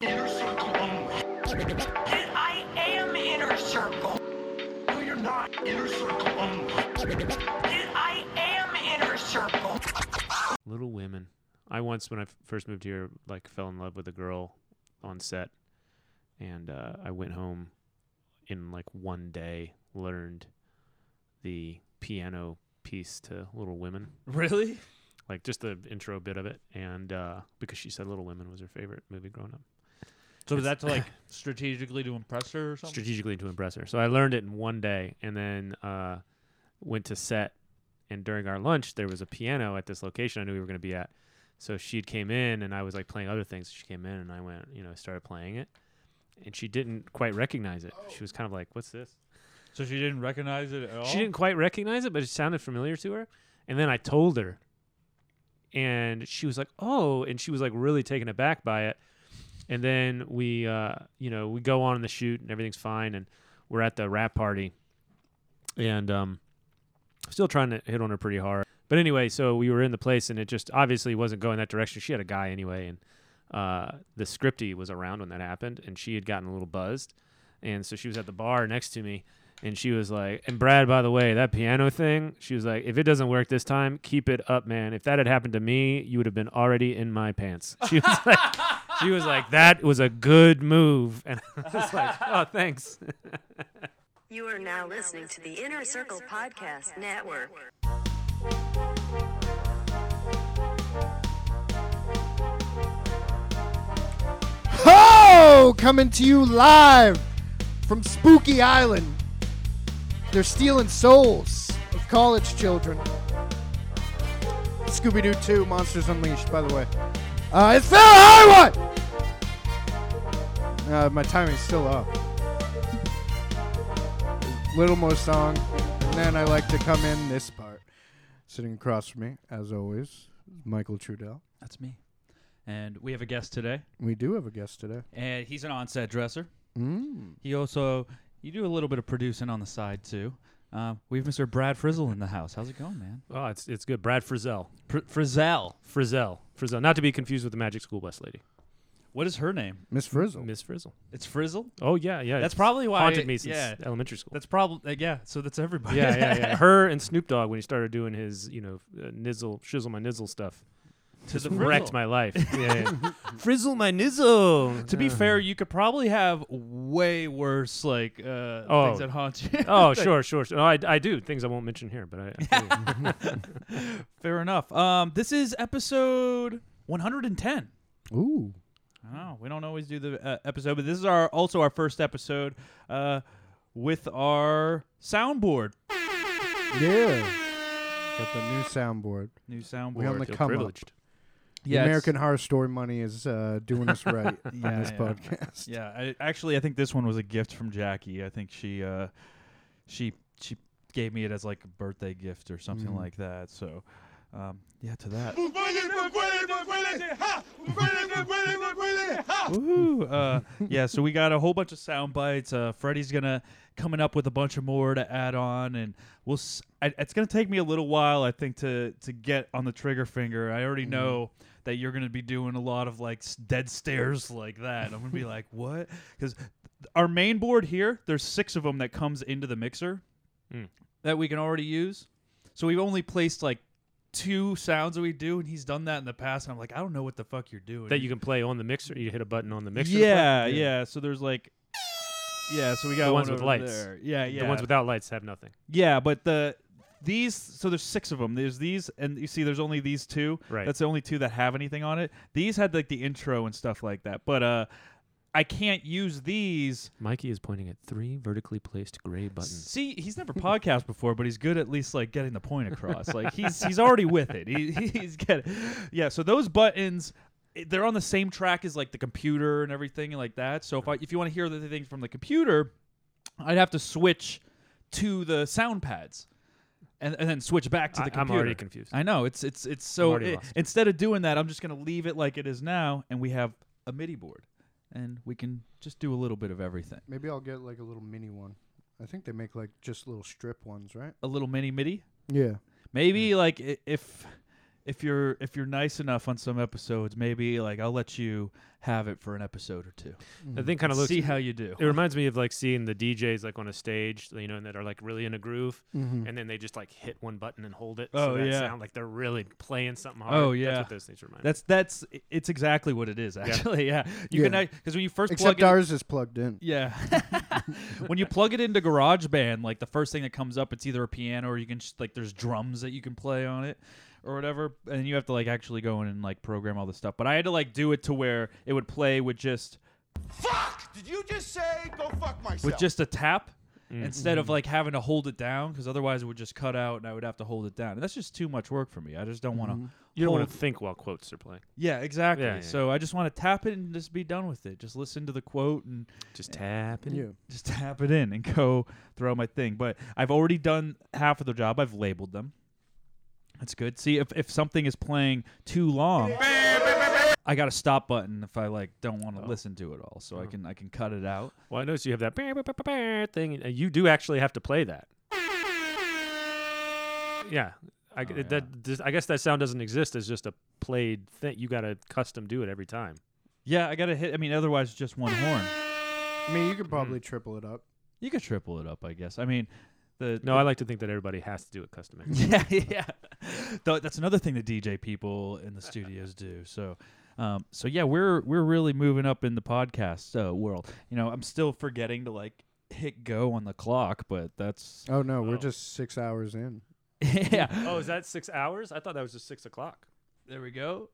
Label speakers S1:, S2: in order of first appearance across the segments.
S1: inner circle only. And I am inner circle. No, you're not inner circle only. And I am inner circle.
S2: Little Women. I once, when I f- first moved here, like fell in love with a girl on set, and uh, I went home in like one day, learned the piano piece to Little Women,
S3: Really?
S2: like just the intro bit of it, and uh, because she said Little Women was her favorite movie growing up,
S3: So that's like strategically to impress her or something?
S2: strategically to impress her. So I learned it in one day, and then uh, went to set. And during our lunch, there was a piano at this location I knew we were going to be at. So she came in, and I was like playing other things. She came in, and I went, you know, I started playing it, and she didn't quite recognize it. She was kind of like, "What's this?"
S3: so she didn't recognize it at all?
S2: She didn't quite recognize it, but it sounded familiar to her. And then I told her, and she was like, "Oh!" And she was like really taken aback by it. And then we, uh, you know, we go on in the shoot, and everything's fine. And we're at the rap party, and um, still trying to hit on her pretty hard. But anyway, so we were in the place, and it just obviously wasn't going that direction. She had a guy anyway, and uh, the scripty was around when that happened, and she had gotten a little buzzed, and so she was at the bar next to me, and she was like, "And Brad, by the way, that piano thing," she was like, "If it doesn't work this time, keep it up, man. If that had happened to me, you would have been already in my pants." She was like, "She was like, that was a good move," and I was like, "Oh, thanks."
S4: You are now listening to the Inner Circle Podcast Network.
S5: Ho! Coming to you live from Spooky Island. They're stealing souls of college children. Scooby Doo 2 Monsters Unleashed, by the way. Uh, it's Phil Harwood! Uh, my timing's still off. Little more song, and then I like to come in this part. Sitting across from me, as always, Michael Trudell.
S3: That's me. And we have a guest today,
S5: We do have a guest today.
S3: and he's an on-set dresser.
S5: Mm.
S3: He also, you do a little bit of producing on the side too. Um, we have Mr. Brad Frizzle in the house. How's it going, man?
S2: Oh, it's it's good. Brad Frizzell,
S3: Fr- Frizzell.
S2: Frizzell, Frizzell. Not to be confused with the Magic School Bus lady,
S3: What is her name?
S5: Miss Frizzle.
S2: Miss Frizzle.
S3: It's Frizzle.
S2: Oh yeah, yeah.
S3: That's
S2: it's
S3: probably why-
S2: haunted me since
S3: yeah.
S2: elementary school.
S3: That's probably yeah. So that's everybody.
S2: yeah, yeah, yeah. Her and Snoop Dogg when he started doing his, you know, uh, nizzle, shizzle my nizzle stuff,
S3: to the
S2: wrecked
S3: Frizzle.
S2: my life. Yeah, yeah. frizzle my nizzle.
S3: To be fair, you could probably have way worse like uh,
S2: Oh.
S3: things that haunt you.
S2: Oh, sure, sure. sure. No, I, I do things I won't mention here, but I, I do.
S3: Fair enough. Um, this is episode 110.
S5: Ooh.
S3: Oh, we don't always do the uh, episode, but this is our also our first episode uh, with our soundboard.
S5: Yeah. Got the new soundboard.
S3: New soundboard.
S5: We on the
S2: feel
S5: come
S2: privileged.
S5: up. The American Horror Story money is uh, doing us right
S3: Yeah,
S5: on this
S3: yeah.
S5: podcast.
S3: Yeah, I, actually, I think this one was a gift from Jackie. I think she uh, she she gave me it as like a birthday gift or something like that. So, um, yeah, to that. Woo-hoo. Uh, yeah, so we got a whole bunch of sound bites. Uh, Freddie's gonna coming up with a bunch of more to add on, and we'll. S- I, it's gonna take me a little while, I think, to to get on the trigger finger. I
S2: Mm-hmm.
S3: already know that you're gonna be doing a lot of like s- dead stares like that. I'm gonna be like, what? Because our main board here, there's six of them that comes into the mixer
S2: Mm.
S3: that we can already use. So we've only placed like two sounds that we do, and he's done that in the past. And I'm like, I don't know what the fuck you're doing.
S2: That you can play on the mixer. You hit a button on the mixer. and play.
S3: Yeah, yeah, So there's like, yeah. So we got
S2: The ones
S3: one
S2: with
S3: over
S2: lights.
S3: There. Yeah, yeah.
S2: The ones without lights have nothing.
S3: yeah, but the these. So there's six of them. There's these, and you see, there's only these two.
S2: Right.
S3: That's the only two that have anything on it. These had like the intro and stuff like that. But uh, I can't use these.
S2: Mikey is pointing at three vertically placed gray buttons.
S3: See, he's never podcast before, but he's good at least like getting the point across. Like he's he's already with it. He, he's getting yeah. So those buttons, i- they're on the same track as like the computer and everything like that. So if I, if you want to hear the thing from the computer, I'd have to switch to the sound pads, and and then switch back to the
S2: I-
S3: computer.
S2: I'm already confused.
S3: I know it's it's it's so.
S2: already
S3: i-
S2: lost.
S3: instead of doing that, I'm just gonna leave it like it is now, and we have a MIDI board, and we can just do a little bit of everything.
S5: Maybe I'll get like a little mini one. I think they make like just little strip ones, right?
S2: Hmm.
S3: A little mini MIDI.
S5: Yeah.
S3: Maybe like i- if if you're if you're nice enough on some episodes, maybe like I'll let you have it for an episode or two.
S2: That thing kind of looks.
S3: Mm. See how you do.
S2: it reminds me of like seeing the DJs like on a stage, you know, and that are like really in a groove, and then they just like hit one button and hold it.
S3: Mm-hmm. Oh,
S2: so that
S3: yeah.
S2: sound like they're really playing something hard.
S3: Oh,
S2: that's
S3: yeah.
S2: what those things remind. me.
S3: That's that's it's exactly what it is actually. Yeah, you
S5: Yeah.
S3: can because when you first plug
S5: Except
S3: it,
S5: ours is plugged in.
S3: yeah, when you plug it into GarageBand, like the first thing that comes up, it's either a piano or you can just, like there's drums that you can play on it or whatever, and you have to like actually go in and like program all this stuff. But I had to like do it to where it would play with just
S6: Fuck! Did you just say go fuck myself?
S3: with just a tap.
S2: Mm-hmm.
S3: Instead of like having to hold it down, because otherwise it would just cut out, and I would have to hold it down. And that's just too much work for me. I just don't want to.
S2: you don't want to think while quotes are playing.
S3: Yeah, exactly.
S2: Mm-hmm. Yeah, yeah,
S3: So I just want to tap it and just be done with it. Just listen to the quote and
S2: Just tap it.
S5: Yeah.
S3: just tap it in and go throw my thing. But I've already done half of the job. I've labeled them. That's good. See, if, if something is playing too long, I got a stop button if I like don't want to listen to it all, so I can I can cut it out.
S2: Well, I noticed you have that bah, bah, bah, bah, bah thing. and You do actually have to play that. Oh, Yeah. I, g- that, this- I guess that sound doesn't exist as just a played thing. You got to custom do it every time.
S3: Yeah, I gotta hit. I mean, otherwise it's just one horn.
S5: I mean, you could probably triple it up.
S3: You could triple it up, I guess. I mean, the
S2: No, I like to think that everybody has to do it custom. actually.
S3: yeah, yeah. Though that's another thing the DJ people in the studios do. So, um, so yeah, we're we're really moving up in the podcast uh, world. You know, I'm still forgetting to like hit go on the clock, but that's
S5: Oh no,
S2: Oh.
S5: we're just six hours in.
S3: yeah.
S2: oh, is that six hours? I thought that was just six o'clock.
S3: There we go.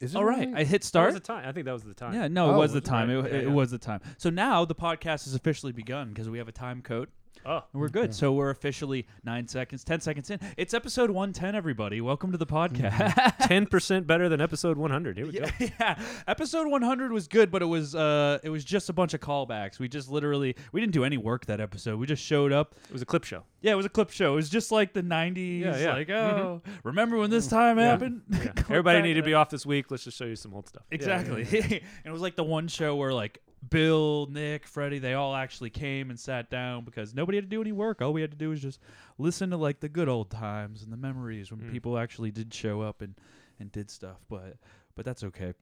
S5: Is it
S3: All right,
S5: really?
S3: I
S2: That
S3: hit
S2: was
S3: start.
S2: the time. I think that was the time.
S3: Yeah, no, it
S5: Oh,
S3: was the
S5: was it?
S3: time. It,
S2: Yeah,
S3: it
S2: yeah.
S3: was the time. So now the podcast has officially begun because we have a time code.
S2: Oh,
S3: We're good. So we're officially nine seconds, ten seconds in. It's episode one ten. Everybody, welcome to the podcast.
S2: 10% better than episode 100. Here we go.
S3: Yeah, yeah. Episode 100 was good, but it was uh, it was just a bunch of callbacks. We just literally we didn't do any work that episode. We just showed up.
S2: It was a clip show.
S3: Yeah, it was a clip show. It was just like the 90s.
S2: Yeah, yeah. Mm-hmm. Mm.
S3: Like, oh, remember when this time happened?
S2: Yeah. Everybody needed to be off this week. Let's just show you some old stuff. Yeah, yeah,
S3: Exactly. and it was like the one show where like Bill, Nick, Freddie, they all actually came and sat down because nobody had to do any work. All we had to do was just listen to like the good old times and the memories when people actually did show up and and did stuff. But but that's okay.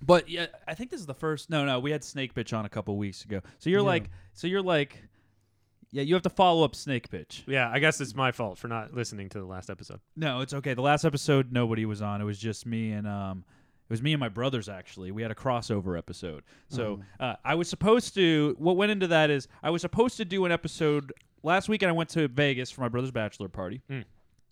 S3: But yeah, I think this is the first. No, no, we had Snake Bitch on a couple weeks ago. So you're like, so you're like, yeah, you have to follow up Snake Bitch.
S2: Yeah, I guess it's my fault for not listening to the last episode.
S3: No, it's okay. The last episode nobody was on. It was just me and um it was me and my brothers actually. We had a crossover episode. So, uh, I was supposed to what went into that is I was supposed to do an episode last weekend I went to Vegas for my brother's bachelor party. And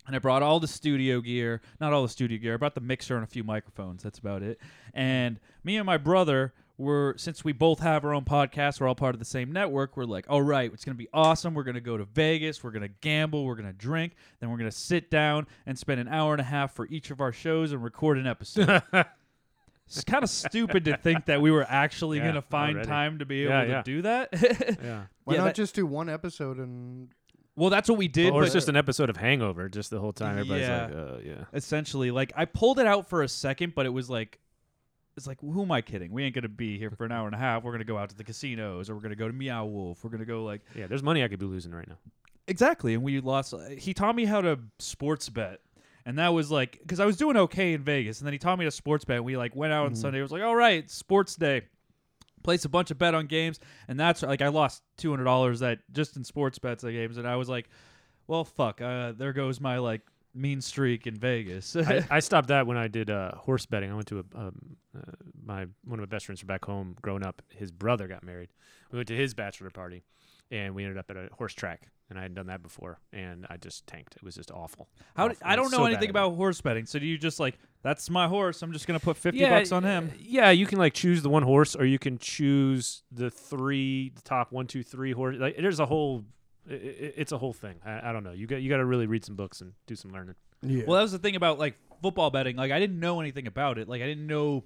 S3: I brought all the studio gear, not all the studio gear. I brought the mixer and a few microphones. That's about it. And me and my brother were, since we both have our own podcast, we're all part of the same network. We're like, all right, it's going to be awesome. We're going to go to Vegas. We're going to gamble. We're going to drink. Then we're going to sit down and spend an hour and a half for each of our shows and record an episode. it's kind of stupid to think that we were actually
S2: Yeah,
S3: going to find
S2: already.
S3: time to be able
S2: Yeah,
S3: to
S2: yeah.
S3: do that.
S2: Yeah.
S5: Why
S3: Yeah,
S5: not
S3: that-
S5: just do one episode and
S3: well, that's what we did.
S2: or it's
S3: but-
S2: just an episode of Hangover, just the whole time. Everybody's
S3: Yeah.
S2: like, uh, yeah.
S3: essentially like i pulled it out for a second but it was like it's like who am i kidding we ain't gonna be here for an hour and a half we're gonna go out to the casinos or we're gonna go to meow wolf we're gonna go like
S2: Yeah, there's money I could be losing right now.
S3: exactly and we lost uh, he taught me how to sports bet and that was like because i was doing okay in vegas and then he taught me to sports bet and we like went out on sunday it was like all right sports day placed a bunch of bet on games and that's like i lost $200 that just in sports bets the games and i was like well fuck uh, there goes my like mean streak in vegas
S2: I, I stopped that when I did uh, horse betting. I went to a, um, uh, my one of my best friends from back home. Growing up, his brother got married. We went to his bachelor party, and we ended up at a horse track. And I hadn't done that before, and I just tanked. It was just awful.
S3: How did,
S2: Awful.
S3: I
S2: was
S3: don't know
S2: Oh, so bad
S3: anything
S2: at it.
S3: about horse betting. So do you just like that's my horse? I'm just gonna put fifty
S2: Yeah,
S3: bucks on him.
S2: uh, Yeah, you can like choose the one horse, or you can choose the three the top one, two, three horse. Like there's a whole, i- i it's a whole thing. I, I don't know. You got you got to really read some books and do some learning.
S5: yeah.
S3: Well, that was the thing about like football betting. Like I didn't know anything about it. Like I didn't know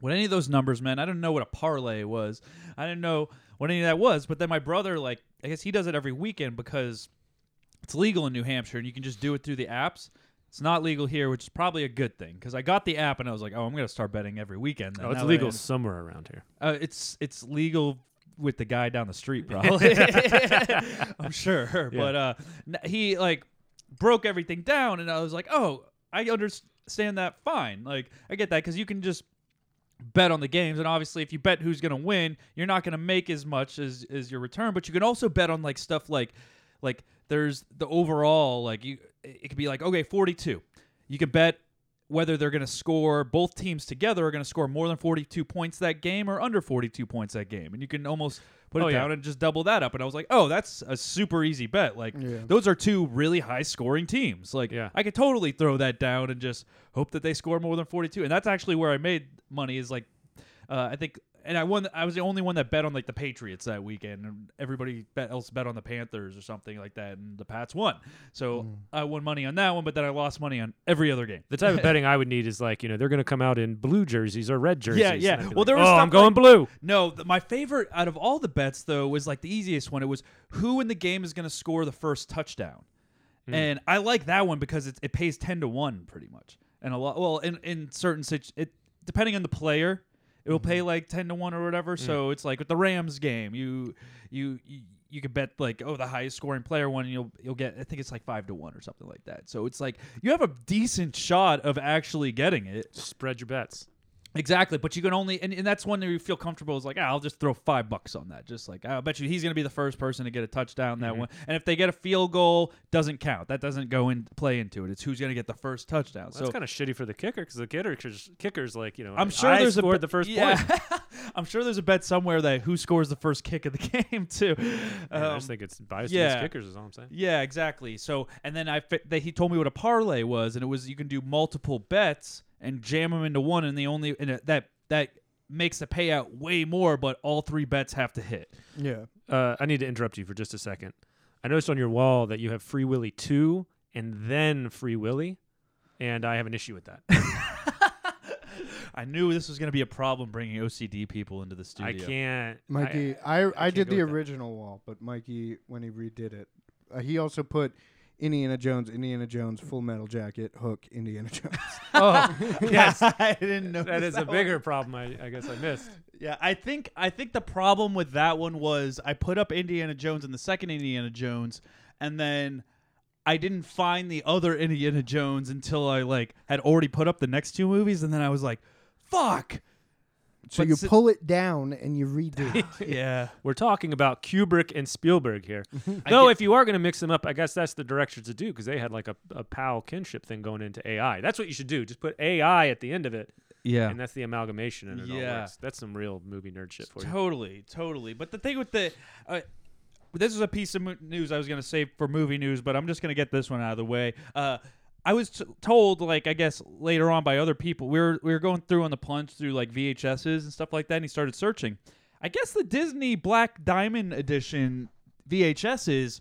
S3: what any of those numbers meant. I didn't know what a parlay was. I didn't know what any of that was. But then my brother, like I guess he does it every weekend because it's legal in New Hampshire and you can just do it through the apps. It's not legal here, which is probably a good thing because I got the app and I was like, oh, I'm gonna start betting every weekend. then,
S2: Oh, it's
S3: now that I
S2: legal
S3: under-
S2: somewhere around here.
S3: Uh, it's it's legal with the guy down the street, probably. I'm sure, but uh, n- he like broke everything down, and I was like, oh, I understand that fine. Like, I get that because you can just bet on the games and obviously if you bet who's going to win you're not going to make as much as as your return but you can also bet on like stuff like like there's the overall like you it could be like okay 42 you could bet whether they're going to score both teams together are going to score more than 42 points that game or under 42 points that game and you can almost put
S2: Oh,
S3: it
S2: yeah.
S3: down and just double that up and i was like oh that's a super easy bet like those are two really high scoring teams like
S2: Yeah.
S3: I could totally throw that down and just hope that they score more than 42. And that's actually where I made money is like, uh, I think, and I won. I was the only one that bet on like the Patriots that weekend, and everybody bet, else bet on the Panthers or something like that, and the Pats won. So I won money on that one, but then I lost money on every other game.
S2: The type of betting I would need is like, you know, they're going to come out in blue jerseys or red jerseys. and
S3: yeah.
S2: I'd be
S3: Well,
S2: like,
S3: there was
S2: oh,
S3: stuff
S2: I'm going
S3: like-
S2: blue.
S3: No, th- my favorite out of all the bets though was like the easiest one. It was who in the game is going to score the first touchdown, and I like that one because it, it pays ten to one pretty much, and a lot. Well, in in certain situ- it depending on the player, it will pay like ten to one or whatever. So it's like with the Rams game, you you. you you could bet like oh the highest scoring player one and you'll you'll get I think it's like five to one or something like that so it's like you have a decent shot of actually getting it
S2: Spread your bets.
S3: Exactly, but you can only and, and that's one that you feel comfortable is like, ah, I'll just throw five bucks on that. Just like, "Ah, I'll bet you he's gonna be the first person to get a touchdown
S2: Mm-hmm.
S3: that one. And if they get a field goal, doesn't count. That doesn't go in play into it. It's who's gonna get the first touchdown.
S2: That's
S3: so
S2: kind of shitty for the kicker because the kicker, kicker's like, you know,
S3: I'm sure
S2: I
S3: there's
S2: scored
S3: a bet-
S2: the first
S3: yeah.
S2: point.
S3: I'm sure there's a bet somewhere that who scores the first kick of the game too.
S2: Man, I
S3: Um,
S2: just think it's biased
S3: yeah.
S2: against kickers is all I'm saying.
S3: Yeah, exactly. So, and then I fi- they, he told me what a parlay was, and it was you can do multiple bets and jam them into one, and the only and it- that that makes the payout way more, but all three bets have to hit.
S5: Yeah.
S2: Uh, I need to interrupt you for just a second. I noticed on your wall that you have Free Willy 2 and then Free Willy, and I have an issue with that.
S3: I knew this was going to be a problem bringing OCD people into the studio.
S2: I can't.
S5: Mikey,
S2: I,
S5: I, I,
S2: can't
S5: did
S2: go
S5: the
S2: with that.
S5: original wall, but Mikey, when he redid it, uh, he also put Indiana Jones, Indiana Jones, Full Metal Jacket, Hook, Indiana Jones.
S2: oh, yes.
S3: I didn't know
S2: That is a bigger problem I, I guess I missed.
S3: Yeah, I think I think the problem with that one was I put up Indiana Jones and the second Indiana Jones, and then I didn't find the other Indiana Jones until I like had already put up the next two movies, and then I was like, "Fuck."
S5: so
S3: But
S5: you
S3: si-
S5: pull it down and you redo it.
S3: Yeah.
S2: We're talking about Kubrick and Spielberg here. Though, if you are going to mix them up, I guess that's the direction to do because they had like a, a pal kinship thing going into AI. That's what you should do. Just put AI at the end of it,
S3: Yeah.
S2: and that's the amalgamation, and it all
S3: Yeah.
S2: works. That's some real movie nerd shit for you.
S3: Totally, totally. But the thing with the, uh, this is a piece of mo- news I was gonna save for movie news, but I'm just gonna get this one out of the way. Uh, I was t- told, like I guess later on by other people, we were we were going through on the plunge through like VHSs and stuff like that, and he started searching. I guess the Disney Black Diamond edition VHSs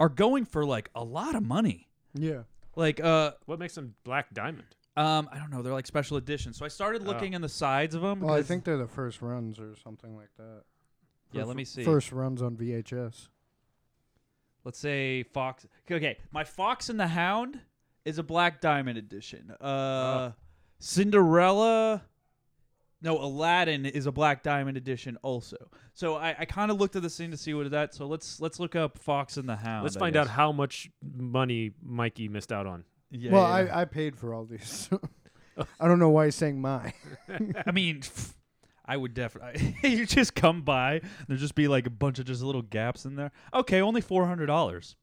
S3: are going for like a lot of money.
S5: yeah.
S3: Like uh,
S2: What makes them Black Diamond?
S3: um, I don't know, they're like special editions. So I started looking in the sides of them.
S5: Oh. Well, I think they're the first runs or something like that.
S3: yeah, let me see.
S5: First runs on VHS.
S3: let's say Fox. Okay, my Fox and the Hound is a Black Diamond edition. Uh, Cinderella. No, Aladdin is a Black Diamond edition also. So I, I kind of looked at this thing to see what is that. So let's let's look up Fox and the Hound.
S2: Let's
S3: I
S2: find
S3: guess.
S2: out how much money Mikey missed out on.
S3: Yeah,
S5: well,
S3: yeah. Oh.
S5: I, I paid for all these. I don't know why he's saying my.
S3: I mean, pff, I would definitely. you just come by, there'd just be like a bunch of just little gaps in there. Okay, only four hundred dollars.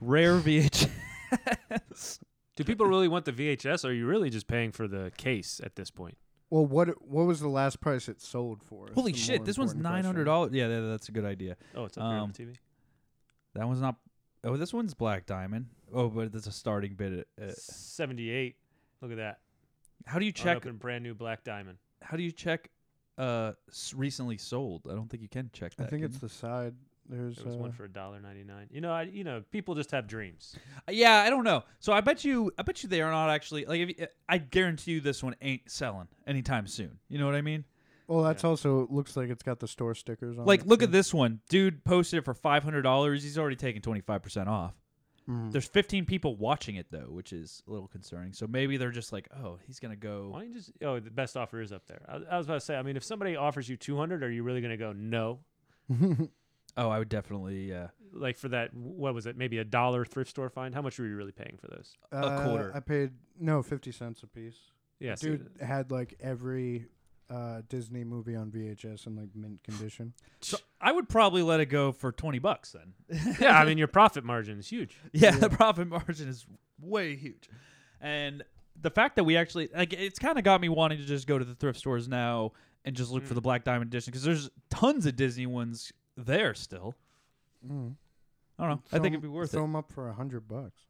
S3: Rare VHS.
S2: Do people really want the VHS? Or are you really just paying for the case at this point?
S5: Well, what what was the last price it sold for? is
S3: Holy
S5: the
S3: shit!
S5: more
S3: This one's nine
S5: important
S3: hundred
S5: question.
S3: dollars. Yeah, that, that's a good idea.
S2: Oh, it's up here on
S3: Um,
S2: the TV.
S3: That one's not. Oh, this one's black diamond. Oh, but that's a starting bid. At, at,
S2: Seventy-eight. Look at that.
S3: how do you check?
S2: Unopened, brand new Black Diamond.
S3: How do you check? Uh, s- recently sold. I don't think you can check that.
S5: I think
S3: can
S5: it's the side. There's
S2: There was
S5: uh,
S2: one for a dollar ninety-nine. You know, I, you know, people just have dreams.
S3: you? Uh, Yeah, I don't know. So I bet you. I bet you they are not actually like. If you, I guarantee you, this one ain't selling anytime soon. You know what I mean?
S5: Well, that's also looks like it's got the store stickers on.
S3: Like,
S5: it,
S3: look
S5: too.
S3: at this one. Dude posted it for five hundred dollars. He's already taken twenty five percent off.
S5: Mm-hmm.
S3: There's fifteen people watching it though, which is a little concerning. So maybe they're just like, oh, he's gonna go.
S2: Why don't you just? Oh, the best offer is up there. I, I was about to say. I mean, if somebody offers you two hundred, are you really going to go no?
S3: Oh, I would definitely. Uh,
S2: Like for that, what was it? Maybe a dollar thrift store find. How much were you really paying for those?
S3: A quarter.
S5: Uh, I paid no fifty cents a piece.
S2: Yes,
S5: Dude had like every uh, Disney movie on VHS in like mint condition.
S3: so I would probably let it go for twenty bucks then.
S2: yeah, I mean your profit margin is huge.
S3: yeah, the profit margin is way huge, and the fact that we actually like it's kind of got me wanting to just go to the thrift stores now and just look for the Black Diamond edition because there's tons of Disney ones there still. I don't know. I think it'd be worth
S5: throw
S3: it.
S5: them up for a hundred bucks.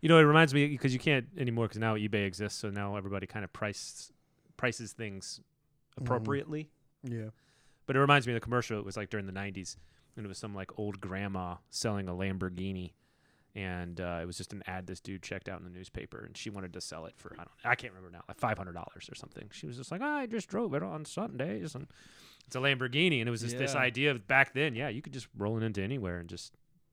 S2: You know, it reminds me because you can't anymore because now eBay exists, so now everybody kind of prices prices things appropriately.
S5: Yeah.
S2: But it reminds me of the commercial. It was like during the '90s, and it was some like old grandma selling a Lamborghini, and uh, it was just an ad this dude checked out in the newspaper, and she wanted to sell it for I don't I can't remember now, like five hundred dollars or something. She was just like, I just drove it on Sundays, and it's a Lamborghini, and it was just this
S3: Yeah.
S2: idea of back then, yeah, you could just roll it into anywhere and just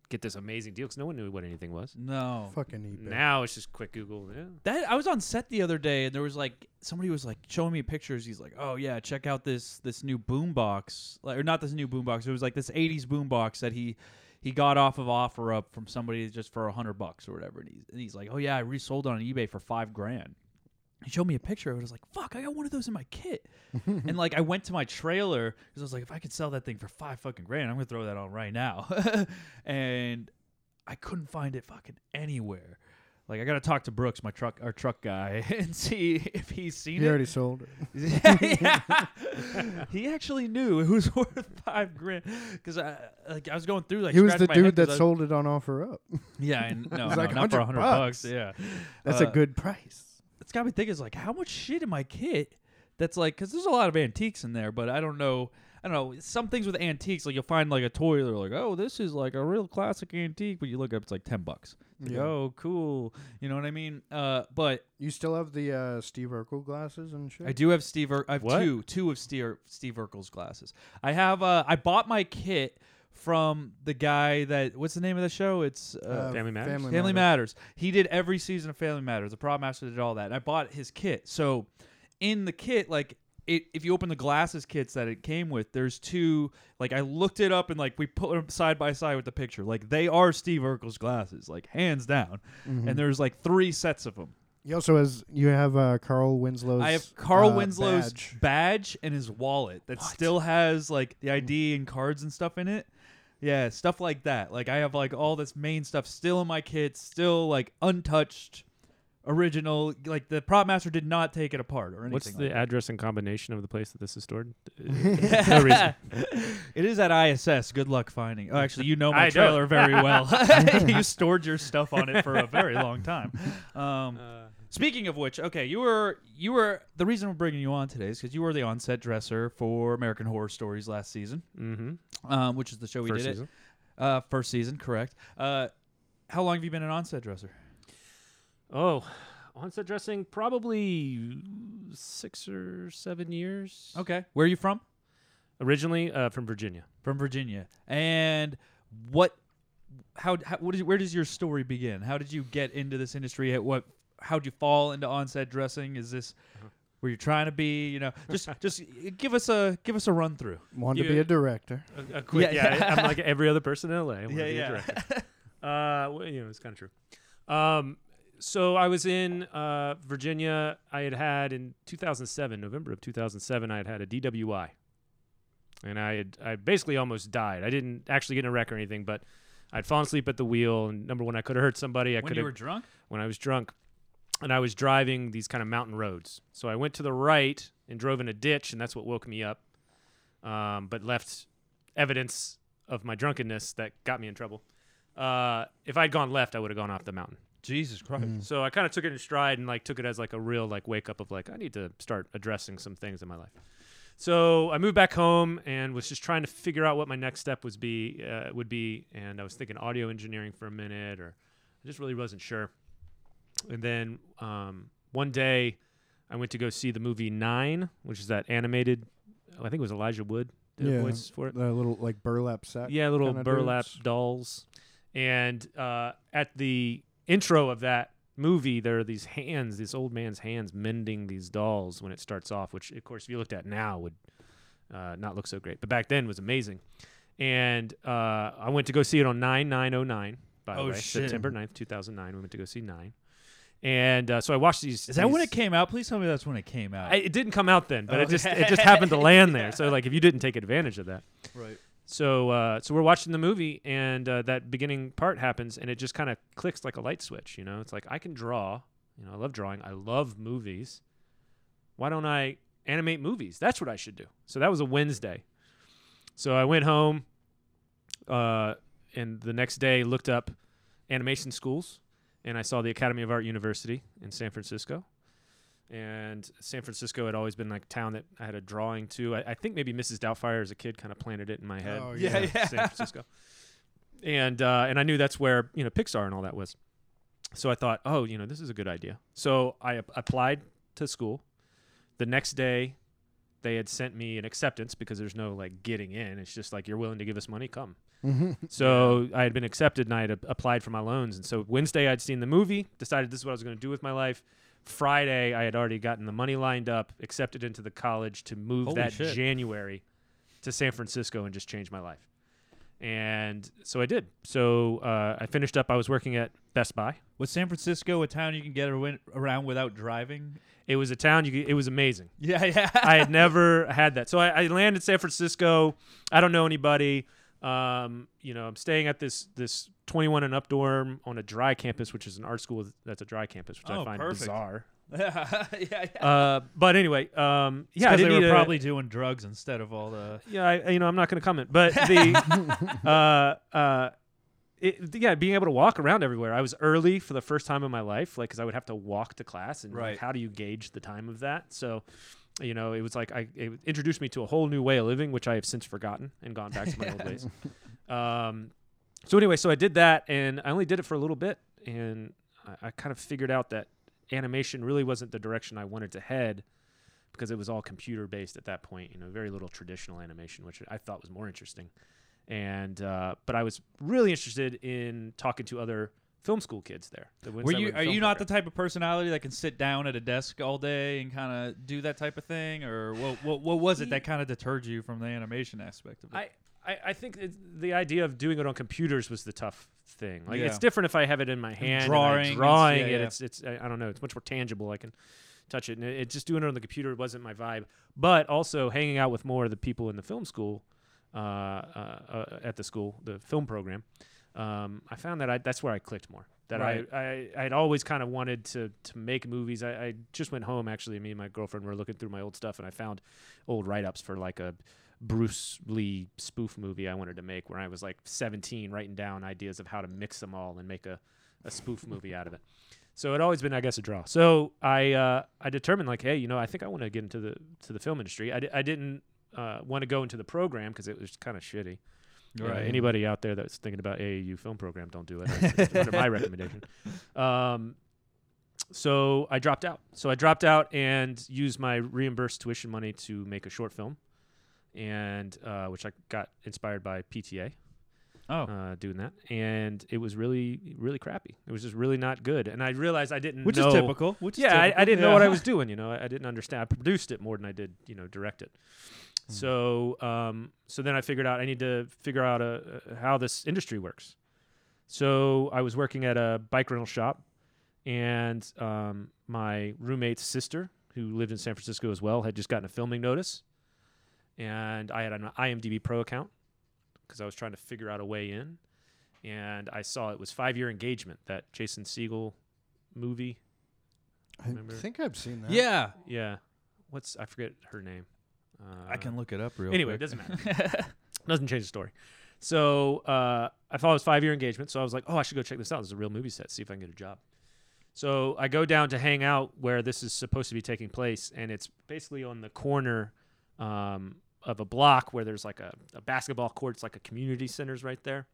S2: get this amazing deal because no one knew what anything was.
S3: No,
S5: Fucking eBay.
S2: Now it's just quick Google. Yeah.
S3: That I was on set the other day, and there was like somebody was like showing me pictures. He's like, "Oh yeah, check out this this new boombox, like, or not this new boombox. It was like this '80s boombox that he he got off of OfferUp from somebody just for a hundred bucks or whatever." And he's, and he's like, "Oh yeah, I resold it on eBay for five grand." He showed me a picture. of it. I was like, "Fuck, I got one of those in my kit." and like, I went to my trailer because I was like, "If I could sell that thing for five fucking grand, I'm gonna throw that on right now." and I couldn't find it fucking anywhere. Like, I gotta talk to Brooks, my truck, our truck guy, and see if he's seen
S5: He
S3: it.
S5: already sold it.
S3: yeah. he actually knew it was worth five grand because I like I was going through like
S5: he was the
S3: scratching my
S5: dude
S3: head
S5: that
S3: 'cause I-
S5: sold it on offer up.
S3: Yeah, and no,
S5: was
S3: no,
S5: like,
S3: not for
S5: 100
S3: hundred
S5: bucks.
S3: bucks. Yeah,
S5: That's
S3: Uh,
S5: a good price.
S3: it's got me thinking. It's like how much shit in my kit that's like because there's a lot of antiques in there, but I don't know. I don't know. Some things with antiques, like you'll find like a toy, they're like, oh, this is like a real classic antique, but you look up, it's like ten bucks. It's like,
S5: Yeah.
S3: oh, cool. You know what I mean? Uh, but
S5: You still have the uh, Steve Urkel glasses and shit.
S3: I do have Steve. Ur- I have
S2: What?
S3: two, two of Steve, Steve Urkel's glasses. I have. Uh, I bought my kit from the guy that. What's the name of the show? It's uh,
S5: Uh,
S2: Family Matters?
S3: Family Matters. He did every season of Family Matters. The Prop Master did all that. And I bought his kit. So in the kit, like it, if you open the glasses kits that it came with, there's two. Like I looked it up and like we put them side by side with the picture. Like they are Steve Urkel's glasses, like hands down. And there's like three sets of them.
S5: You also has you have uh, Carl Winslow's.
S3: I have Carl
S5: uh,
S3: Winslow's badge.
S5: badge. Hmm.
S3: and his wallet that still has like the ID and cards and stuff in it. Yeah, stuff like that. Like I have like all this main stuff still in my kit, still like untouched, original. Like the prop master did not take it apart or anything.
S2: What's the
S3: like
S2: address and combination of the place that this is stored? Uh, no reason.
S3: It is at ISS. Good luck finding. Oh, actually, you know
S2: I
S3: my
S2: don't.
S3: trailer very well. you stored your stuff on it for a very long time. Um,
S2: Uh,
S3: speaking of which, okay, you were you were the reason we're bringing you on today is because you were the on-set dresser for American Horror Stories last season,
S2: Mm-hmm.
S3: um, which is the show we
S2: First
S3: did
S2: season.
S3: it uh, first season. Correct. Uh, how long have you been an on-set dresser?
S2: Oh, onset dressing probably six or seven years.
S3: Okay, where are you from?
S2: Originally uh, from Virginia.
S3: From Virginia. And what? How? how what is, where does your story begin? How did you get into this industry? At what? How'd you fall into on-set dressing? Is this where you're trying to be? You know, just just give us a give us a run through.
S5: Wanted to
S2: You-
S5: be a director.
S2: A, quick,
S3: Yeah,
S2: yeah,
S3: yeah.
S2: I'm like every other person in LA. I wanna
S3: Yeah,
S2: be a
S3: yeah.
S2: director. uh, well, you know, it's kind of true. Um, so I was in uh, Virginia. I had had in 2007, November of 2007, I had had a DWI, and I had I basically almost died. I didn't actually get in a wreck or anything, but I'd fallen asleep at the wheel. And number one, I could have hurt somebody. I
S3: when
S2: could
S3: you
S2: have
S3: were drunk.
S2: when I was drunk, and I was driving these kind of mountain roads. So I went to the right and drove in a ditch, and that's what woke me up, um, but left evidence of my drunkenness that got me in trouble. Uh, if I'd gone left, I would have gone off the mountain.
S3: Jesus Christ.
S2: So I kind of took it in stride and like took it as like a real like wake up of like I need to start addressing some things in my life. So I moved back home and was just trying to figure out what my next step was be uh, would be, and I was thinking audio engineering for a minute, or I just really wasn't sure. And then um, one day, I went to go see the movie Nine, which is that animated. oh, I think it was Elijah Wood did a voice for it.
S5: The little like burlap sack.
S2: Yeah, little
S5: kinda
S2: burlap
S5: dudes.
S2: dolls. And uh, at the intro of that movie, there are these hands, this old man's hands mending these dolls when it starts off, which, of course, if you looked at now would uh, not look so great. But back then was amazing. and uh, I went to go see it on nine nine oh nine. By the
S7: Oh,
S2: way,
S7: shit.
S2: September 9th, two thousand nine. We went to go see nine, and uh, so I watched these.
S7: Is that when
S2: these-
S7: it came out? Please tell me that's when it came out.
S2: I, it didn't come out then, but it
S7: Oh.
S2: just it just happened to land there. So like, if you didn't take advantage of that,
S7: right.
S2: so uh, so we're watching the movie, and uh, that beginning part happens, and it just kind of clicks like a light switch. You know, it's like I can draw. You know, I love drawing. I love movies. Why don't I animate movies? That's what I should do. So that was a Wednesday. So I went home, uh, and the next day looked up animation schools, and I saw the Academy of Art University in San Francisco. And San Francisco had always been like a town that I had a drawing to. I, I think maybe Mrs. Doubtfire as a kid kind of planted it in my head.
S5: Oh,
S7: yeah. Yeah, yeah.
S2: San Francisco. And uh, and I knew that's where you know Pixar and all that was. So I thought, oh, you know, this is a good idea. So I ap- applied to school. The next day, they had sent me an acceptance because there's no like getting in. It's just like you're willing to give us money, come. So I had been accepted and I had a- applied for my loans. And so Wednesday I'd seen the movie, decided this is what I was going to do with my life. Friday I had already gotten the money lined up, accepted into the college to move
S7: Holy
S2: that
S7: shit.
S2: January to San Francisco and just change my life. And so I did. So uh, I finished up. I was working at Best Buy.
S7: Was San Francisco a town you can get arwen- around without driving?
S2: It was a town. You, could- it was amazing.
S7: Yeah, yeah.
S2: I had never had that. So I, I land in San Francisco. I don't know anybody. Um, you know, I'm staying at this this 21 and up dorm on a dry campus, which is an art school that's a dry campus, which I
S7: Oh,
S2: find
S7: perfect.
S2: bizarre.
S7: yeah, yeah.
S2: Uh, but anyway, um, yeah, I
S7: because
S2: didn't
S7: they were
S2: need a-
S7: probably doing drugs instead of all the.
S2: yeah, I, you know, I'm not going to comment, but the, uh, uh, it, yeah, being able to walk around everywhere. I was early for the first time in my life, like, cause I would have to walk to class and like,
S7: Right.
S2: how do you gauge the time of that? So, you know, it was like, I, it introduced me to a whole new way of living, which I have since forgotten and gone back to my old ways. Um, so anyway, so I did that and I only did it for a little bit and I, I kind of figured out that animation really wasn't the direction I wanted to head because it was all computer based at that point, you know, very little traditional animation, which I thought was more interesting. And uh, but I was really interested in talking to other film school kids there. the ones
S7: Were
S2: that
S7: you
S2: in
S7: are
S2: film
S7: you not the
S2: program.
S7: type of personality that can sit down at a desk all day and kind of do that type of thing, or what? What, what was it that kind of deterred you from the animation aspect of it?
S2: I, I, I think it's, the idea of doing it on computers was the tough thing. Like it's
S7: Yeah.
S2: different if I have it in my hand, and
S7: drawing,
S2: I'm
S7: it's-
S2: drawing
S7: yeah,
S2: it.
S7: yeah.
S2: It's it's I I don't know. It's much more tangible. I can touch it. And it, it- just doing it on the computer wasn't my vibe. But also hanging out with more of the people in the film school, uh, uh, uh, at the school, the film program. Um, I found that I, that's where I clicked more. That I, I I'd always kind of wanted to to make movies. I, I just went home actually. Me and my girlfriend were looking through my old stuff, and I found old write ups for like a Bruce Lee spoof movie I wanted to make where I was like 17 writing down ideas of how to mix them all and make a, a spoof movie out of it. So it always been, I guess, a draw. So I uh, I determined like, hey, you know, I think I want to get into the to the film industry. I, di- I didn't uh, want to go into the program because it was kind of shitty. You know,
S7: Right.
S2: anybody out there that's thinking about AAU film program, don't do it. It's under my recommendation. Um, so I dropped out. So I dropped out and used my reimbursed tuition money to make a short film, and uh, which I got inspired by PTA
S7: oh,
S2: uh, doing that, and it was really, really crappy. It was just really not good, and I realized I didn't
S7: which
S2: know.
S7: is typical. Which is
S2: Yeah, I, I
S7: typical,
S2: didn't know what I
S7: yeah.
S2: was doing. You know, I, I didn't understand. I produced it more than I did, you know, direct it.
S7: Hmm.
S2: So, um, so then I figured out I need to figure out uh uh how this industry works. So I was working at a bike rental shop, and um, my roommate's sister, who lived in San Francisco as well, had just gotten a filming notice, and I had an IMDb Pro account because I was trying to figure out a way in, and I saw it was five year engagement that Jason Siegel movie.
S5: I
S2: Remember?
S5: think I've seen that.
S7: Yeah,
S2: Yeah, what's I forget her name. Uh,
S7: I can look it up real.
S2: anyway, it
S7: quick.
S2: doesn't matter. doesn't change the story. So uh, I thought it was five year engagement. So I was like, oh, I should go check this out. This is a real movie set. See if I can get a job. So I go down to hang out where this is supposed to be taking place, and it's basically on the corner um, of a block where there's like a, a basketball court. It's like a community center's right there.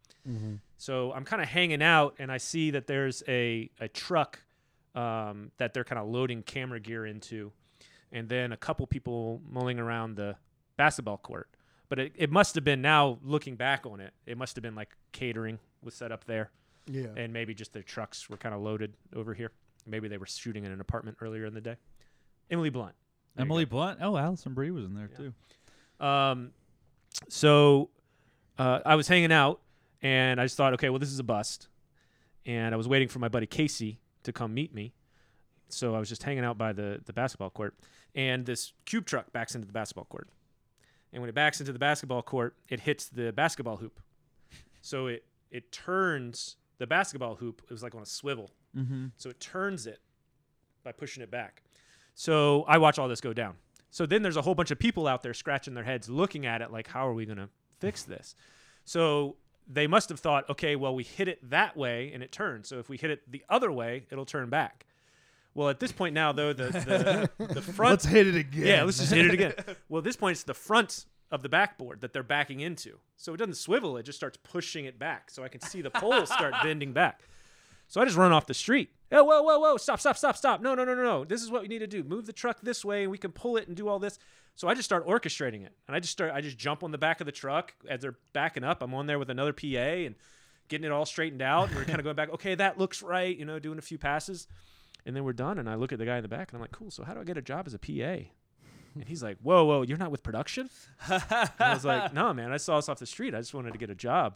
S2: So I'm kind of hanging out, and I see that there's a a truck um, that they're kind of loading camera gear into, and then a couple people mulling around the basketball court. But it, it must have been now looking back on it, it must have been like catering was set up there,
S5: Yeah.
S2: and maybe just their trucks were kind of loaded over here. Maybe they were shooting in an apartment earlier in the day. Emily Blunt. There you go.
S7: Emily Blunt. Oh, Allison Brie was in there too.
S2: Um, so uh, I was hanging out and I just thought, okay, well, this is a bust. And I was waiting for my buddy Casey to come meet me. So I was just hanging out by the, the basketball court. And this cube truck backs into the basketball court. And when it backs into the basketball court, it hits the basketball hoop. So it, it turns the basketball hoop. It was like on a swivel. Mm-hmm. So it turns it by pushing it back. So I watch all this go down. So then there's a whole bunch of people out there scratching their heads looking at it like, how are we going to fix this? So they must have thought, okay, well, we hit it that way and it turns. So if we hit it the other way, it'll turn back. Well, at this point now, though, the, the, the front.
S7: Let's hit it again.
S2: Yeah, let's just hit it again. Well, at this point, it's the front of the backboard that they're backing into. So it doesn't swivel, it just starts pushing it back. So I can see the pole start bending back. So I just run off the street. Oh, whoa, whoa, whoa, stop, stop, stop, stop. No, no, no, no, no. This is what we need to do. Move the truck this way and we can pull it and do all this. So I just start orchestrating it. And I just start I just jump on the back of the truck as they're backing up. I'm on there with another PA and getting it all straightened out. And we're kind of going back, okay, that looks right, you know, doing a few passes. And then we're done. And I look at the guy in the back and I'm like, cool, so how do I get a job as a PA? And he's like, whoa, whoa, you're not with production? And I was like, no, man, I saw this off the street. I just wanted to get a job.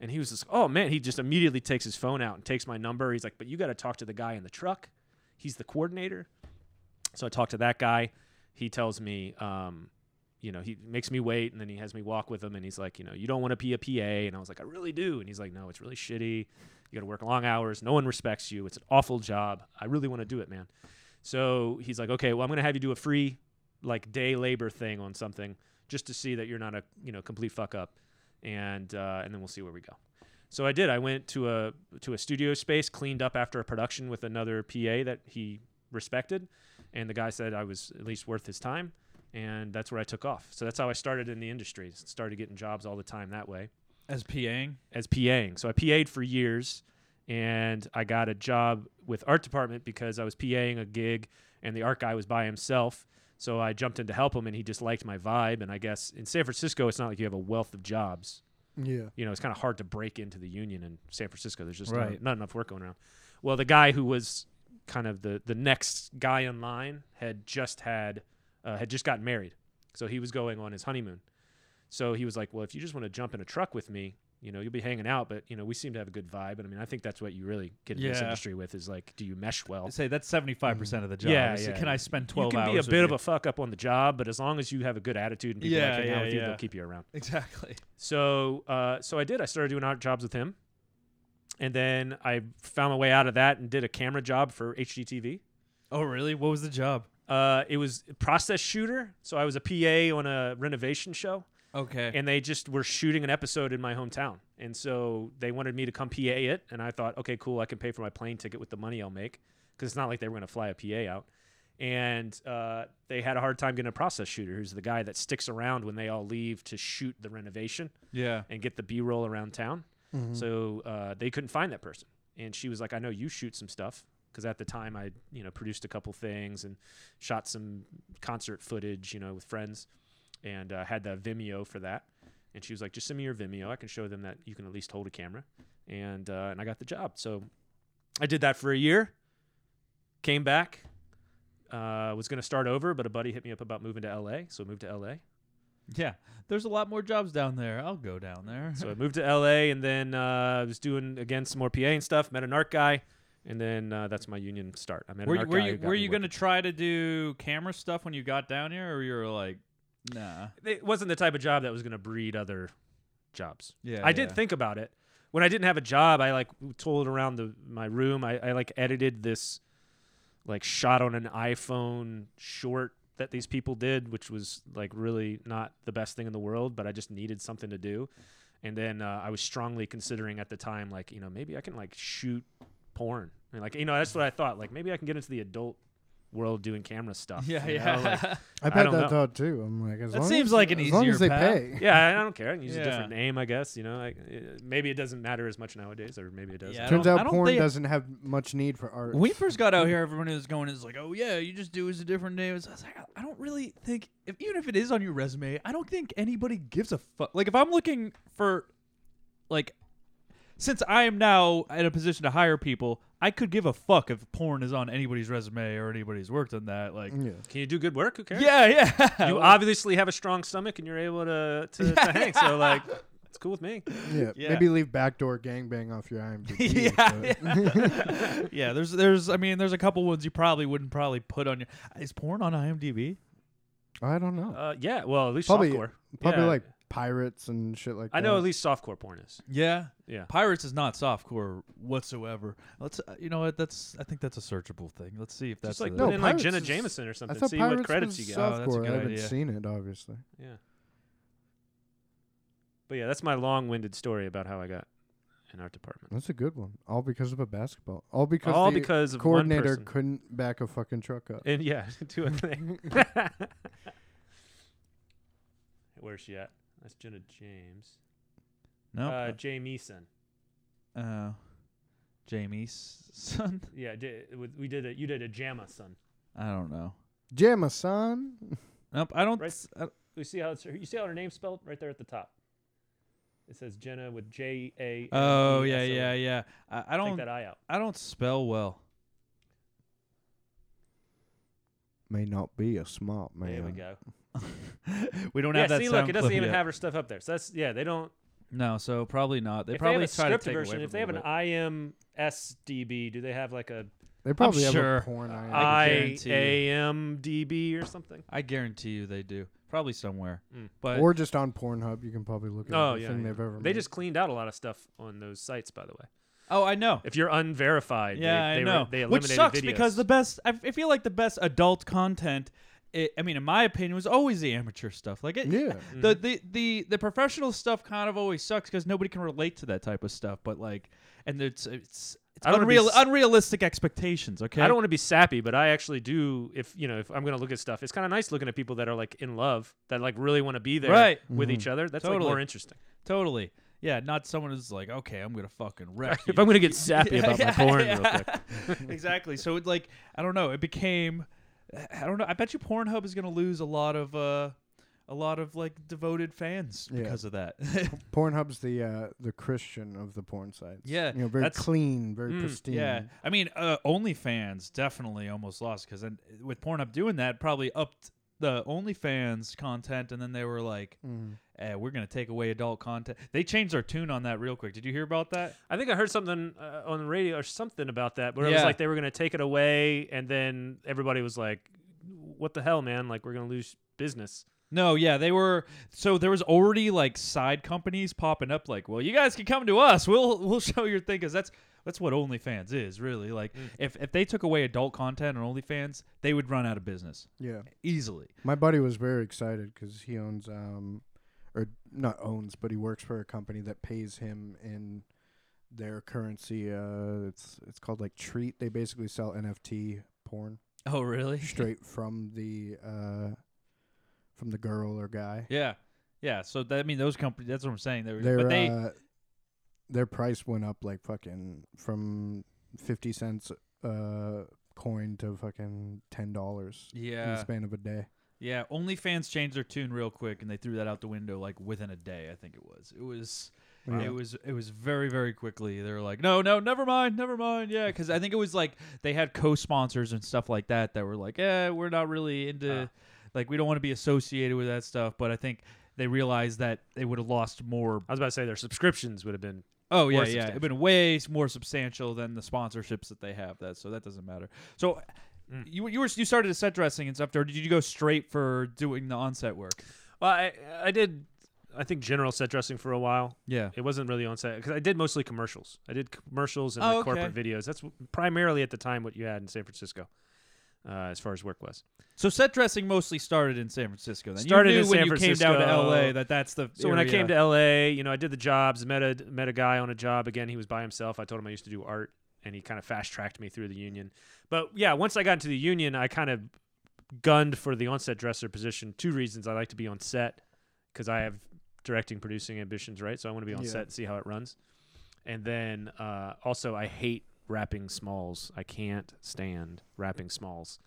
S2: And he was just, oh man, he just immediately takes his phone out and takes my number. He's like, but you got to talk to the guy in the truck. He's the coordinator. So I talk to that guy. He tells me, um, you know, he makes me wait and then he has me walk with him. And he's like, you know, you don't want to be a PA. And I was like, I really do. And he's like, no, it's really shitty. You got to work long hours. No one respects you. It's an awful job. I really want to do it, man. So he's like, okay, well, I'm going to have you do a free like day labor thing on something just to see that you're not a, you know, complete fuck up and uh, and then we'll see where we go. So I did. I went to a to a studio space, cleaned up after a production with another PA that he respected, and the guy said I was at least worth his time, and that's where I took off. So that's how I started in the industry. Started getting jobs all the time that way
S7: As PAing.
S2: as PAing. So I PA'd for years, and I got a job with art department because I was PAing a gig, and the art guy was by himself. So I jumped in to help him, and he just liked my vibe. And I guess in San Francisco, it's not like you have a wealth of jobs
S5: Yeah.
S2: you know, it's kind of hard to break into the union in San Francisco. There's just
S7: Right.
S2: not, not enough work going around. Well, the guy who was kind of the the next guy in line had just had uh, had just gotten married, so he was going on his honeymoon. So he was like, "Well, if you just want to jump in a truck with me, you know, you'll be hanging out, but you know, we seem to have a good vibe." And I mean, I think that's what you really get in this
S7: Yeah.
S2: industry with is like, do you mesh well?
S7: Say that's seventy five percent of the job.
S2: Yeah,
S7: So
S2: yeah.
S7: Can I spend twelve
S2: you can
S7: hours?
S2: be a
S7: with
S2: bit of
S7: you?
S2: a fuck up on the job, but as long as you have a good attitude and people
S7: Yeah,
S2: like hanging out
S7: yeah,
S2: with you,
S7: yeah.
S2: they'll keep you around.
S7: exactly.
S2: So, uh, so I did. I started doing art jobs with him, and then I found my way out of that and did a camera job for HGTV.
S7: Oh really? What was the job?
S2: Uh, it was process shooter, so I was a PA on a renovation show,
S7: Okay.
S2: and they just were shooting an episode in my hometown, and so they wanted me to come PA it, and I thought, okay, cool, I can pay for my plane ticket with the money I'll make, because it's not like they were going to fly a PA out. And uh, they had a hard time getting a process shooter, who's the guy that sticks around when they all leave to shoot the renovation
S7: yeah.
S2: and get the b-roll around town so uh, they couldn't find that person and she was like i know you shoot some stuff because at the time i you know produced a couple things and shot some concert footage you know with friends and uh, had the vimeo for that and she was like just send me your vimeo i can show them that you can at least hold a camera and uh, and i got the job so i did that for a year came back uh, was going to start over but a buddy hit me up about moving to la so I moved to la
S7: Yeah. There's a lot more jobs down there. I'll go down there.
S2: So I moved to LA and then uh, I was doing again some more PA and stuff. Met an art guy, and then uh, that's my union start. I met
S7: were you
S2: an art
S7: were
S2: guy.
S7: you, were you gonna try to do camera stuff when you got down here, or you were like, nah?
S2: to? It wasn't the type of job that was gonna breed other jobs.
S7: Yeah,
S2: I did
S7: yeah.
S2: think about it. When I didn't have a job, I like told around the my room. I, I like edited this like shot on an iPhone short that these people did, which was like really not the best thing in the world, but I just needed something to do. And then uh, I was strongly considering at the time, like you know, maybe I can like shoot porn. And, like you know, that's what I thought. Like maybe I can get into the adult world doing camera stuff.
S7: Yeah,
S2: you know?
S7: yeah.
S2: Like,
S5: I've
S2: I
S5: had
S2: don't
S5: that
S2: know.
S5: thought too. I'm like, as
S7: That
S5: long
S7: seems
S5: as,
S7: like an
S5: as long
S7: easier
S5: as they
S7: path.
S5: pay.
S2: yeah, I don't care. I can use
S7: Yeah.
S2: a different name, I guess. You know, like uh, maybe it doesn't matter as much nowadays, or maybe it does.
S7: Yeah. I
S5: Turns
S7: don't- I
S5: out
S7: don't
S5: porn
S7: think-
S5: doesn't have much need for art.
S7: When we first got out here, everyone was going is like, "Oh yeah, you just do is a different name." So I was like, I don't really think, if, even if it is on your resume, I don't think anybody gives a fuck. Like if I'm looking for, like, since I am now in a position to hire people, I could give a fuck if porn is on anybody's resume or anybody's worked on that. Like,
S5: yeah.
S2: Can you do good work? Who cares?
S7: yeah, yeah.
S2: You obviously have a strong stomach and you're able to to, to hang. So like, It's cool with me.
S5: Yeah.
S3: Yeah.
S5: Maybe leave backdoor gangbang off your IMDb.
S3: yeah,
S5: but-
S3: yeah. Yeah, There's, there's. I mean, there's a couple ones you probably wouldn't probably put on your. Is porn on IMDb?
S5: I don't know.
S2: Uh, yeah. Well, at least
S5: Probably-
S2: softcore.
S5: Probably
S2: Yeah.
S5: like uh, pirates and shit like
S2: I
S5: that.
S2: know at least softcore porn is.
S3: Yeah.
S2: Yeah.
S3: Pirates is not softcore whatsoever. Let's. uh, You know what? That's. I think that's a searchable thing. Let's see if that's
S2: Just like
S3: a-
S5: No,
S2: put in like
S5: Pirates
S2: Jenna
S5: is-
S2: Jameson or
S5: I
S2: something.
S5: thought
S2: See
S5: pirates
S2: what credits
S5: was
S2: you get. Uh,
S3: Oh, that's a
S5: softcore.
S3: good
S5: I haven't
S3: idea.
S5: seen it, obviously.
S2: yeah. But yeah, that's my long-winded story about how I got in art department.
S5: That's a good one. All because of a basketball. All because
S2: All
S5: the
S2: because of one
S5: coordinator
S2: person. Eh.
S5: couldn't back a fucking truck up.
S2: And yeah, do a thing. Where's she at? That's Jenna James.
S3: No.
S2: Uh, Jamieson.
S3: uh, Jamie's son.
S2: Yeah, J- with- we did a you did a Jamma son.
S3: I don't know.
S5: Jamma, son.
S3: Nope. I don't.
S2: Right.
S3: s- I,
S2: You see how it's you see how her name's spelled right there at the top. It says Jenna with J A. E
S3: oh yeah, yeah, yeah. I, I
S2: Take
S3: don't.
S2: that I out.
S3: I don't spell well.
S5: May not be a smart man.
S2: There we go.
S3: we don't
S2: Yeah,
S3: have that.
S2: see,
S3: sound
S2: look, it doesn't
S3: clip
S2: even
S3: yet.
S2: have her stuff up there. So that's yeah, they don't.
S3: No, so probably not. They
S2: if
S3: probably
S2: they
S3: try
S2: have
S3: to
S2: a scripted
S3: take
S2: version,
S3: away
S2: if
S3: from
S2: they
S3: it a
S2: have an
S3: little bit.
S2: IMSDB, do they have like a
S5: They probably have
S3: sure.
S5: a porn
S3: Uh,
S5: eye.
S3: I can
S2: I
S3: guarantee you.
S2: A M D B or something?
S3: I guarantee you they do. Probably somewhere.
S2: Mm.
S3: But
S5: or just on Pornhub, you can probably look at
S2: Oh yeah,
S5: everything
S2: yeah.
S5: they've ever
S2: they
S5: made.
S2: just cleaned out a lot of stuff on those sites, by the way.
S3: oh, I know.
S2: If you're unverified,
S3: yeah,
S2: they, they
S3: I
S2: were-
S3: know.
S2: they
S3: Which
S2: eliminated
S3: sucks
S2: videos.
S3: because the best. I, I feel like the best adult content. i I mean, in my opinion, was always the amateur stuff. Like it,
S5: Yeah.
S2: Mm-hmm.
S3: the, the the the professional stuff kind of always sucks because nobody can relate to that type of stuff. But like, and it's it's it's
S2: I don't wanna be
S3: unreal,
S2: s-
S3: unrealistic expectations. Okay,
S2: I don't want to be sappy, but I actually do. If you know, if I'm gonna look at stuff, it's kind of nice looking at people that are like in love, that like really want to be there
S3: Right.
S2: with each other. That's like
S3: Totally.
S2: more interesting.
S3: totally. Yeah, not someone who's like, okay, I'm gonna fucking wreck.
S2: If
S3: you."
S2: I'm gonna get sappy about my
S3: Yeah,
S2: porn, real
S3: yeah.
S2: quick.
S3: exactly. So it like I don't know. It became I don't know. I bet you Pornhub is going to lose a lot of uh a lot of like devoted fans
S5: Yeah.
S3: because of that.
S5: Pornhub's the uh, the Christian of the porn sites.
S3: Yeah,
S5: you know, very
S3: that's-
S5: clean, very
S2: Mm,
S5: pristine.
S3: yeah. I mean, uh, OnlyFans definitely almost lost because with Pornhub doing that, probably upped the OnlyFans content, and then they were like.
S2: Mm.
S3: Eh, we're gonna take away adult content. They changed their tune on that real quick. Did you hear about that?
S2: I think I heard something uh, on the radio or something about that, where it was
S3: Yeah.
S2: like they were going to take it away, and then everybody was like, "What the hell, man? Like we're going to lose business."
S3: No, yeah, they were. So there was already like side companies popping up, like, well, you guys can come to us. We'll we'll show your thing, because that's that's what OnlyFans is really. Like, if if they took away adult content on OnlyFans, they would run out of business
S5: yeah.
S3: easily.
S5: My buddy was very excited because he owns, um, or not owns, but he works for a company that pays him in their currency. Uh, it's it's called like Treat. They basically sell NFT porn
S3: Oh, really?
S5: straight from the uh, from the girl or guy.
S3: Yeah, yeah. So that, I mean, those companies. That's what I'm saying. They were,
S5: Their
S3: but they
S5: uh, their price went up like fucking from fifty cents uh coin to fucking ten dollars in the
S3: yeah
S5: span of a day.
S3: yeah. OnlyFans changed their tune real quick, and they threw that out the window like within a day. I think it was. It was. It was it was very very quickly. They were like, no, no, never mind, never mind. Yeah, because I think it was like they had co-sponsors and stuff like that that were like, yeah, we're not really into, like we don't want to be associated with that stuff. But I think they realized that they would have lost more.
S2: I was about to say their subscriptions would have been.
S3: Oh yeah,
S2: more
S3: yeah, it'd been way s- more substantial than the sponsorships that they have. That so that doesn't matter. So. You, you were you started a set dressing and stuff, or did you go straight for doing the onset work?
S2: Well, I I did. I think general set dressing for a while.
S3: Yeah,
S2: It wasn't really on set because I did mostly commercials. I did commercials and
S3: Oh,
S2: like, corporate
S3: okay.
S2: videos. That's w- primarily at the time what you had in San Francisco, uh, as far as work was.
S3: So set dressing mostly started in San Francisco. Then
S2: Started
S3: you knew
S2: in
S3: when
S2: San
S3: you came down to
S2: Francisco.
S3: LA that that's the.
S2: So when I came
S3: area.
S2: to LA, you know, I did the jobs, met a met a guy on a job again. He was by himself. I told him I used to do art, and he kind of fast tracked me through the union. But yeah, once I got into the union, I kind of gunned for the onset dresser position. Two reasons: I like to be on set because I have directing, producing ambitions, right? So I want to be on
S5: Yeah.
S2: set and see how it runs. And then uh, also, I hate wrapping smalls. I can't stand wrapping smalls.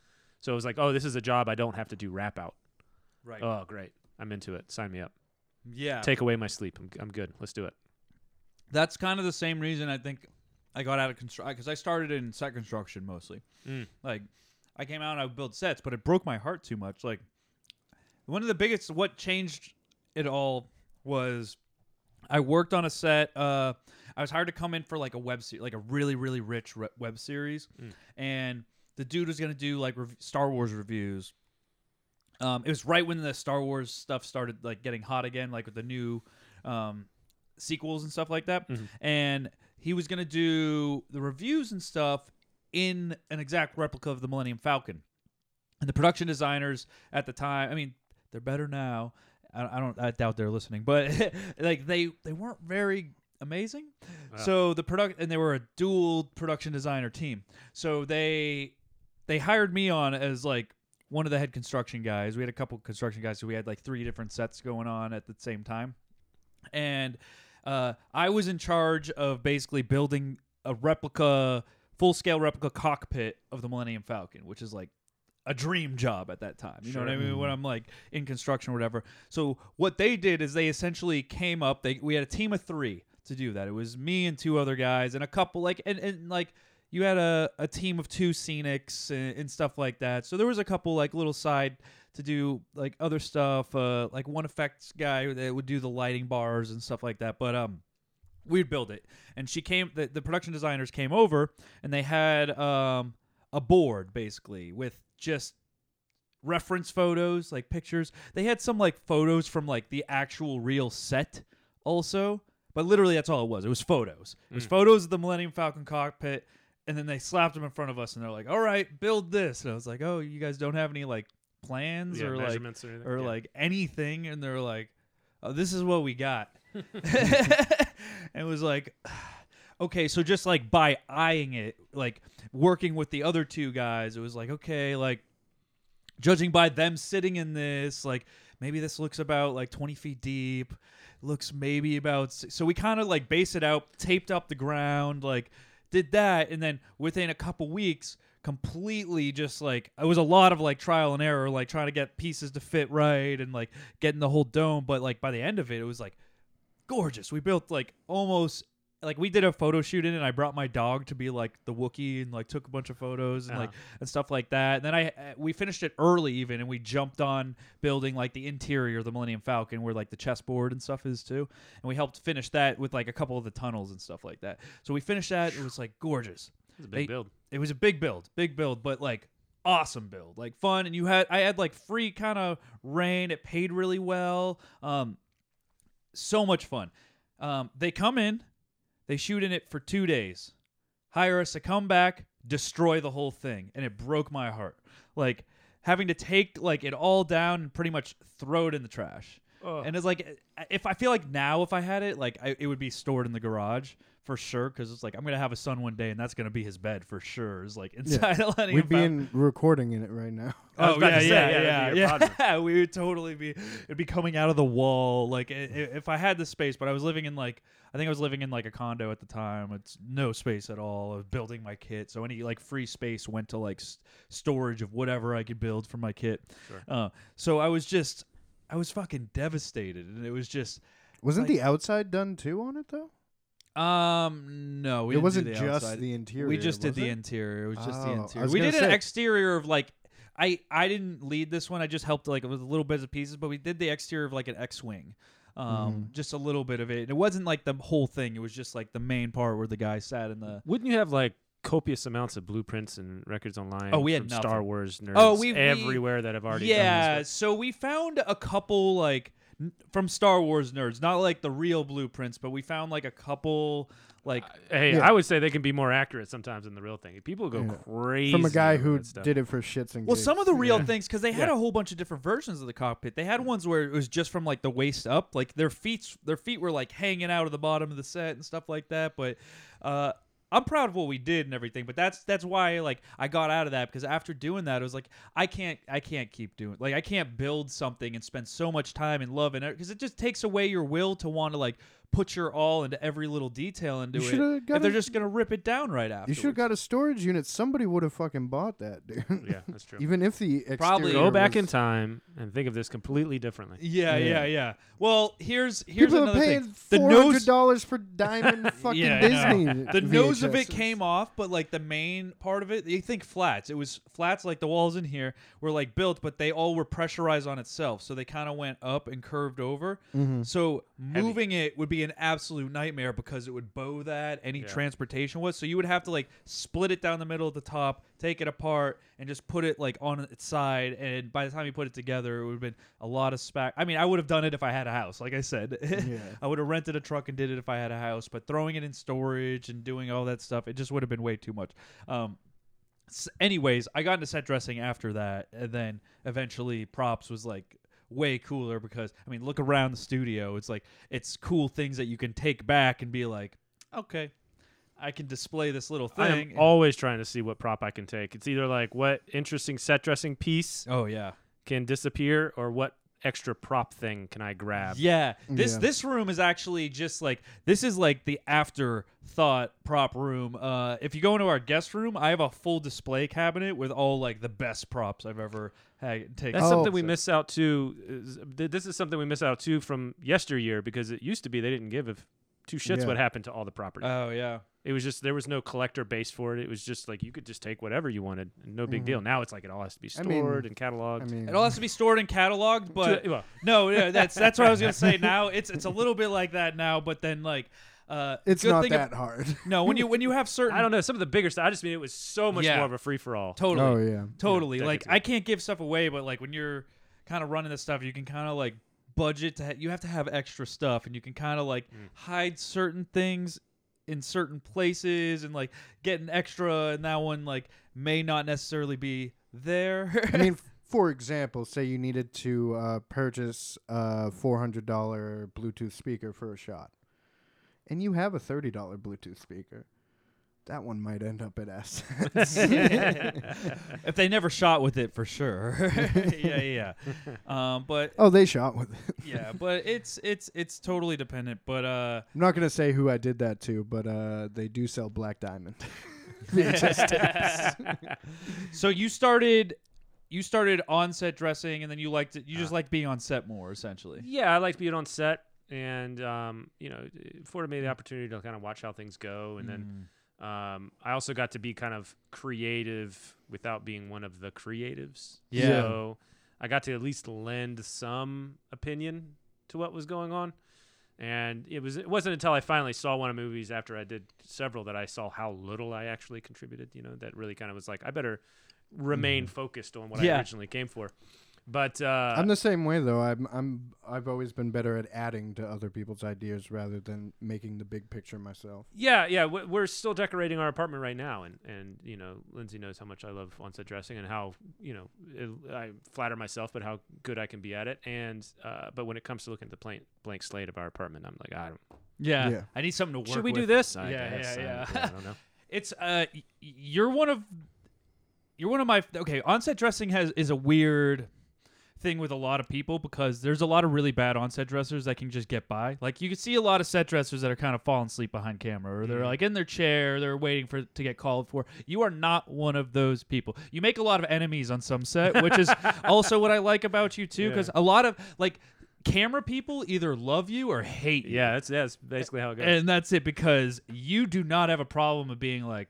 S2: So it was like, oh, this is a job I don't have to do wrap out.
S3: right.
S2: Oh, great! I'm into it. Sign me up
S3: yeah,
S2: take away my sleep. I'm, I'm good. Let's do it.
S3: that's kind of the same reason I think I got out of construction because I started in set construction mostly.
S2: Mm.
S3: Like I came out and I would build sets, but it broke my heart too much. Like one of the biggest what changed it all was I worked on a set. Uh, I was hired to come in for like a web series, like a really really rich re- web series, and the dude was gonna do like rev- Star Wars reviews. Um, it was right when the Star Wars stuff started like getting hot again, like with the new um, sequels and stuff like that. And he was gonna do the reviews and stuff in an exact replica of the Millennium Falcon. And the production designers at the time, I mean, they're better now. I, I don't, I doubt they're listening, but like they, they weren't very amazing. So the product, and they were a dual production designer team. So they, they hired me on as like one of the head construction guys. We had a couple construction guys, so we had like three different sets going on at the same time and uh, I was in charge of basically building a replica, full scale replica cockpit of the Millennium Falcon, which is like a dream job at that time. You know what I mean? When I'm like in construction or whatever. So what they did is they essentially came up. They we had a team of three to do that. It was me and two other guys and a couple like and, and like you had a, a team of two scenics and, and stuff like that. So there was a couple like little side to do like other stuff, uh, like one effects guy that would do the lighting bars and stuff like that. But um, we'd build it. And she came, the, the production designers came over and they had um, a board basically with just reference photos, like pictures. They had some like photos from like the actual real set also, but literally that's all it was. It was photos. It
S2: Mm.
S3: was photos of the Millennium Falcon cockpit. And then they slapped them in front of us and they're like, all right, build this. And I was like, oh, you guys don't have any like plans
S2: Yeah,
S3: or like,
S2: measurements or anything,
S3: or
S2: yeah.
S3: like anything. And they're like, oh, this is what we got. and it was like, okay, so just like by eyeing it, like working with the other two guys, it was like, okay, like judging by them sitting in this, like maybe this looks about like 20 feet deep, looks maybe about. s- So we kind of like base it out, taped up the ground, like did that. And then within a couple weeks, completely just like it was a lot of like trial and error, like trying to get pieces to fit right and like getting the whole dome. But like by the end of it, it was like gorgeous. We built like almost like we did a photo shoot in it and I brought my dog to be like the Wookiee and like took a bunch of photos and like
S2: Uh-huh.
S3: and stuff like that. And then I uh, we finished it early even and we jumped on building like the interior of the Millennium Falcon where like the chessboard and stuff is too. And we helped finish that with like a couple of the tunnels and stuff like that. So we finished that. It was like gorgeous.
S2: It's a big
S3: They-
S2: build.
S3: It was a big build, big build, but like awesome build, like fun. And you had I had like free kind of rain. It paid really well. Um, so much fun. Um, they come in, they shoot in it for two days, hire us to come back, destroy the whole thing, and it broke my heart. Like having to take like it all down and pretty much throw it in the trash. And it's like eh, if I feel like now if I had it like I, it would be stored in the garage for sure because it's like I'm gonna have a son one day and that's gonna be his bed for sure. Is like inside a Millennium
S5: We'd be
S3: Falcon.
S5: in recording in it right now.
S2: I was
S3: Oh
S2: about
S3: yeah,
S2: to say,
S3: yeah,
S2: yeah,
S3: yeah,
S2: that'd be
S3: yeah.
S2: your
S3: we would totally be. It'd be coming out of the wall. Like i- i- if I had the space, but I was living in like I think I was living in like a condo at the time. It's no space at all. I was building my kit, so any like free space went to like s- storage of whatever I could build for my kit. Uh, so I was just, I was fucking devastated, and it was just.
S5: Wasn't
S3: Like-
S5: the outside done too on it though?
S3: Um no, we didn't
S5: It
S3: do
S5: wasn't
S3: the
S5: just
S3: outside.
S5: the interior,
S3: We just did
S5: was
S3: the
S5: it?
S3: interior. It was just
S5: Oh,
S3: the
S5: I
S3: interior.
S5: was
S3: We
S5: gonna
S3: did an
S5: say-
S3: exterior of like I I didn't lead this one. I just helped like with little bits of pieces, but we did the exterior of like an X-wing. Um just a little bit of it. And it wasn't like the whole thing. It was just like the main part where the guy sat in the
S2: Wouldn't you have like copious amounts of blueprints and records online?
S3: Oh, we had
S2: from
S3: nothing.
S2: Star Wars nerds
S3: Oh, we- we-
S2: everywhere that have already. done this
S3: yeah
S2: work.
S3: so we found a couple like n- from star wars nerds not like the real blueprints but we found like a couple like
S2: Hey,
S5: Yeah.
S2: I would say they can be more accurate sometimes than the real thing. People go crazy
S5: From a guy
S2: over
S5: who
S2: that stuff.
S5: did it for shits and
S3: Well,
S5: gigs.
S3: some of the real
S2: Yeah.
S3: things because they had
S2: Yeah.
S3: a whole bunch of different versions of the cockpit. They had ones where it was just from like the waist up, like their feet, their feet were like hanging out of the bottom of the set and stuff like that. But uh, I'm proud of what we did and everything. But that's that's why like I got out of that because after doing that, it was like I can't I can't keep doing like I can't build something and spend so much time and love and because it just takes away your will to want to like put your all into every little detail into
S5: You
S3: it.
S5: shoulda got
S3: if they're
S5: a-
S3: just gonna rip it down right after.
S5: you should have got a storage unit. Somebody would have fucking bought that, dude.
S2: Yeah, that's true.
S5: Even if the exterior
S3: Probably-
S2: Go back
S5: was-
S2: in time and think of this completely differently.
S3: Yeah, yeah, yeah, Well, here's here's
S5: People are
S3: another
S5: paying
S3: thing. The
S5: four hundred
S3: nose,
S5: dollars for diamond fucking
S3: Yeah, I
S5: Disney.
S3: know. the nose of it
S5: VHSs.
S3: came off, but like the main part of it, you think flats. It was flats, like the walls in here were like built, but they all were
S5: Mm-hmm.
S3: pressurized on itself, so they kind of went up and curved over. So moving it would be be an absolute nightmare because it would bow that any
S2: Yeah.
S3: transportation was. So you would have to like split it down the middle at the top, take it apart, and just put it like on its side. And by the time you put it together, it would have been a lot of spack. I mean, I would have done it if I had a house, like I said. I would have rented a truck and did it if I had a house. But throwing it in storage and doing all that stuff, it just would have been way too much. Um, s- anyways, I got into set dressing after that, and then eventually props was like way cooler because I mean, look around the studio. It's like it's cool things that you can take back and be like, okay, I can display this little
S2: I
S3: thing.
S2: am always trying to see what prop I can take. It's either like what interesting set dressing piece
S3: oh yeah,
S2: can disappear or what extra prop thing can I grab.
S3: yeah. This
S5: Yeah.
S3: this room is actually just like this is like the afterthought prop room. Uh, if you go into our guest room, I have a full display cabinet with all like the best props I've ever had taken.
S2: That's
S5: Oh.
S2: something we
S5: So-
S2: miss out too. is- uh, th- This is something we miss out too from yesteryear because it used to be they didn't give a f- two shits
S5: Yeah.
S2: what happened to all the property.
S3: Oh yeah.
S2: it was just there was no collector base for it. It was just like you could just take whatever you wanted, no big deal. Now it's like it all has to be
S5: Mm-hmm. I
S2: stored
S5: mean-
S2: and cataloged.
S5: I mean,
S3: It all has to be stored and cataloged, but
S2: well-
S3: no, yeah, that's that's what I was gonna say. Now it's it's a little bit like that now, but then like, uh,
S5: it's
S3: good
S5: not
S3: thing
S5: that
S3: ab-
S5: hard.
S3: no, when you when you have certain,
S2: I don't know some of the bigger stuff. I just mean it was so much
S3: Yeah.
S2: more of a free for all.
S3: totally,
S5: Oh yeah.
S3: totally.
S2: Yeah,
S3: like
S2: decades ago.
S3: I can't give stuff away, but like when you're kind of running this stuff, you can kind of like budget to ha- you have to have extra stuff, and you can kind of like hide certain things in certain places, and like get an extra, and that one like may not necessarily be there.
S5: I mean, f- for example, say you needed to uh, purchase a four hundred dollar Bluetooth speaker for a shot, and you have a thirty dollar Bluetooth speaker. That one might end up at S.
S3: if they never shot with it for sure yeah yeah yeah. um but
S5: oh, they shot with it.
S3: yeah but it's it's it's totally dependent but uh
S5: I'm not gonna say who I did that to, but uh, they do sell Black Diamond. VHS tapes.
S3: so you started you started on set dressing and then you liked it you just liked being on set more essentially
S2: Yeah, I liked being on set, and um, you know, it afforded me the opportunity to kind of watch how things go, and
S3: Mm.
S2: then um, I also got to be kind of creative without being one of the creatives.
S3: Yeah.
S2: So I got to at least lend some opinion to what was going on. And it was it wasn't until I finally saw one of the movies after I did several that I saw how little I actually contributed, you know, that really kind of was like I better remain focused on what
S3: Mm. Yeah.
S2: I originally came for. But uh
S5: I'm the same way though. I'm I'm I've always been better at adding to other people's ideas rather than making the big picture myself.
S2: Yeah, yeah. we- We're still decorating our apartment right now, and and you know, Lindsay knows how much I love on-set dressing and how you know it, I flatter myself, but how good I can be at it. And uh, but when it comes to looking at the blank blank slate of our apartment, I'm like, I don't.
S3: yeah,
S5: Yeah.
S3: i need something to work
S2: Should we do
S3: with.
S2: this? I
S3: yeah
S2: guess. I-
S3: yeah
S2: I
S3: yeah
S2: don't know.
S3: it's uh y- you're one of you're one of my okay onset dressing has is a weird thing with a lot of people because there's a lot of really bad onset dressers that can just get by like you can see a lot of set dressers that are kind of falling asleep behind camera or they're like in their chair they're waiting for to get called for you are not one of those people you make a lot of enemies on some set which is also what i like about you too because a lot of like camera people either love you or hate you
S2: Yeah, that's that's basically how it goes.
S3: and that's it because you do not have a problem of being like,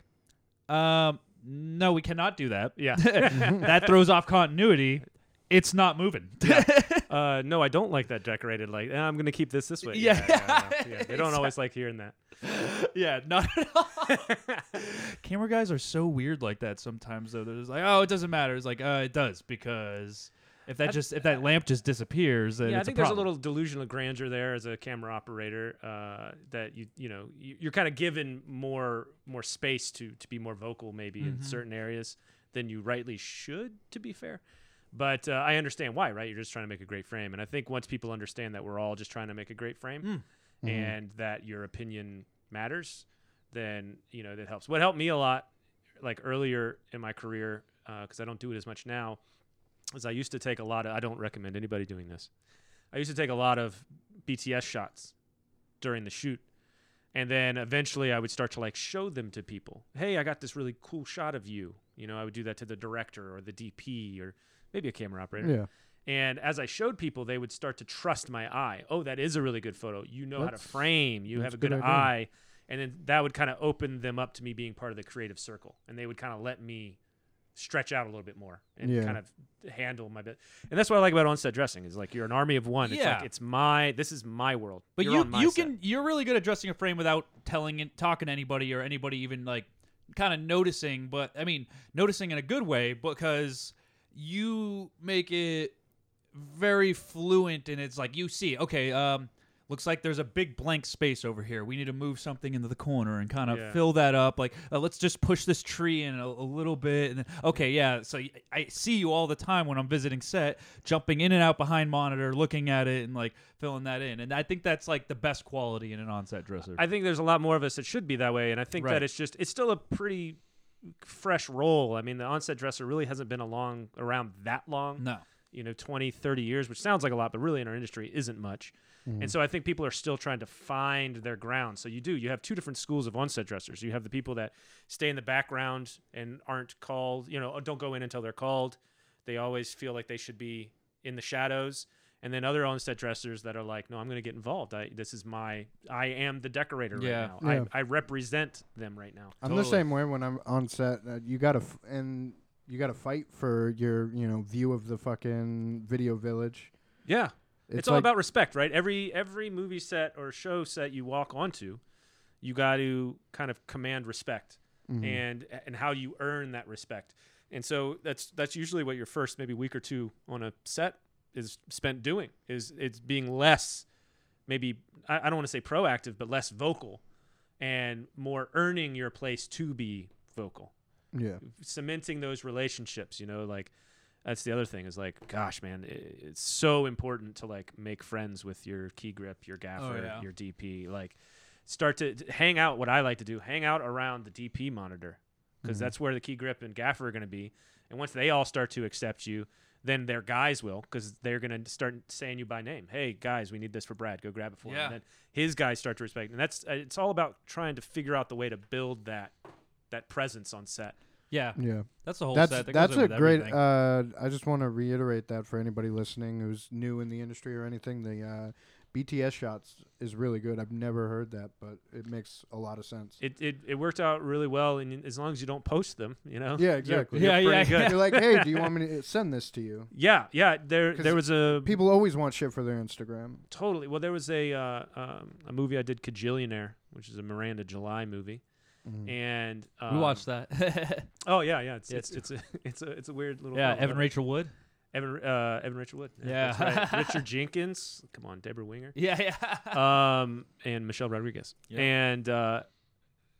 S3: um, no, we cannot do that.
S2: Yeah. Mm-hmm.
S3: that throws off continuity. It's not moving. Yeah.
S2: uh, no, I don't like that decorated. Like, "Eh, I'm gonna keep this this way.
S3: Yeah.
S2: yeah, yeah. They don't always like hearing that.
S3: not at all. Camera guys are so weird like that sometimes though. They're just like, oh, it doesn't matter. It's like, uh, it does because if that just if that lamp just disappears, then
S2: Yeah, I
S3: it's
S2: think
S3: a
S2: there's a
S3: problem.
S2: little delusion of grandeur there as a camera operator uh, that you you know you, you're kind of given more more space to to be more vocal maybe
S3: Mm-hmm.
S2: in certain areas than you rightly should. To be fair, but uh, I understand why, right? You're just trying to make a great frame, and I think once people understand that we're all just trying to make a great frame,
S3: Mm. Mm-hmm.
S2: and that your opinion matters, then you know that helps. What helped me a lot, like earlier in my career, because I don't do it as much now, is I used to take a lot of. I don't recommend anybody doing this. I used to take a lot of BTS shots during the shoot. And then eventually I would start to like show them to people. Hey, I got this really cool shot of you. You know, I would do that to the director or the DP or maybe a camera operator.
S5: Yeah.
S2: And as I showed people, they would start to trust my eye. Oh, that is a really good photo. You know how to frame. You have
S5: that's
S2: a
S5: a good
S2: good,
S5: idea.
S2: eye. And then that would kind of open them up to me being part of the creative circle. And they would kind of let me stretch out a little bit more and
S5: Yeah.
S2: kind of handle my bit. And that's what I like about on-set dressing is like you're an army of one. It's
S3: Yeah.
S2: like it's my this is my world.
S3: But
S2: You're
S3: you
S2: on my
S3: you
S2: set.
S3: can you're really good at dressing a frame without telling and talking to anybody or anybody even like kind of noticing. But I mean, noticing in a good way because you make it very fluent and it's like you see okay um looks like there's a big blank space over here we need to move something into the corner and kind of
S2: Yeah.
S3: fill that up like uh, let's just push this tree in a, a little bit and then okay yeah so y- i see you all the time when i'm visiting set jumping in and out behind monitor looking at it and like filling that in and i think that's like the best quality in an on-set dresser
S2: I think there's a lot more of us that should be that way, and I think
S3: Right.
S2: that it's just it's still a pretty fresh role. I mean, the onset dresser really hasn't been along around that long.
S3: no
S2: You know, 20, 30 years, which sounds like a lot, but really in our industry isn't much. And so I think people are still trying to find their ground. So you do, you have two different schools of onset dressers. You have the people that stay in the background and aren't called, you know, don't go in until they're called. They always feel like they should be in the shadows. And then other onset dressers that are like, no, I'm going to get involved. I, this is my, I am the decorator
S3: Yeah.
S2: right now.
S5: Yeah.
S2: I, I represent them right now.
S5: I'm the
S3: Totally.
S5: same way when I'm on set. Uh, you gotta f- and you gotta fight for your you know view of the fucking video village.
S2: Yeah. It's, all
S5: like-
S2: about respect, right? Every every movie set or show set you walk onto, you got to kind of command respect and and how you earn that respect. And so that's that's usually what your first maybe week or two on a set is spent doing is it's being less maybe I, I don't want to say proactive, but less vocal and more earning your place to be vocal
S5: Yeah,
S2: cementing those relationships you know like that's the other thing is like gosh man i it's so important to like make friends with your key grip your gaffer
S3: Oh, yeah.
S2: your dp like start to to hang out what i like to do hang out around the dp monitor because
S3: Mm-hmm.
S2: that's where the key grip and gaffer are going to be and once they all start to accept you then their guys will because they're going to start saying you by name hey guys we need this for brad go grab it for him
S3: Yeah.
S2: and then his guys start to respect and that's uh, it's all about trying to figure out the way to build that that presence on set
S3: yeah
S5: yeah.
S3: that's the whole
S5: that's
S3: set that
S5: that's
S3: goes
S5: a
S3: in with
S5: great.
S3: everything.
S5: Uh, I just want to reiterate that for anybody listening who's new in the industry or anything. The uh, BTS shots is really good. I've never heard that, but it makes a lot of sense.
S2: it, it, it worked out really well, and as long as you don't post them, you know.
S5: yeah, exactly.
S2: You're,
S3: Yeah,
S2: you're
S3: yeah,
S2: pretty good.
S5: You're like, hey, do you want me to send this to you?
S2: yeah, yeah. There,
S5: 'Cause
S2: there was a
S5: People always want shit for their Instagram.
S2: totally. Well, there was a uh, um, a movie I did, Cajillionaire, which is a Miranda July movie,
S5: Mm-hmm.
S2: and um,
S3: we watched that
S2: Oh yeah, yeah. It's
S3: Yeah.
S2: it's it's a it's a it's a weird little
S3: yeah
S2: film,
S3: evan
S2: but-
S3: rachel wood
S2: Evan uh, Evan Rachel Wood. that's
S3: Yeah.
S2: right. Richard Jenkins. Come on, Deborah Winger.
S3: yeah yeah
S2: um, and Michelle Rodriguez. And uh,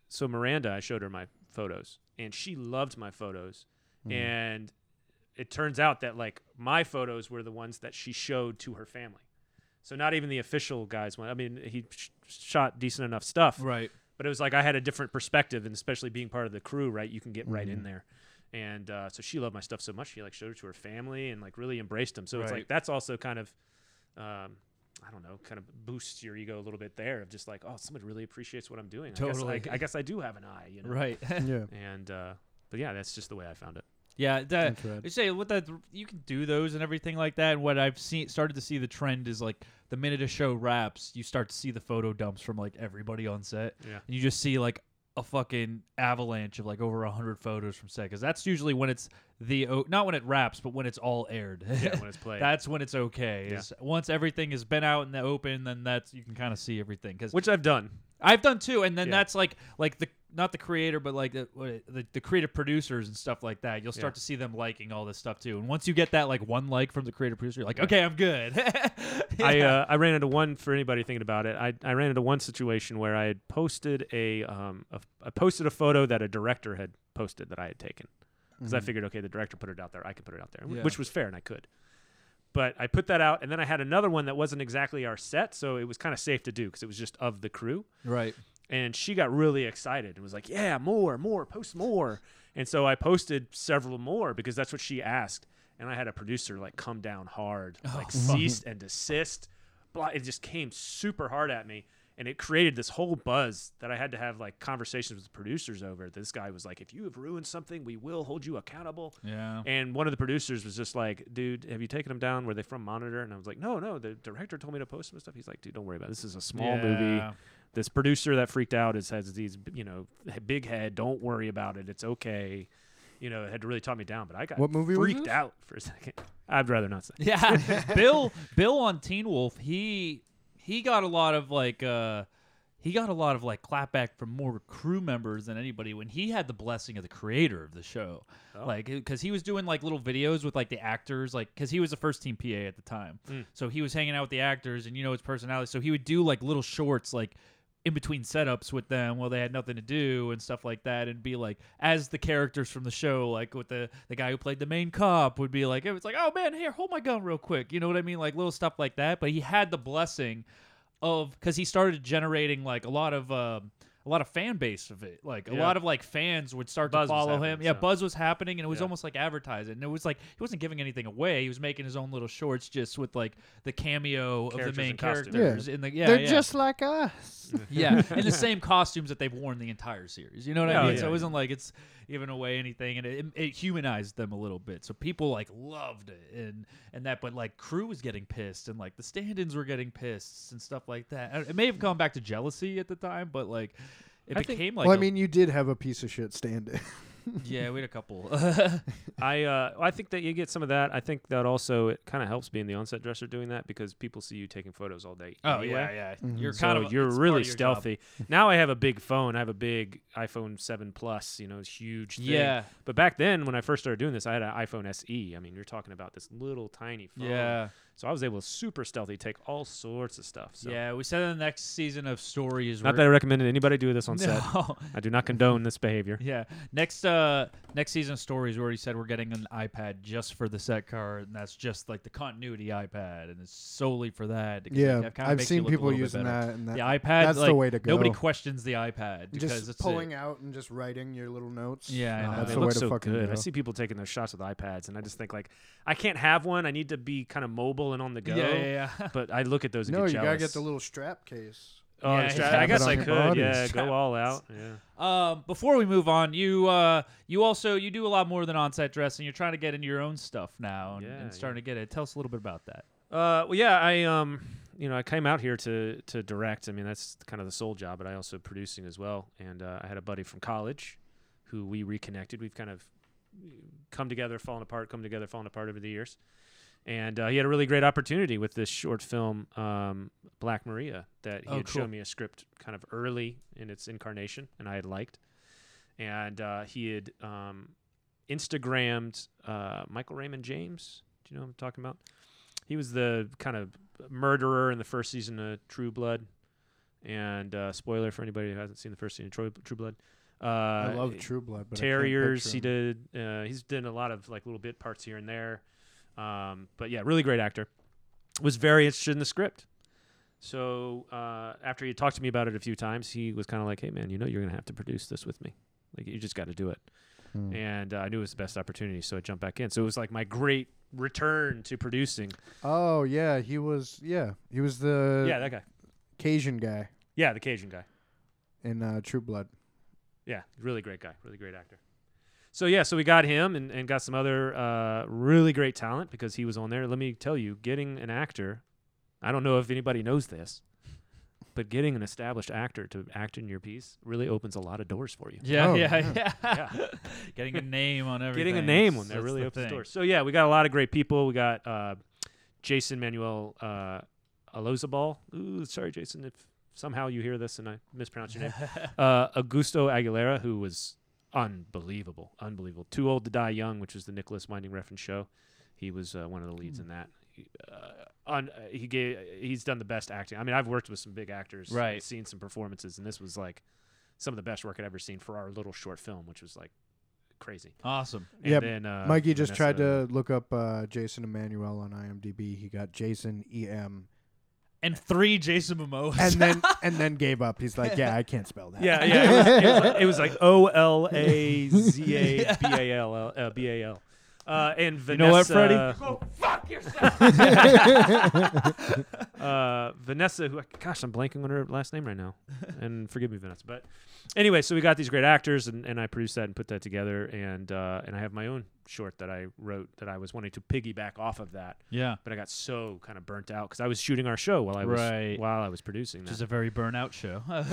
S2: so Miranda, I showed her my photos, and she loved my photos. And it turns out that like my photos were the ones that she showed to her family. So not even the official guys went. I mean, he sh- shot decent enough stuff,
S3: right
S2: but it was like I had a different perspective, and especially being part of the crew, right? You can get right
S3: Mm-hmm.
S2: in there, and uh, so she loved my stuff so much. She like showed it to her family and like really embraced them. So it's
S3: Right.
S2: like that's also kind of, um, I don't know, kind of boosts your ego a little bit there of just like, oh, somebody really appreciates what I'm doing. I
S3: Totally.
S2: guess I, I, guess I do have an eye, you know.
S3: right
S5: Yeah,
S2: And uh, but yeah, that's just the way I found it.
S3: Yeah, that
S5: That's rad.
S3: you say with that you can do those and everything like that. And what I've seen started to see the trend is like the minute a show wraps, you start to see the photo dumps from like everybody on set.
S2: Yeah.
S3: and you just see like a fucking avalanche of like over a hundred photos from set because that's usually when it's the o- not when it wraps, but when it's all aired.
S2: Yeah, when it's played.
S3: that's when it's okay.
S2: Yeah.
S3: Is once everything has been out in the open, then that's you can kind of see everything because
S2: Which I've done.
S3: I've done too, and then
S2: Yeah.
S3: that's like like the not the creator, but like the, what- the the creative producers and stuff like that. You'll start
S2: Yeah.
S3: to see them liking all this stuff too. And once you get that like one like from the creative producer, you're like, okay, I'm good.
S2: I
S3: Yeah.
S2: uh, I ran into one for anybody thinking about it. I, I ran into one situation where I had posted a um a, I posted a photo that a director had posted that I had taken because I figured okay the director put it out there I could put it out there wh-
S3: Mm-hmm. Yeah.
S2: which was fair and I could, but I put that out and then I had another one that wasn't exactly our set so it was kind of safe to do because it was just of the crew
S3: right.
S2: and she got really excited and was like, "Yeah, more, more, post more." And so I posted several more because that's what she asked, and I had a producer like come down hard, like cease and desist. Blah, it just came super hard at me, and it created this whole buzz that I had to have like conversations with the producers over. This guy was like, "If you have ruined something, we will hold you accountable."
S3: Yeah.
S2: And one of the producers was just like, "Dude, have you taken them down? Were they from Monitor?" And I was like, "No, no. The director told me to post some stuff." He's like, "Dude, don't worry about it. This is a small movie."
S3: Yeah.
S2: this producer that freaked out is has these you know big head don't worry about it it's okay you know, it had to really talk me down. But I got
S5: What movie was
S2: freaked
S5: this?
S2: out for a second. I'd rather not say.
S3: Yeah, Bill. Bill on Teen Wolf. He he got a lot of like uh he got a lot of like clapback from more crew members than anybody when he had the blessing of the creator of the show. Like because he was doing like little videos with like the actors, like because he was a first team PA at the time, so he was hanging out with the actors and you know his personality. So he would do like little shorts like. In between setups with them while they had nothing to do and stuff like that, and be like, as the characters from the show, like with the the guy who played the main cop would be like, it was like, oh man, here, hold my gun real quick, you know what I mean, like little stuff like that. But he had the blessing of because he started generating like a lot of um, a lot of fan base of it. Like a
S2: Yeah.
S3: lot of like fans would start
S2: Buzz
S3: to
S2: was
S3: follow
S2: happening,
S3: him. Yeah,
S2: so-
S3: buzz was happening, and it was
S2: Yeah.
S3: almost like advertising. And it was like he wasn't giving anything away. He was making his own little shorts just with like the cameo of
S2: Characters
S3: the main
S2: and costumes.
S3: characters in the yeah
S5: They're
S3: yeah.
S5: just like us.
S3: yeah in the same costumes that they've worn the entire series. You know what I
S2: Oh,
S3: mean?
S2: yeah,
S3: so it
S2: yeah.
S3: wasn't like it's giving away anything, and it, it humanized them a little bit. So people like loved it and and that, but like crew was getting pissed, and like the stand-ins were getting pissed and stuff like that. And It may have gone back to jealousy at the time, but like. It
S2: I think-
S3: became like
S5: well, I
S3: a-
S5: mean, you did have a piece of shit stand-in.
S3: yeah, we had a couple.
S2: I uh, I think that you get some of that. I think that also it kind of helps being the on-set dresser doing that because people see you taking photos all day. anyway.
S3: Oh, yeah. Mm-hmm. You're
S2: So you're really stealthy. Now I have a big phone. I have a big iPhone 7 Plus, you know, it's huge thing.
S3: Yeah.
S2: But back then when I first started doing this, I had an iPhone SE. I mean, you're talking about this little tiny phone.
S3: Yeah.
S2: So I was able to super stealthy take all sorts of stuff. So
S3: Yeah, we said in the next season of stories.
S2: Not that I recommend that anybody do this on set.
S3: No.
S2: I do not condone this behavior.
S3: Yeah. Next uh next season of stories we already said we're getting an iPad just for the set card and that's just like the continuity iPad and it's solely for that. because
S5: Yeah,
S3: it kinda
S5: I've
S3: makes you
S5: seen
S3: look a
S5: people
S3: little bit
S5: using
S3: better.
S5: that, and that,
S3: the iPad
S5: that's
S3: like,
S5: the way to go.
S3: Nobody questions the iPad because
S5: just
S3: it's
S5: pulling out and just writing your little notes.
S3: Yeah, I
S5: Oh,
S3: know.
S5: that's
S2: Uh, they
S5: the
S2: look
S5: way to
S2: so
S5: fucking
S2: good. I
S5: go.
S2: see people taking their shots with iPads, and I just think like, I can't have one. I need to be kind of mobile and on the go.
S3: Yeah, yeah, yeah.
S2: But I look at those and
S5: No,
S2: get
S5: you gotta
S2: jealous.
S5: get the little strap case.
S2: Oh,
S3: Yeah,
S2: the
S3: yeah.
S2: strap-
S3: Strap
S2: I
S3: it
S2: guess
S5: on
S2: I
S5: your
S2: could.
S5: body.
S2: Yeah,
S3: Strap
S2: go all out. Yeah.
S3: Um, before we move on, you uh, you also you do a lot more than on-set dressing. You're trying to get into your own stuff now and,
S2: Yeah,
S3: and starting to get it. Tell us a little bit about that.
S2: Uh, well, yeah, I um, you know, I came out here to to direct. I mean, that's kind of the sole job, but I also producing as well. And uh, I had a buddy from college, who we reconnected. We've kind of uh, come together, fallen apart, come together, fallen apart over the years. And uh, he had a really great opportunity with this short film, um, Black Maria, that he
S3: Oh,
S2: had
S3: cool.
S2: shown me a script kind of early in its incarnation, and I had liked. And uh, he had um, Instagrammed uh, Michael Raymond James. Do you know what I'm talking about? He was the kind of murderer in the first season of True Blood. And uh, spoiler for anybody who hasn't seen the first season of True, True Blood. Uh,
S5: I love True Blood, but
S2: Terriers.
S5: I
S2: He
S5: can't picture him.
S2: did. Uh, he's done a lot of like little bit parts here and there. Um, but yeah, really great actor. Was very interested in the script. So uh, after he talked to me about it a few times, he was kind of like, "Hey man, you know you're gonna have to produce this with me. Like you just got to do it."
S5: Hmm.
S2: And uh, I knew it was the best opportunity, so I jumped back in. So it was like my great return to producing.
S5: Oh yeah, he was. Yeah, he was the
S2: yeah, that guy.
S5: Cajun guy
S2: Yeah, the Cajun guy.
S5: in uh, True Blood.
S2: Yeah, really great guy, really great actor. So yeah, so we got him and, and got some other uh, really great talent because he was on there. Let me tell you, getting an actor, I don't know if anybody knows this, but getting an established actor to act in your piece really opens a lot of doors for you.
S3: Yeah,
S5: Oh,
S3: yeah, yeah.
S2: Yeah.
S3: Getting a name on everything.
S2: Getting a name
S3: is-
S2: on there
S3: that's
S2: really
S3: the
S2: opens
S3: thing.
S2: doors. So yeah, we got a lot of great people. We got uh, Jason Manuel uh, Alozabal. Ooh, sorry, Jason, if somehow you hear this and I mispronounce your name. uh, Augusto Aguilera, who was unbelievable, unbelievable. Too Old to Die Young, which was the Nicholas Winding reference show. He was uh, one of the
S3: Hmm.
S2: leads in that. He, uh, on, uh, he gave, he's done the best acting. I mean, I've worked with some big actors, and
S3: Right.
S2: Seen some performances, and this was like some of the best work I'd ever seen for our little short film, which was like crazy.
S3: Awesome.
S2: And
S5: Yeah,
S2: then, uh,
S5: Mikey just tried
S2: Vanessa-
S5: to look up uh, Jason Emmanuel on IMDb. He got Jason E M,
S3: And three Jason Momoas.
S5: and then and then gave up. He's like, yeah, I can't spell that.
S2: Yeah, yeah. It was, it was like, it was like O L A Z A B A L L- uh, B A L. Uh, and Vanessa,
S3: know what, Freddie?
S8: Go fuck
S1: fuck yourself.
S2: uh, Vanessa, who I, gosh, I'm blanking on her last name right now, and forgive me, Vanessa. But anyway, so we got these great actors, and, and I produced that and put that together, and uh, and I have my own short that I wrote that I was wanting to piggyback off of that,
S3: Yeah.
S2: but I got so kind of burnt out because I was shooting our show while I was
S3: Right.
S2: while I was producing
S3: Which
S2: that.
S3: is a very burnout show.
S5: That's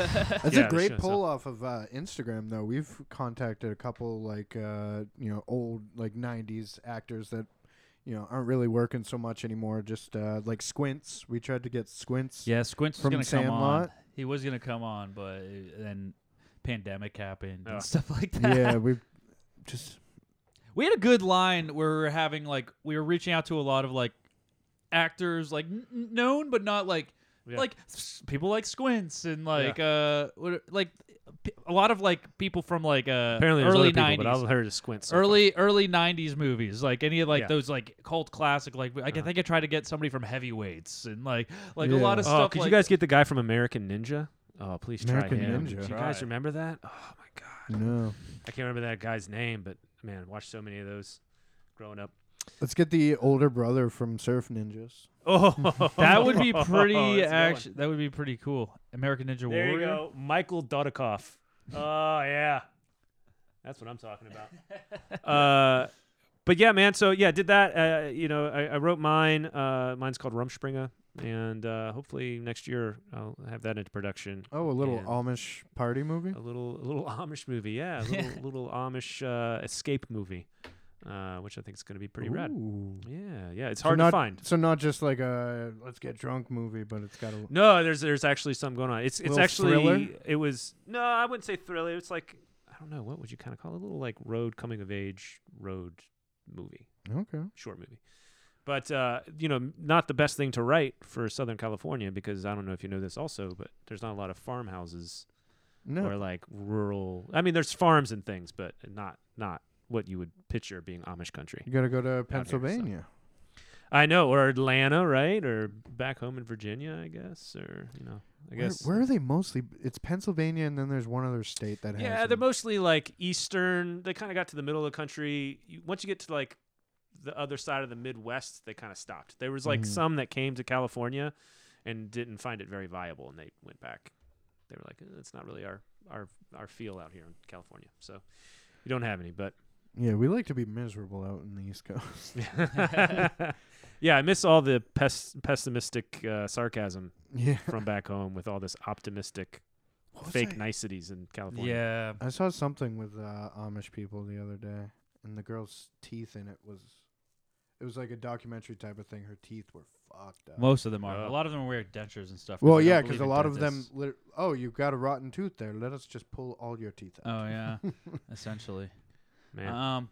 S2: Yeah,
S5: a
S2: it
S5: great
S2: shows
S5: pull off of uh, Instagram, though. We've contacted a couple like uh, you know old like '90s actors that you know aren't really working so much anymore. Just uh, like Squints, we tried to get Squints.
S3: yeah, Squints
S5: From
S3: was gonna come on.
S5: Sandlot?
S3: He was gonna come on, but uh, then pandemic happened
S2: Ugh.
S3: and stuff like that.
S5: yeah, we just
S3: We had a good line where we were having like we were reaching out to a lot of like actors like n- n- known but not like
S2: Yeah.
S3: like s- people like Squints and like uh what, like p- a lot of like people from like uh
S2: Apparently, there's
S3: early
S2: other people, but
S3: 90s.
S2: I'll heard a squint. so far.
S3: early early 90s movies like any of like
S2: Yeah. Uh-huh.
S3: those like cult classic like I think I tried to get somebody from heavyweights and like like a lot
S5: Yeah.
S3: of
S2: Oh,
S3: stuff
S2: could
S3: like,
S2: you guys get the guy from American Ninja? Oh, please
S5: American
S2: try him.
S5: Ninja.
S2: Do you guys remember that? Oh my god,
S5: no.
S2: I can't remember that guy's name, but man, I watched so many of those growing up.
S5: Let's get the older brother from Surf Ninjas.
S2: Oh,
S3: that would be
S2: That's a
S3: pretty
S2: good one.
S3: actually that would be pretty cool American Ninja
S2: There
S3: Warrior
S2: you go, Michael Dudikoff. Oh yeah, that's what I'm talking about. uh, but yeah, man. So yeah, did that. Uh, you know, I, I wrote mine. Uh, mine's called Rumspringa, and uh, hopefully next year I'll have that into production.
S5: Oh, a little
S2: And-
S5: Amish party movie.
S2: a little a little Amish movie, yeah, a little little Amish uh, escape movie, uh, which I think is going to be pretty rad.
S5: Ooh.
S2: Yeah, yeah, it's
S5: So
S2: hard
S5: not,
S2: to find.
S5: So not just like a let's get drunk movie, but it's got a
S2: No, there's there's actually something going on. It's it's
S5: Little
S2: actually
S5: thriller?
S2: it was no, I wouldn't say thriller. It's like I don't know what would you kind of call it? a little like road coming of age road movie,
S5: okay.
S2: short movie. But uh, you know, not the best thing to write for Southern California because I don't know if you know this also, but there's not a lot of farmhouses
S5: No,
S2: or like rural. I mean, there's farms and things, but not not what you would picture being Amish country.
S5: you gotta go to
S2: here, so-
S5: Pennsylvania.
S2: I know, or Atlanta, right? Or back home in Virginia, I guess, or you know, I
S5: Where-
S2: guess.
S5: Where,
S3: uh,
S5: are they mostly? It's Pennsylvania, and then there's one other state that has.
S2: yeah, they're
S5: them.
S2: mostly like eastern. They kind of got to the middle of the country. You, once you get to like the other side of the Midwest, they kind of stopped. There was like
S5: Mhm.
S2: some that came to California and didn't find it very viable, and they went back. They were like, "Eh, "It's not really our our our feel out here in California." So you don't have any, but
S5: Yeah, we like to be miserable out in the East Coast.
S2: yeah, I miss all the pes- pessimistic uh, sarcasm
S5: yeah.
S2: from back home with all this optimistic
S5: What was
S2: fake
S5: I-
S2: niceties in California.
S3: yeah
S5: I saw something with uh, Amish people the other day, and the girl's teeth in it was. It was like a documentary type of thing. Her teeth were fucked up.
S3: most of them are
S2: Uh,
S3: a lot of them wear dentures and stuff
S5: well,
S3: they don't
S5: yeah, because
S3: believe
S5: a
S3: in
S5: lot of them.
S3: dentists.
S5: Lit- oh, you've got a rotten tooth there. Let us just pull all your teeth out.
S3: oh yeah essentially
S2: Man.
S3: um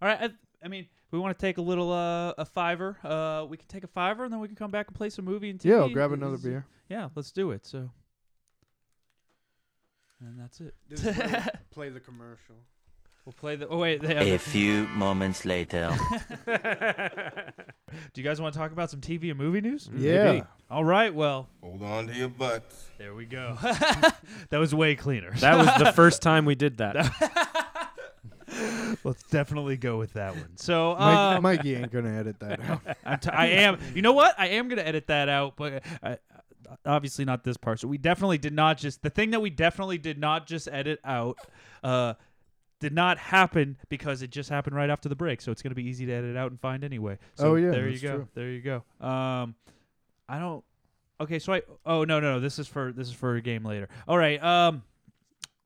S3: all right I, I mean we want to take a little uh a fiver uh we can take a fiver and then we can come back and play some movie and TV.
S5: yeah, I'll grab another
S3: Is-
S5: beer.
S3: yeah let's do it so and that's it
S5: play the commercial.
S3: we'll play the oh wait they have-
S9: A few moments later.
S3: Do you guys want to talk about some TV and movie news?
S5: Yeah.
S3: All right, well,
S8: Hold on to your butts.
S3: there we go. that was way cleaner.
S2: that was the first time we did that.
S3: Let's definitely go with that one. So,
S5: Mike,
S3: um,
S5: Mikey ain't gonna edit that out.
S3: I'm t- I am. You know what? I am going to edit that out, but I, obviously not this part. So we definitely did not just the thing that we definitely did not just edit out. Uh, did not happen because it just happened right after the break, so it's going to be easy to edit out and find anyway. So
S5: Oh, yeah,
S3: there you
S5: that's
S3: go.
S5: true.
S3: There you go. Um, I don't. Okay, so I. Oh no, no, no. This is for this is for a game later. All right. Um,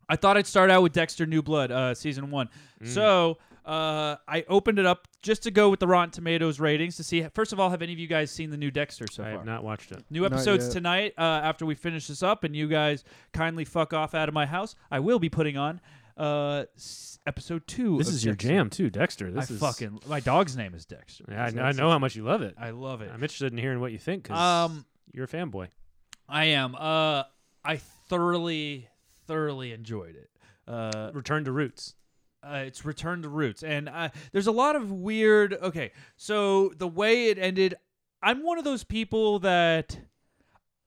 S3: I thought I'd start out with Dexter New Blood, uh, season one.
S2: Mm.
S3: So uh, I opened it up just to go with the Rotten Tomatoes ratings to see. First of all, have any of you guys seen the new Dexter so
S2: I
S3: far?
S2: have not watched it.
S3: New
S5: Not
S3: episodes
S5: yet.
S3: tonight uh, after we finish this up, and you guys kindly fuck off out of my house. I will be putting on uh, s- episode two.
S2: This
S3: of
S2: is your
S3: Dexter.
S2: jam too, Dexter. This
S3: I
S2: is
S3: fucking my dog's name is Dexter.
S2: Yeah, I
S3: So
S2: know, I
S3: that's-
S2: know how much you love it.
S3: I love it.
S2: I'm interested in hearing what you think because
S3: Um,
S2: you're a fanboy.
S3: I am. Uh, I thoroughly, thoroughly enjoyed it. Uh,
S2: Return to roots.
S3: uh, it's return to roots and uh, there's a lot of weird okay so the way it ended i'm one of those people that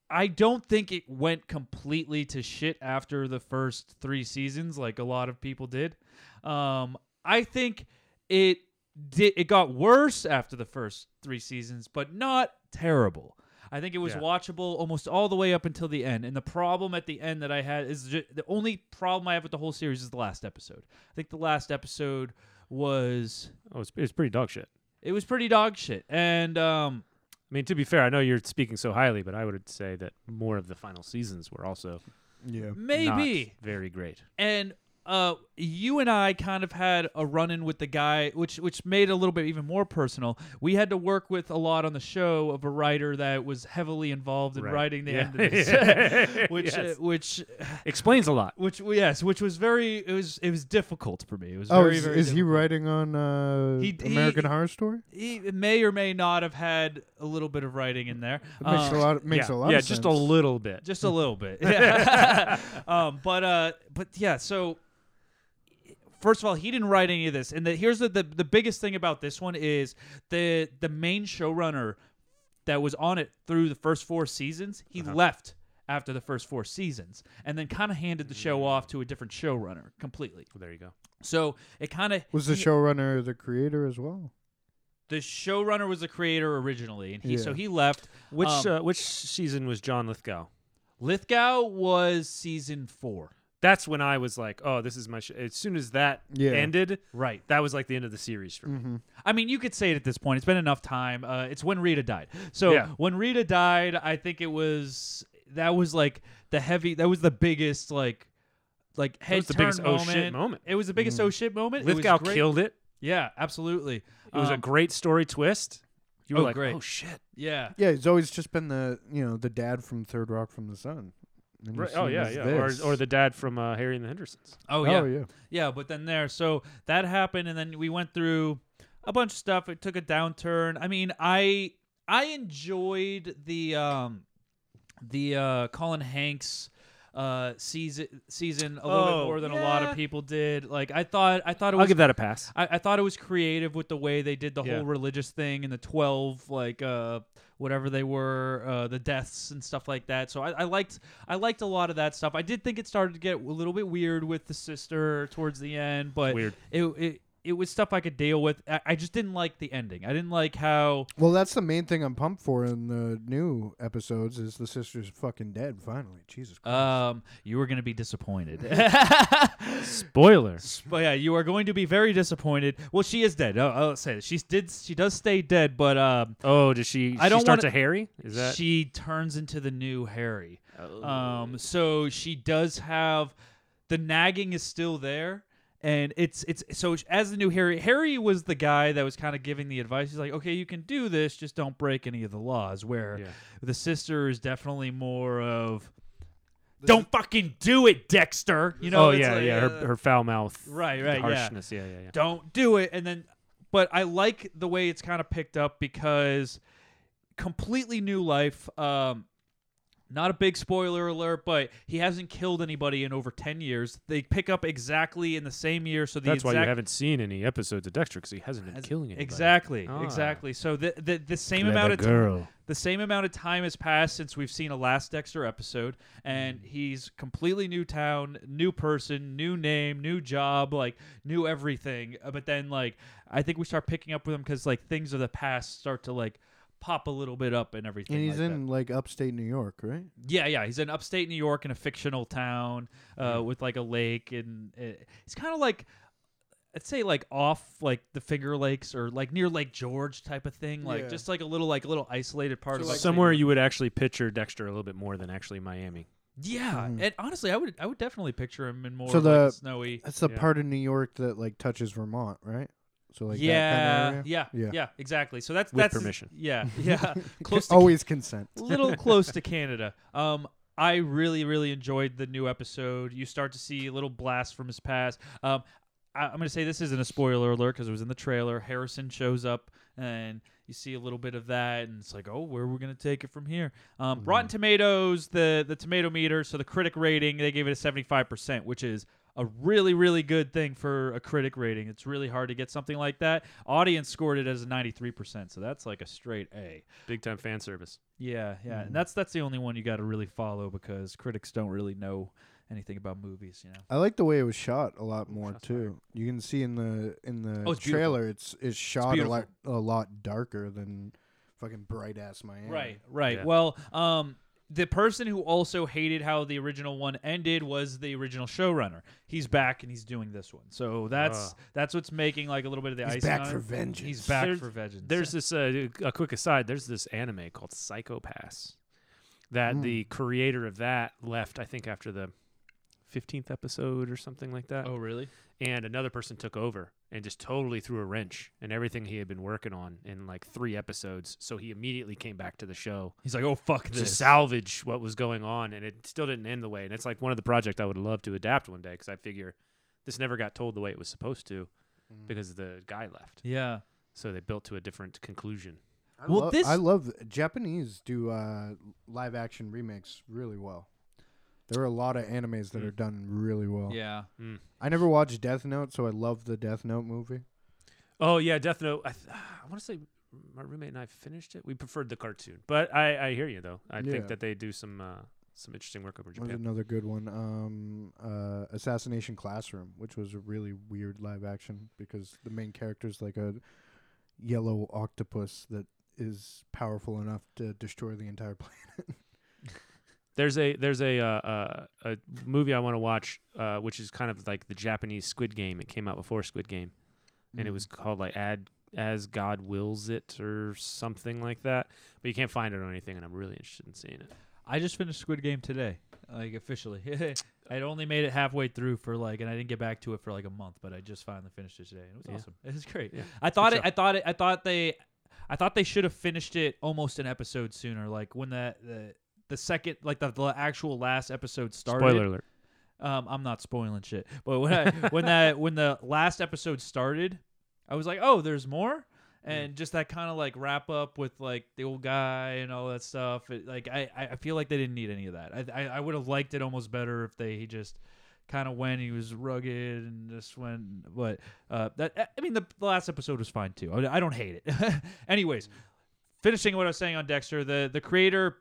S3: i don't think it went completely to shit after the first three seasons like a lot of people did um, i think it did it got worse after the first three seasons, but not terrible. I think it was
S2: Yeah.
S3: watchable almost all the way up until the end. And the problem at the end that I had is ju- the only problem I have with the whole series is the last episode. I think the last episode was
S2: Oh, it's, it's pretty dog shit.
S3: it was pretty dog shit. And um
S2: I mean, to be fair, I know you're speaking so highly, but I would say that more of the final seasons were also
S5: Yeah.
S3: maybe
S2: not very great.
S3: and uh, you and I kind of had a run in with the guy, which which made it a little bit even more personal. We had to work with a lot on the show of a writer that was heavily involved in
S2: Right.
S3: writing the
S2: Yeah.
S3: end of this, which
S2: Yes.
S3: uh, which
S2: Explains a lot.
S3: which yes, which was very it was it was difficult for me. It was
S5: Oh,
S3: very
S5: is,
S3: very
S5: is he
S3: difficult.
S5: writing on uh,
S3: He- he-
S5: American Horror Story?
S3: He may or may not have had a little bit of writing in there.
S5: It makes
S3: Uh,
S5: a lot. Makes
S2: Um, yeah,
S5: a lot.
S2: Yeah,
S5: of
S2: just a
S5: sense.
S2: little bit.
S3: just a little bit. Yeah. um, but uh, but yeah. So first of all, he didn't write any of this, and the, here's the, the the biggest thing about this one is the the main showrunner that was on it through the first four seasons. He left after the first four seasons, and then kind of handed the show off to a different showrunner completely.
S2: There you go.
S3: So it kind of
S5: Was the showrunner the creator as well?
S3: the showrunner was the creator originally, and he so
S5: Yeah.
S3: he left.
S2: Which
S3: Um,
S2: uh, which season was John Lithgow?
S3: Lithgow was season four.
S2: That's when I was like, oh, this is my. Sh-. As soon as that
S5: Yeah. Mm-hmm.
S2: ended,
S3: Right.
S2: that was like the end of the series for me.
S3: I mean, you could say it at this point. It's been enough time. Uh, it's when Rita died. So
S2: Yeah.
S3: when Rita died, I think it was that was like the heavy. That was the biggest like like head
S2: was the
S3: turn
S2: biggest oh
S3: moment.
S2: shit moment.
S3: It was the biggest oh shit moment. It was
S2: Lithgow
S3: great.
S2: killed it.
S3: Yeah, absolutely.
S2: It was a
S3: Um,
S2: great story twist. You were
S3: oh,
S2: like,
S3: great.
S2: oh shit.
S3: yeah.
S5: Yeah, he's always just been the you know the dad from Third Rock from the Sun. And
S2: Right.
S5: as
S2: Oh
S5: soon
S2: yeah,
S5: as
S2: yeah. Or,
S5: this-
S2: or the dad from uh, Harry and the Hendersons.
S3: Oh
S5: oh
S3: yeah.
S5: yeah.
S3: Yeah, but then there, so that happened, and then we went through a bunch of stuff. It took a downturn. I mean, I I enjoyed the um the uh Colin Hanks uh season season a little
S2: Oh,
S3: bit more than a lot
S2: yeah.
S3: of people did. Like I thought I thought it
S2: I'll
S3: was
S2: give that a pass.
S3: I, I thought it was creative with the way they did the
S2: Yeah.
S3: whole religious thing and the twelve like uh whatever they were uh, the deaths and stuff like that. So I, I liked I liked a lot of that stuff. I did think it started to get a little bit weird with the sister towards the end, but
S2: Weird.
S3: It, it it was stuff I could deal with. I, I just didn't like the ending. I didn't like how
S5: Well, that's the main thing I'm pumped for in the new episodes is the sister's fucking dead finally. Jesus
S2: Uh,
S5: Christ.
S3: um you were gonna be disappointed.
S2: Spoiler.
S3: But yeah, you are going to be very disappointed. Well, she is dead. Uh, I'll say it. she did. She does stay dead, but um,
S2: Oh, does she?
S3: I
S2: she
S3: don't
S2: start to
S3: wanna-
S2: Harry. Is that Oh.
S3: she turns into the new Harry. Um, so she does have the nagging is still there, and it's it's so sh- as the new Harry. Harry was the guy that was kind of giving the advice. He's like, okay, you can do this, just don't break any of the laws. Where
S2: Yeah.
S3: the sister is definitely more of. Don't fucking do it, Dexter. You know.
S2: oh
S3: it's
S2: yeah,
S3: like,
S2: yeah.
S3: uh,
S2: Her, her foul mouth.
S3: Right, right, yeah.
S2: Harshness. Yeah, yeah, yeah.
S3: don't do it and then but i like the way it's kind of picked up because completely new life um not a big spoiler alert but he hasn't killed anybody in over 10 years they pick up exactly in the same year so the
S2: That's why you
S3: exact-
S2: haven't seen any episodes of Dexter because he hasn't been
S3: As-
S2: killing anybody.
S3: Exactly,
S2: Ah.
S3: exactly. So the the, the same
S2: Clever
S3: amount of
S2: girl.
S3: time, the same amount of time has passed since we've seen a last Dexter episode, and
S5: Mm.
S3: he's completely new town, new person, new name, new job, like new everything. Uh, But then like I think we start picking up with him because like things of the past start to like pop a little bit up and everything.
S5: and he's
S3: like that.
S5: in like upstate New York, right?
S3: Yeah, yeah. He's in upstate New York in a fictional town uh,
S5: Mm.
S3: with like a lake, and uh, he's kind of like I'd say like off like the Finger Lakes or like near Lake George type of thing. Like
S5: Yeah.
S3: just like a little like little isolated part of upstate
S2: Somewhere
S3: New York.
S2: you would actually picture Dexter a little bit more than actually Miami.
S3: Yeah, and honestly, I would I would definitely picture him in more
S5: Mm-hmm. So
S3: of, like,
S5: the-
S3: snowy.
S5: That's the
S2: Yeah.
S5: part of New York that like touches Vermont, right? So like
S3: yeah,
S5: that kind of area?
S3: yeah, yeah, exactly. So that's
S2: With
S3: that's
S2: permission.
S3: Yeah, yeah, close to
S5: Always consent.
S3: little close to Canada. Um, I really, really enjoyed the new episode. You start to see a little blast from his past. Um, I, I'm going to say this isn't a spoiler alert because it was in the trailer. Harrison shows up and you see a little bit of that, and it's like, oh, where are we going to take it from here? Um, Rotten Tomatoes, the the tomato meter, so the critic rating, they gave it a 75%, which is a really really good thing for a critic rating. It's really hard to get something like that. Audience scored it as a 93%, so that's like a straight A.
S2: Big time fan service.
S3: Yeah, yeah.
S5: Mm-hmm.
S3: And that's that's the only one you got to really follow because critics don't really know anything about movies, you know.
S5: I like the way it was shot a lot more too. You can see in the in the
S3: Oh, it's beautiful.
S5: trailer, it's it's shot a
S3: beautiful.
S5: lot a lot darker than fucking bright ass Miami.
S3: Right, right.
S2: Yeah.
S3: Well, um, the person who also hated how the original one ended was the original showrunner. He's back and he's doing this one, so that's
S2: Ah.
S3: that's what's making like a little bit of the
S5: He's
S3: icing
S5: back
S3: on
S5: for
S3: it.
S5: vengeance.
S3: He's back
S2: There's-
S3: for vengeance.
S2: There's this uh, a quick aside. There's this anime called Psychopass
S3: Hmm.
S2: that the creator of that left. I think after the fifteenth episode or something like that.
S3: oh really?
S2: And another person took over and just totally threw a wrench in everything he had been working on in like three episodes. So he immediately came back to the show
S3: He's like, oh fuck
S2: to
S3: this.
S2: salvage what was going on, and it still didn't end the way. And it's like one of the project I would love to adapt one day because I figure this never got told the way it was supposed to because the guy left.
S3: yeah,
S2: So they built to a different conclusion.
S5: I
S3: Well,
S5: love-
S3: this-
S5: I love Japanese do uh, live action remakes really well. There are a lot of animes that are done really well.
S3: Hmm. yeah.
S5: I never watched Death Note, so I love the Death Note movie.
S2: Oh yeah, Death Note. I, th- I want to say my roommate and I finished it. We preferred the cartoon, but I, I hear you though. I
S5: Yeah.
S2: think that they do some uh, some interesting work over in
S5: Was
S2: Japan.
S5: another good one. Um, uh, Assassination Classroom, which was a really weird live action because the main character's like a yellow octopus that is powerful enough to destroy the entire planet.
S2: There's a there's a uh, uh, a movie I want to watch, uh, which is kind of like the Japanese Squid Game. It came out before Squid Game, and it
S3: Mm.
S2: was called like Ad as God wills it or something like that. But you can't find it on anything, and I'm really interested in seeing it.
S3: I just finished Squid Game today, like officially. I'd only made it halfway through for like, and I didn't get back to it for like a month, but I just finally finished it today. and It was
S2: Yeah.
S3: awesome. It was great.
S2: Yeah.
S3: I thought
S2: Good
S3: it. I thought it. I thought they. I thought they should have finished it almost an episode sooner. Like when the the, the second, like the, the actual last episode started.
S2: Spoiler alert.
S3: Um, I'm not spoiling shit, but when I, when that when the last episode started, I was like, oh, there's more, and just that kind of like wrap up with like the old guy and all that stuff. It, like I I I feel like they didn't need any of that. I I, I would have liked it almost better if they just kind of went. He was rugged and just went, but uh, that I- I mean the, the last episode was fine too. I, I don't hate it. Anyways, finishing what I was saying on Dexter, the the creator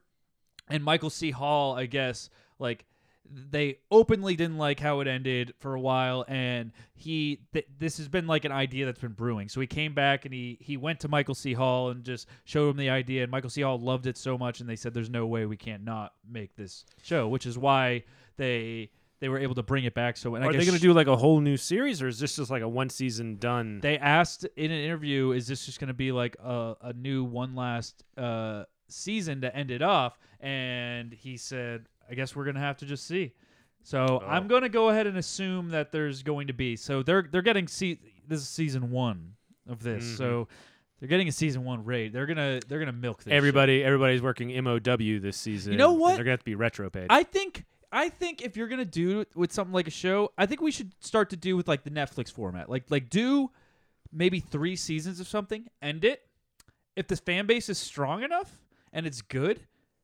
S3: and Michael C. Hall, I guess, like they openly didn't like how it ended for a while, and he th- this has been like an idea that's been brewing. So he came back and he he went to Michael C. Hall and just showed him the idea, and Michael C. Hall loved it so much, and they said, "There's no way we can't not make this show," which is why they. They were able to bring it back. So, and I
S2: Are
S3: guess
S2: they going to do like a whole new series, or is this just like a one season done?
S3: they asked in an interview, "Is this just going to be like a, a new one last uh, season to end it off?" And he said, "I guess we're going to have to just see." So I'm going to go ahead and assume that there's going to be. So they're they're getting see this is season one of this. So they're getting a season one rate. They're gonna they're gonna milk this. shit.
S2: Everybody, everybody's working MOW this season.
S3: You know
S2: and
S3: what?
S2: They're gonna have to be retro paid.
S3: I think I think if you're gonna do it with something like a show, I think we should start to do with like the Netflix format. Like like do maybe three seasons of something, end it. If the fan base is strong enough and it's good,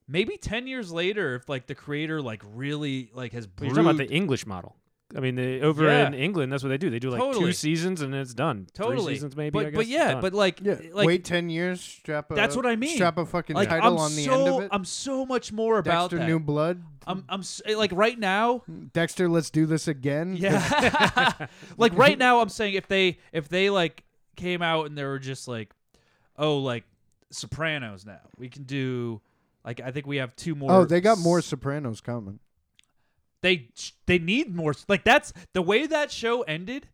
S3: maybe ten years later, if like the creator like really like has
S2: You're
S3: brewed,
S2: talking about the English model. I mean, they, over
S3: Yeah.
S2: in England, that's what they do. They do like two
S3: Totally.
S2: seasons and it's done.
S3: totally
S2: Three seasons maybe.
S3: But
S2: I guess,
S3: but yeah,
S2: done.
S3: but like
S5: yeah,
S3: like
S5: wait ten years, strap a
S3: that's what I mean.
S5: Strap a fucking
S3: like,
S5: title
S3: I'm
S5: on the
S3: so,
S5: end of it.
S3: I'm so much more about
S5: Dexter
S3: that.
S5: New Blood.
S3: I'm I'm s- like right now.
S5: Dexter, let's do this again.
S3: Yeah. like right now I'm saying if they if they like came out and they were just like oh like Sopranos now. We can do like I think we have two more
S5: Oh, they got more
S3: s-
S5: Sopranos coming.
S3: They they need more s- like that's the way that show ended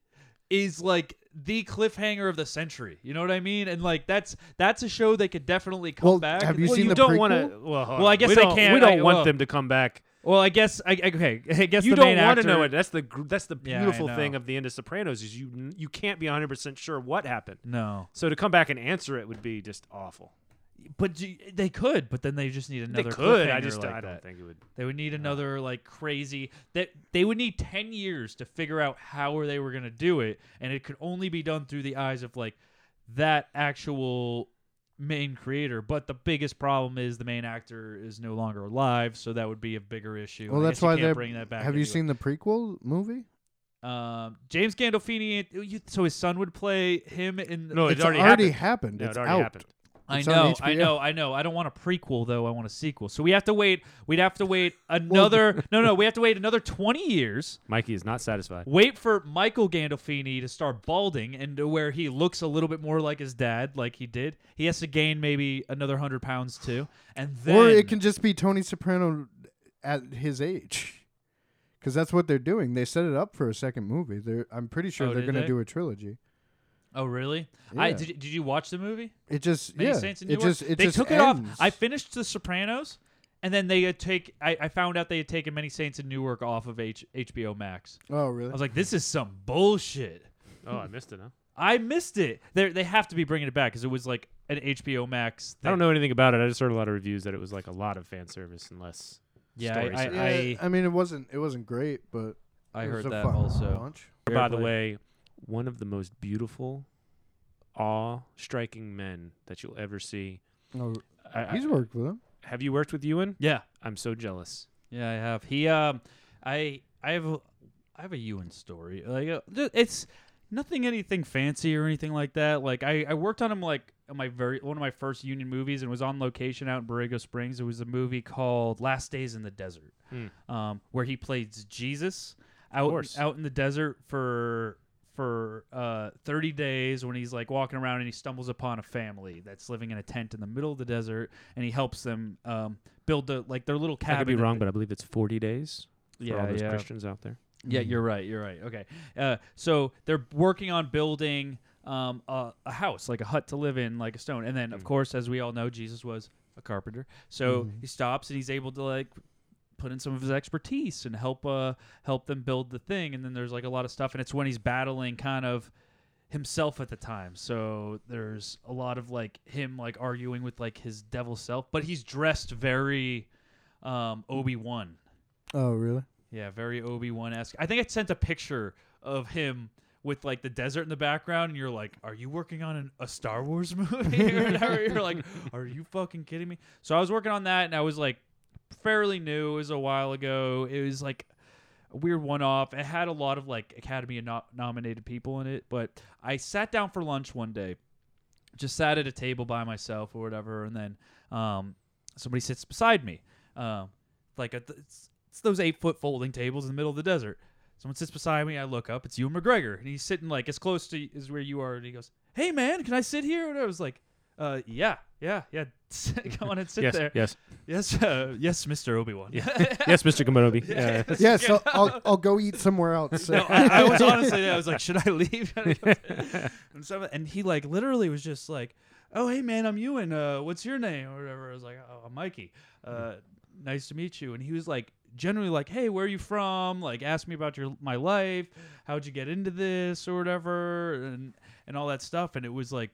S3: is like the cliffhanger of the century. You know what I mean? And like that's that's a show they could definitely come
S5: Well,
S3: back.
S5: have
S3: and-
S5: you
S2: well,
S5: seen
S2: you
S5: the
S2: don't
S5: prequel?
S2: want to. Well, hold
S3: Well, I
S2: on.
S3: guess
S2: we
S3: they
S2: don't- We
S3: can't-
S2: don't
S3: I-
S2: want
S3: well,
S2: them to come back.
S3: well, I guess I, I okay. I guess
S2: you
S3: the
S2: don't
S3: main
S2: want to
S3: actor-
S2: know it. That's the gr- that's the
S3: Yeah, I
S2: beautiful
S3: know.
S2: thing of the end of Sopranos is you you can't be 100 percent sure what happened.
S3: No,
S2: So to come back and answer it would be just awful.
S3: but do- they could. But then they just need another.
S2: they could. I
S3: cliffhanger
S2: just
S3: like
S2: I don't
S3: that.
S2: think it would.
S3: They would need another like crazy that they would need 10 years to figure out how they were going to do it and it could only be done through the eyes of like that actual main creator but the biggest problem is the main actor is no longer alive so that would be a bigger issue
S5: Well,
S3: I
S5: that's
S3: guess you
S5: why
S3: can't
S5: they're
S3: bring that back
S5: Have you
S3: into it.
S5: seen the prequel movie?
S3: Um, James Gandolfini. you- So his son would play him in.
S2: No,
S5: it's
S2: it's already,
S5: happened.
S2: No, it
S5: it's
S2: already
S5: out.
S2: happened.
S3: I
S5: It's on
S3: know, I
S5: HBO.
S3: know, I know. I don't want a prequel though. I want a sequel. So we have to wait. We'd have to wait another. no, no, we have to wait another twenty years.
S2: Mikey is not satisfied.
S3: Wait for Michael Gandolfini to start balding and to where he looks a little bit more like his dad, like he did. He has to gain maybe another hundred pounds too, and then
S5: Or it can just be Tony Soprano at his age. Because that's what they're doing. They set it up for a second movie. They're, I'm pretty sure
S3: Oh,
S5: they're
S3: did
S5: going to
S3: they?
S5: do a trilogy.
S3: Oh really? I
S5: Yeah.
S3: did. you- Did you watch the movie?
S5: It just
S3: Many
S5: yeah.
S3: Saints in
S5: it
S3: Newark?
S5: just it
S3: they
S5: just
S3: took it off.
S5: ends.
S3: I finished The Sopranos, and then they had take. I, I found out they had taken Many Saints in Newark off of H, HBO Max.
S5: oh really?
S3: I was like, this is some bullshit.
S2: Oh, I missed it. Huh?
S3: I missed it. They they have to be bringing it back because it was like an HBO Max. Thing.
S2: I don't know anything about it. I just heard a lot of reviews that it was like a lot of fan service and less.
S3: Yeah,
S2: story
S3: I,
S2: side.
S5: yeah,
S3: I,
S5: I mean it wasn't it wasn't great, but
S3: I, I
S5: it was
S3: heard
S5: a
S3: that
S5: fun
S3: also.
S5: Launch.
S2: By the way, one of the most beautiful, awe-striking men that you'll ever see.
S5: No,
S2: I, I-
S5: Oh, he's worked with him.
S2: have you worked with Ewan?
S3: Yeah,
S2: I'm so jealous.
S3: yeah, I have. He um, I I have a, I have a Ewan story. Like uh, th- it's nothing anything fancy or anything like that. Like I I worked on him like on my very one of my first union movies and was on location out in Borrego Springs. It was a movie called Last Days in the Desert, um, where he plays Jesus out
S2: Hmm. course.
S3: out in the desert for for uh, 30 days when he's like walking around and he stumbles upon a family that's living in a tent in the middle of the desert and he helps them um, build the like their little cabin
S2: I could be
S3: that
S2: wrong,
S3: they-
S2: but I believe it's 40 days for all
S3: Yeah,
S2: those mm-hmm.
S3: yeah.
S2: Christians out there.
S3: yeah, you're right. You're right. Okay. Uh, so they're working on building um, a, a house, like a hut to live in, like a stone. And then,
S2: Mm.
S3: of course, as we all know, Jesus was a carpenter. So
S2: Mm-hmm.
S3: he stops and he's able to like put in some of his expertise and help uh, help them build the thing. And then there's like a lot of stuff, and it's when he's battling kind of himself at the time. So there's a lot of like him like arguing with like his devil self, but he's dressed very um, Obi Wan.
S5: Oh really?
S3: Yeah, very Obi Wan esque. I think I sent a picture of him with like the desert in the background, and you're like, "Are you working on an, a Star Wars movie?" or whatever? You're like, "Are you fucking kidding me?" So I was working on that, and I was like, fairly new. It was a while ago. It was like a weird one off. It had a lot of like Academy no- nominated people in it, but I sat down for lunch one day, just sat at a table by myself or whatever, and then um, somebody sits beside me. Um, like a, it's, it's those eight foot folding tables in the middle of the desert. Someone sits beside me. I look up. It's Ewan McGregor, and he's sitting like as close to as where you are. And he goes, "Hey man, can I sit here?" And I was like, "Uh, yeah, yeah, yeah. Come on and sit
S2: yes,
S3: there."
S2: yes,
S3: Yes, uh, yes, Mister Obi Wan.
S2: yes, Mr. Kimonobi. Yeah.
S5: Yes, I'll, I'll I'll go eat somewhere else.
S3: no, I, I was honestly, I was like, should I leave? and, some, and he like literally was just like, oh hey man, I'm Ewan. Uh, what's your name or whatever? I was like, oh, I'm Mikey. Uh, nice to meet you. And he was like, generally like, hey, where are you from? Like, ask me about your my life. How'd you get into this or whatever? And and all that stuff. And it was like.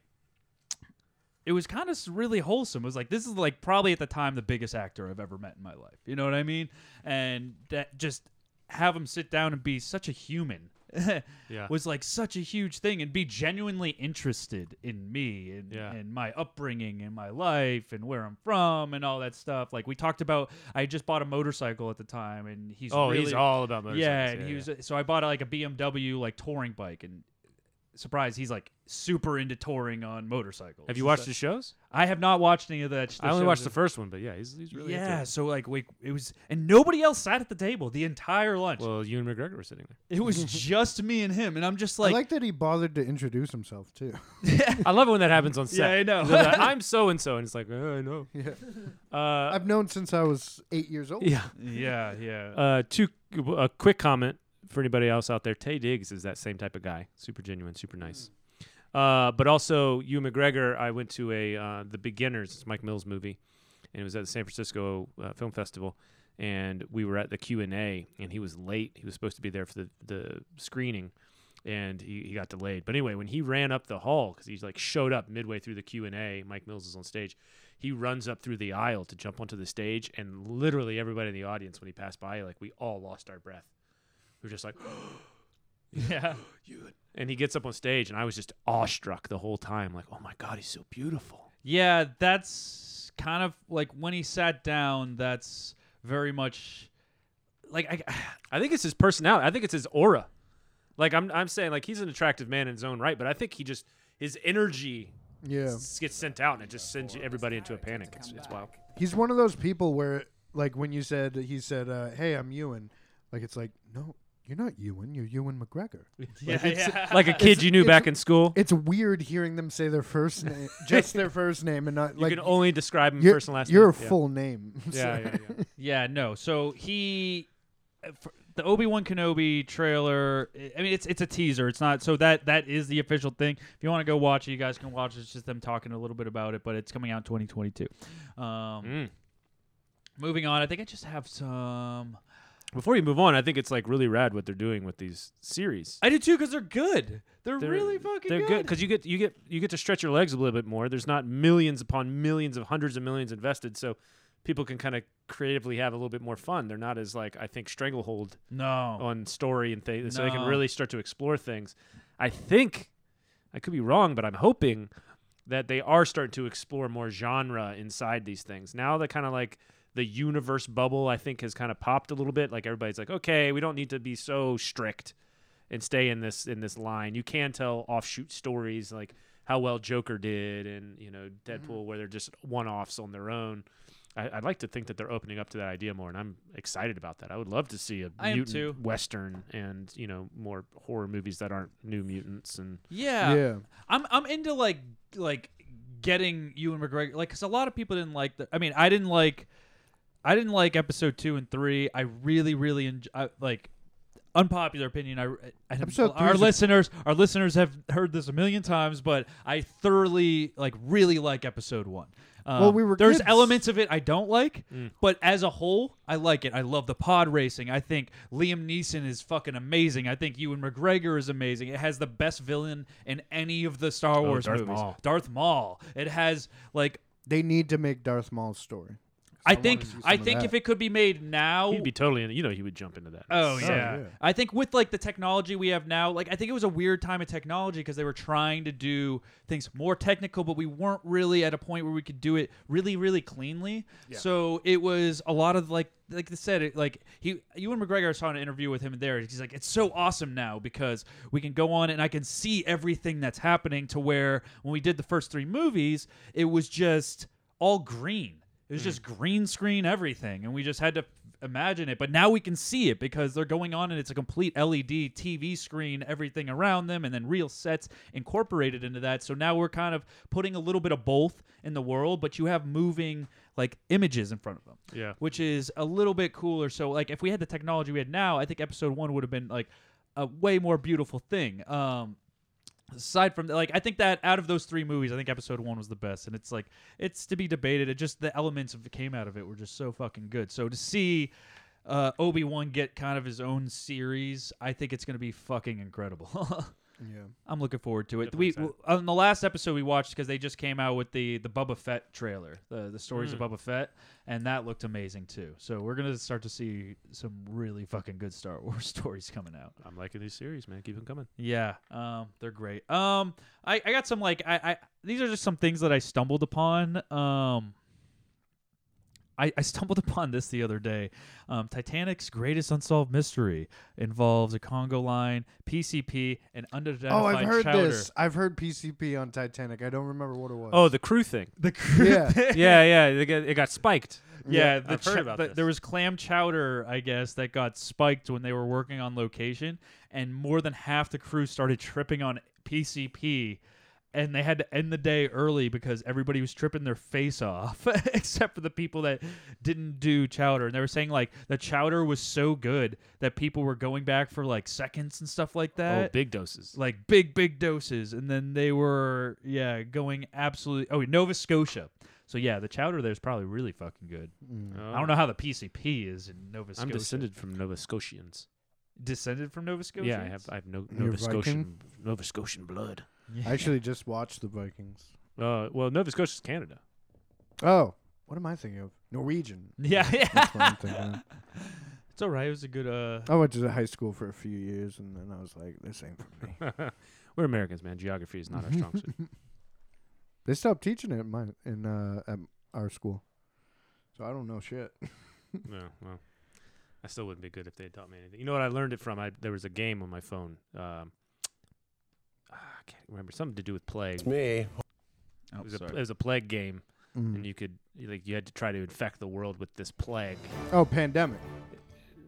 S3: It was kind of really wholesome. It was like this is like probably at the time the biggest actor I've ever met in my life. You know what I mean? And that just have him sit down and be such a human
S2: Yeah.
S3: was like such a huge thing and be genuinely interested in me and,
S2: Yeah.
S3: and my upbringing and my life and where I'm from and all that stuff. Like we talked about, I just bought a motorcycle at the time and he's
S2: oh,
S3: really,
S2: he's all about motorcycles.
S3: yeah, and he was so I bought like a BMW like touring bike and surprise, he's like super into touring on motorcycles.
S2: Have you
S3: So-
S2: watched his shows?
S3: I have not watched any of that.
S2: I only
S3: shows.
S2: watched the first one, but yeah, he's, he's really into
S3: Yeah,
S2: it.
S3: so like we, it was, and nobody else sat at the table the entire lunch.
S2: Well, you and McGregor were sitting there.
S3: It was just me and him, and I'm just
S5: I
S3: like,
S5: like that he bothered to introduce himself too.
S2: I love it when that happens on set.
S3: Yeah, I know.
S2: They're like, I'm so and so, and it's like, "Uh, I know.
S5: Yeah.
S2: Uh,
S5: I've known since I was eight years old.
S2: yeah.
S3: yeah, yeah.
S2: Uh, two. A quick comment for anybody else out there. Tay Diggs is that same type of guy. Super genuine. Super nice. Uh, but also, you McGregor. I went to a uh, the Beginners. It's Mike Mills movie, and it was at the San Francisco uh, Film Festival. And we were at the Q and A, and he was late. He was supposed to be there for the, the screening, and he, he got delayed. But anyway, when he ran up the hall, because he like showed up midway through the Q and A, Mike Mills is on stage. He runs up through the aisle to jump onto the stage, and literally everybody in the audience when he passed by, like we all lost our breath. We were just like,
S3: yeah.
S2: and he gets up on stage, and I was just awestruck the whole time, like, oh my god, he's so beautiful.
S3: Yeah, that's kind of like when he sat down, that's very much like I
S2: I think it's his personality. I think it's his aura. Like I'm I'm saying like he's an attractive man in his own right, but I think he just his energy
S5: Yeah.
S2: s- gets sent out and it just sends you- everybody into a panic. It's, it's wild.
S5: He's one of those people where, like, when you said he said, uh, "Hey, I'm Ewan," like it's like, no, you're not Ewan. You're Ewan McGregor.
S3: Yeah, yeah.
S2: Like a kid you knew
S5: it's-
S2: back in school.
S5: It's weird hearing them say their first name, just their first name, and not
S2: You
S5: like
S2: can only describe him
S5: you're,
S2: first and last
S5: your
S2: name. Yeah.
S5: full name. So-
S2: Yeah, yeah, yeah.
S3: Yeah, no. So he, uh, for- the Obi Wan Kenobi trailer. I I mean, it's it's a teaser. It's not so that that is the official thing. If you want to go watch it, you guys can watch. it. It's just them talking a little bit about it, but it's coming out in 2022. Um,
S2: Mm.
S3: Moving on, I think I just have some.
S2: Before you move on, I think it's like really rad what they're doing with these series.
S3: I do too because they're good. They're,
S2: They're-
S3: really fucking
S2: They're good because you get you get you get to stretch your legs a little bit more. There's not millions upon millions of hundreds of millions invested, so people can kind of creatively have a little bit more fun. They're not as like I think stranglehold
S3: no,
S2: on story and things, so they can
S3: No.
S2: really start to explore things. I think I could be wrong, but I'm hoping that they are starting to explore more genre inside these things. Now that kind of like the universe bubble, I think, has kind of popped a little bit. Like everybody's like, okay, we don't need to be so strict and stay in this in this line. You can tell offshoot stories like how well Joker did, and you know Deadpool,
S3: Mm-hmm.
S2: where they're just one offs on their own. I, I'd like to think that they're opening up to that idea more, and I'm excited about that. I would love to see a
S3: I am
S2: mutant
S3: too.
S2: western and you know more horror movies that aren't New Mutants and
S3: Yeah. I'm I'm into like like getting you and McGregor like cuz a lot of people didn't like the I mean, I didn't like I didn't like episode 2 and 3. I really really enjoy I, like unpopular opinion. I, I
S5: Episode three
S3: our
S5: is a-
S3: listeners our listeners have heard this a million times, but I thoroughly like really like episode 1. Um,
S5: Well, we were
S3: there's
S5: kids.
S3: elements of it I don't like, but as a whole, I like it. I love the pod racing. I think Liam Neeson is fucking amazing. I think Ewan McGregor is amazing. It has the best villain in any of the Star Wars
S2: Darth
S3: movies.
S2: Maul.
S3: Darth Maul. It has like
S5: They need to make Darth Maul's story.
S3: I think
S5: see some
S3: I
S5: of
S3: think
S5: that.
S3: if it could be made now,
S2: he'd be totally in. You know, he would jump into that.
S3: Oh
S2: It's-
S3: yeah.
S5: yeah.
S3: I think with like the technology we have now, like I think it was a weird time of technology because they were trying to do things more technical, but we weren't really at a point where we could do it really, really cleanly. So it was a lot of like, like I said, it, like he, Ewan McGregor, I saw an interview with him there. and He's like, it's so awesome now because we can go on and I can see everything that's happening. To where when we did the first three movies, it was just all green. It was just green screen everything, and we just had to imagine it. But now we can see it because they're going on, and it's a complete E LED TV screen, everything around them, and then real sets incorporated into that. So now we're kind of putting a little bit of both in the world, but you have moving like images in front of them,
S2: Yeah.
S3: which is a little bit cooler. So like if we had the technology we had now, I think episode one would have been like a way more beautiful thing. Um, aside from like i think that out of those three movies i think episode one was the best and it's like it's to be debated it just the elements that came out of it were just so fucking good so to see uh, obi-wan get kind of his own series i think it's going to be fucking incredible
S5: Yeah.
S3: i'm looking forward to it we on the last episode we watched because they just came out with the the bubba fett trailer the, the stories of bubba fett and that looked amazing too so we're going to start to see some really fucking good star wars stories coming out
S2: I'm liking these series, man. Keep them coming.
S3: yeah, um, they're great. Um, I, I got some like I, I these are just some things that I stumbled upon. Um, I, I stumbled upon this the other day. Um, Titanic's greatest unsolved mystery involves a Congo line, PCP, and unidentified
S5: Oh, I've heard
S3: chowder.
S5: this. I've heard PCP on Titanic. I don't remember what it was.
S2: Oh, the crew thing.
S3: The crew
S5: Yeah.
S3: thing-
S2: yeah, yeah. They got, it got spiked.
S3: Yeah, the
S2: I've heard
S3: chow-
S2: about
S3: the-
S2: this.
S3: There was clam chowder, I guess, that got spiked when they were working on location, and more than half the crew started tripping on PCP, and they had to end the day early because everybody was tripping their face off, except for the people that didn't do chowder. And they were saying like the chowder was so good that people were going back for like seconds and stuff like that
S2: Oh, big doses.
S3: like big big doses and then they were yeah going absolutely oh nova scotia so yeah the chowder there's probably really fucking good Mm. i don't know how the pcp is in nova scotia
S2: Oh. I'm descended from Nova Scotians.
S3: Descended from nova scotia
S2: Yeah, I have I have no,
S5: You're
S2: Nova Scotian
S5: Viking?
S2: Nova Scotian blood.
S5: I actually just watched the Vikings.
S2: Uh, well, Nova Scotia's Canada.
S5: Oh, what am I thinking of? Norwegian.
S3: yeah yeah
S5: That's what I'm thinking. of.
S3: it's all right it was a good uh
S5: I went to high school for a few years, and then I was like, this ain't for me.
S2: We're Americans, man. Geography is not our strong suit.
S5: They stopped teaching it in my in uh, at our school, so I don't know shit.
S2: No, well, I still wouldn't be good if they had taught me anything. You know what I learned it from? I there was a game on my phone. Um, ah, I can't remember something to do with plague. It
S10: Me.
S3: Oh,
S2: was, a, it
S3: sorry.
S2: was a plague game,
S3: Mm.
S2: and you could you, like you had to try to infect the world with this plague.
S5: Oh, pandemic.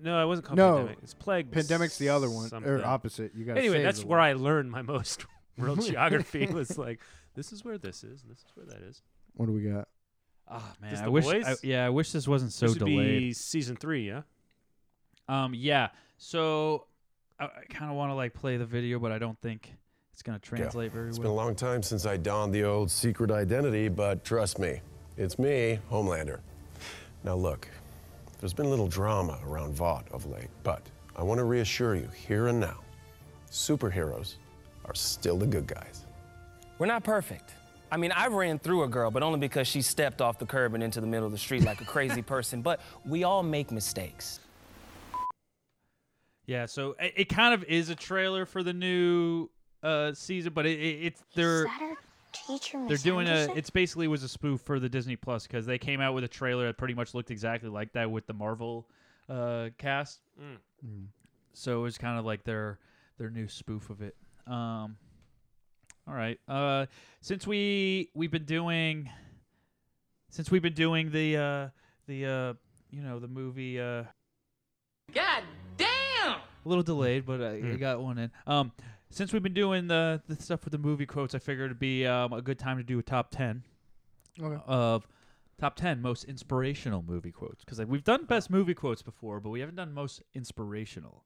S2: No, it wasn't called
S5: No.
S2: pandemic. It's plague.
S5: Pandemic's the other one
S2: something.
S5: or opposite. You got
S2: anyway, that's where I learned my most world geography. was like this is where this is, and this is where that is.
S5: What do we got?
S3: Ah, man,
S2: Just
S3: I
S2: the
S3: wish.
S2: boys?
S3: I, yeah, I wish this wasn't so
S2: this would
S3: delayed.
S2: be season three, yeah.
S3: Um, yeah. So I, I kind of want to like play the video, but I don't think it's gonna translate very
S10: It's been a
S3: well.
S10: long time since I donned the old secret identity, but trust me, it's me, Homelander. Now, look, there's been a little drama around Vought of late, but I want to reassure you here and now superheroes are still the good guys.
S11: We're not perfect. I mean, I ran through a girl, but only because she stepped off the curb and into the middle of the street like a crazy person. But we all make mistakes.
S3: Yeah. So it, it kind of is a trailer for the new uh season, but it, it, it's they're
S12: teacher,
S3: they're doing a. It's basically was a spoof for the Disney Plus because they came out with a trailer that pretty much looked exactly like that with the Marvel uh cast. So it was kind of like their their new spoof of it. Um. All right. Uh, since we we've been doing since we've been doing the uh, the uh, you know the movie. Uh, God damn! A little delayed, but I, I got one in. Um, since we've been doing the the stuff with the movie quotes, I figured it'd be um, a good time to do a top ten
S5: Okay.
S3: of top ten most inspirational movie quotes because like, we've done best movie quotes before, but we haven't done most inspirational.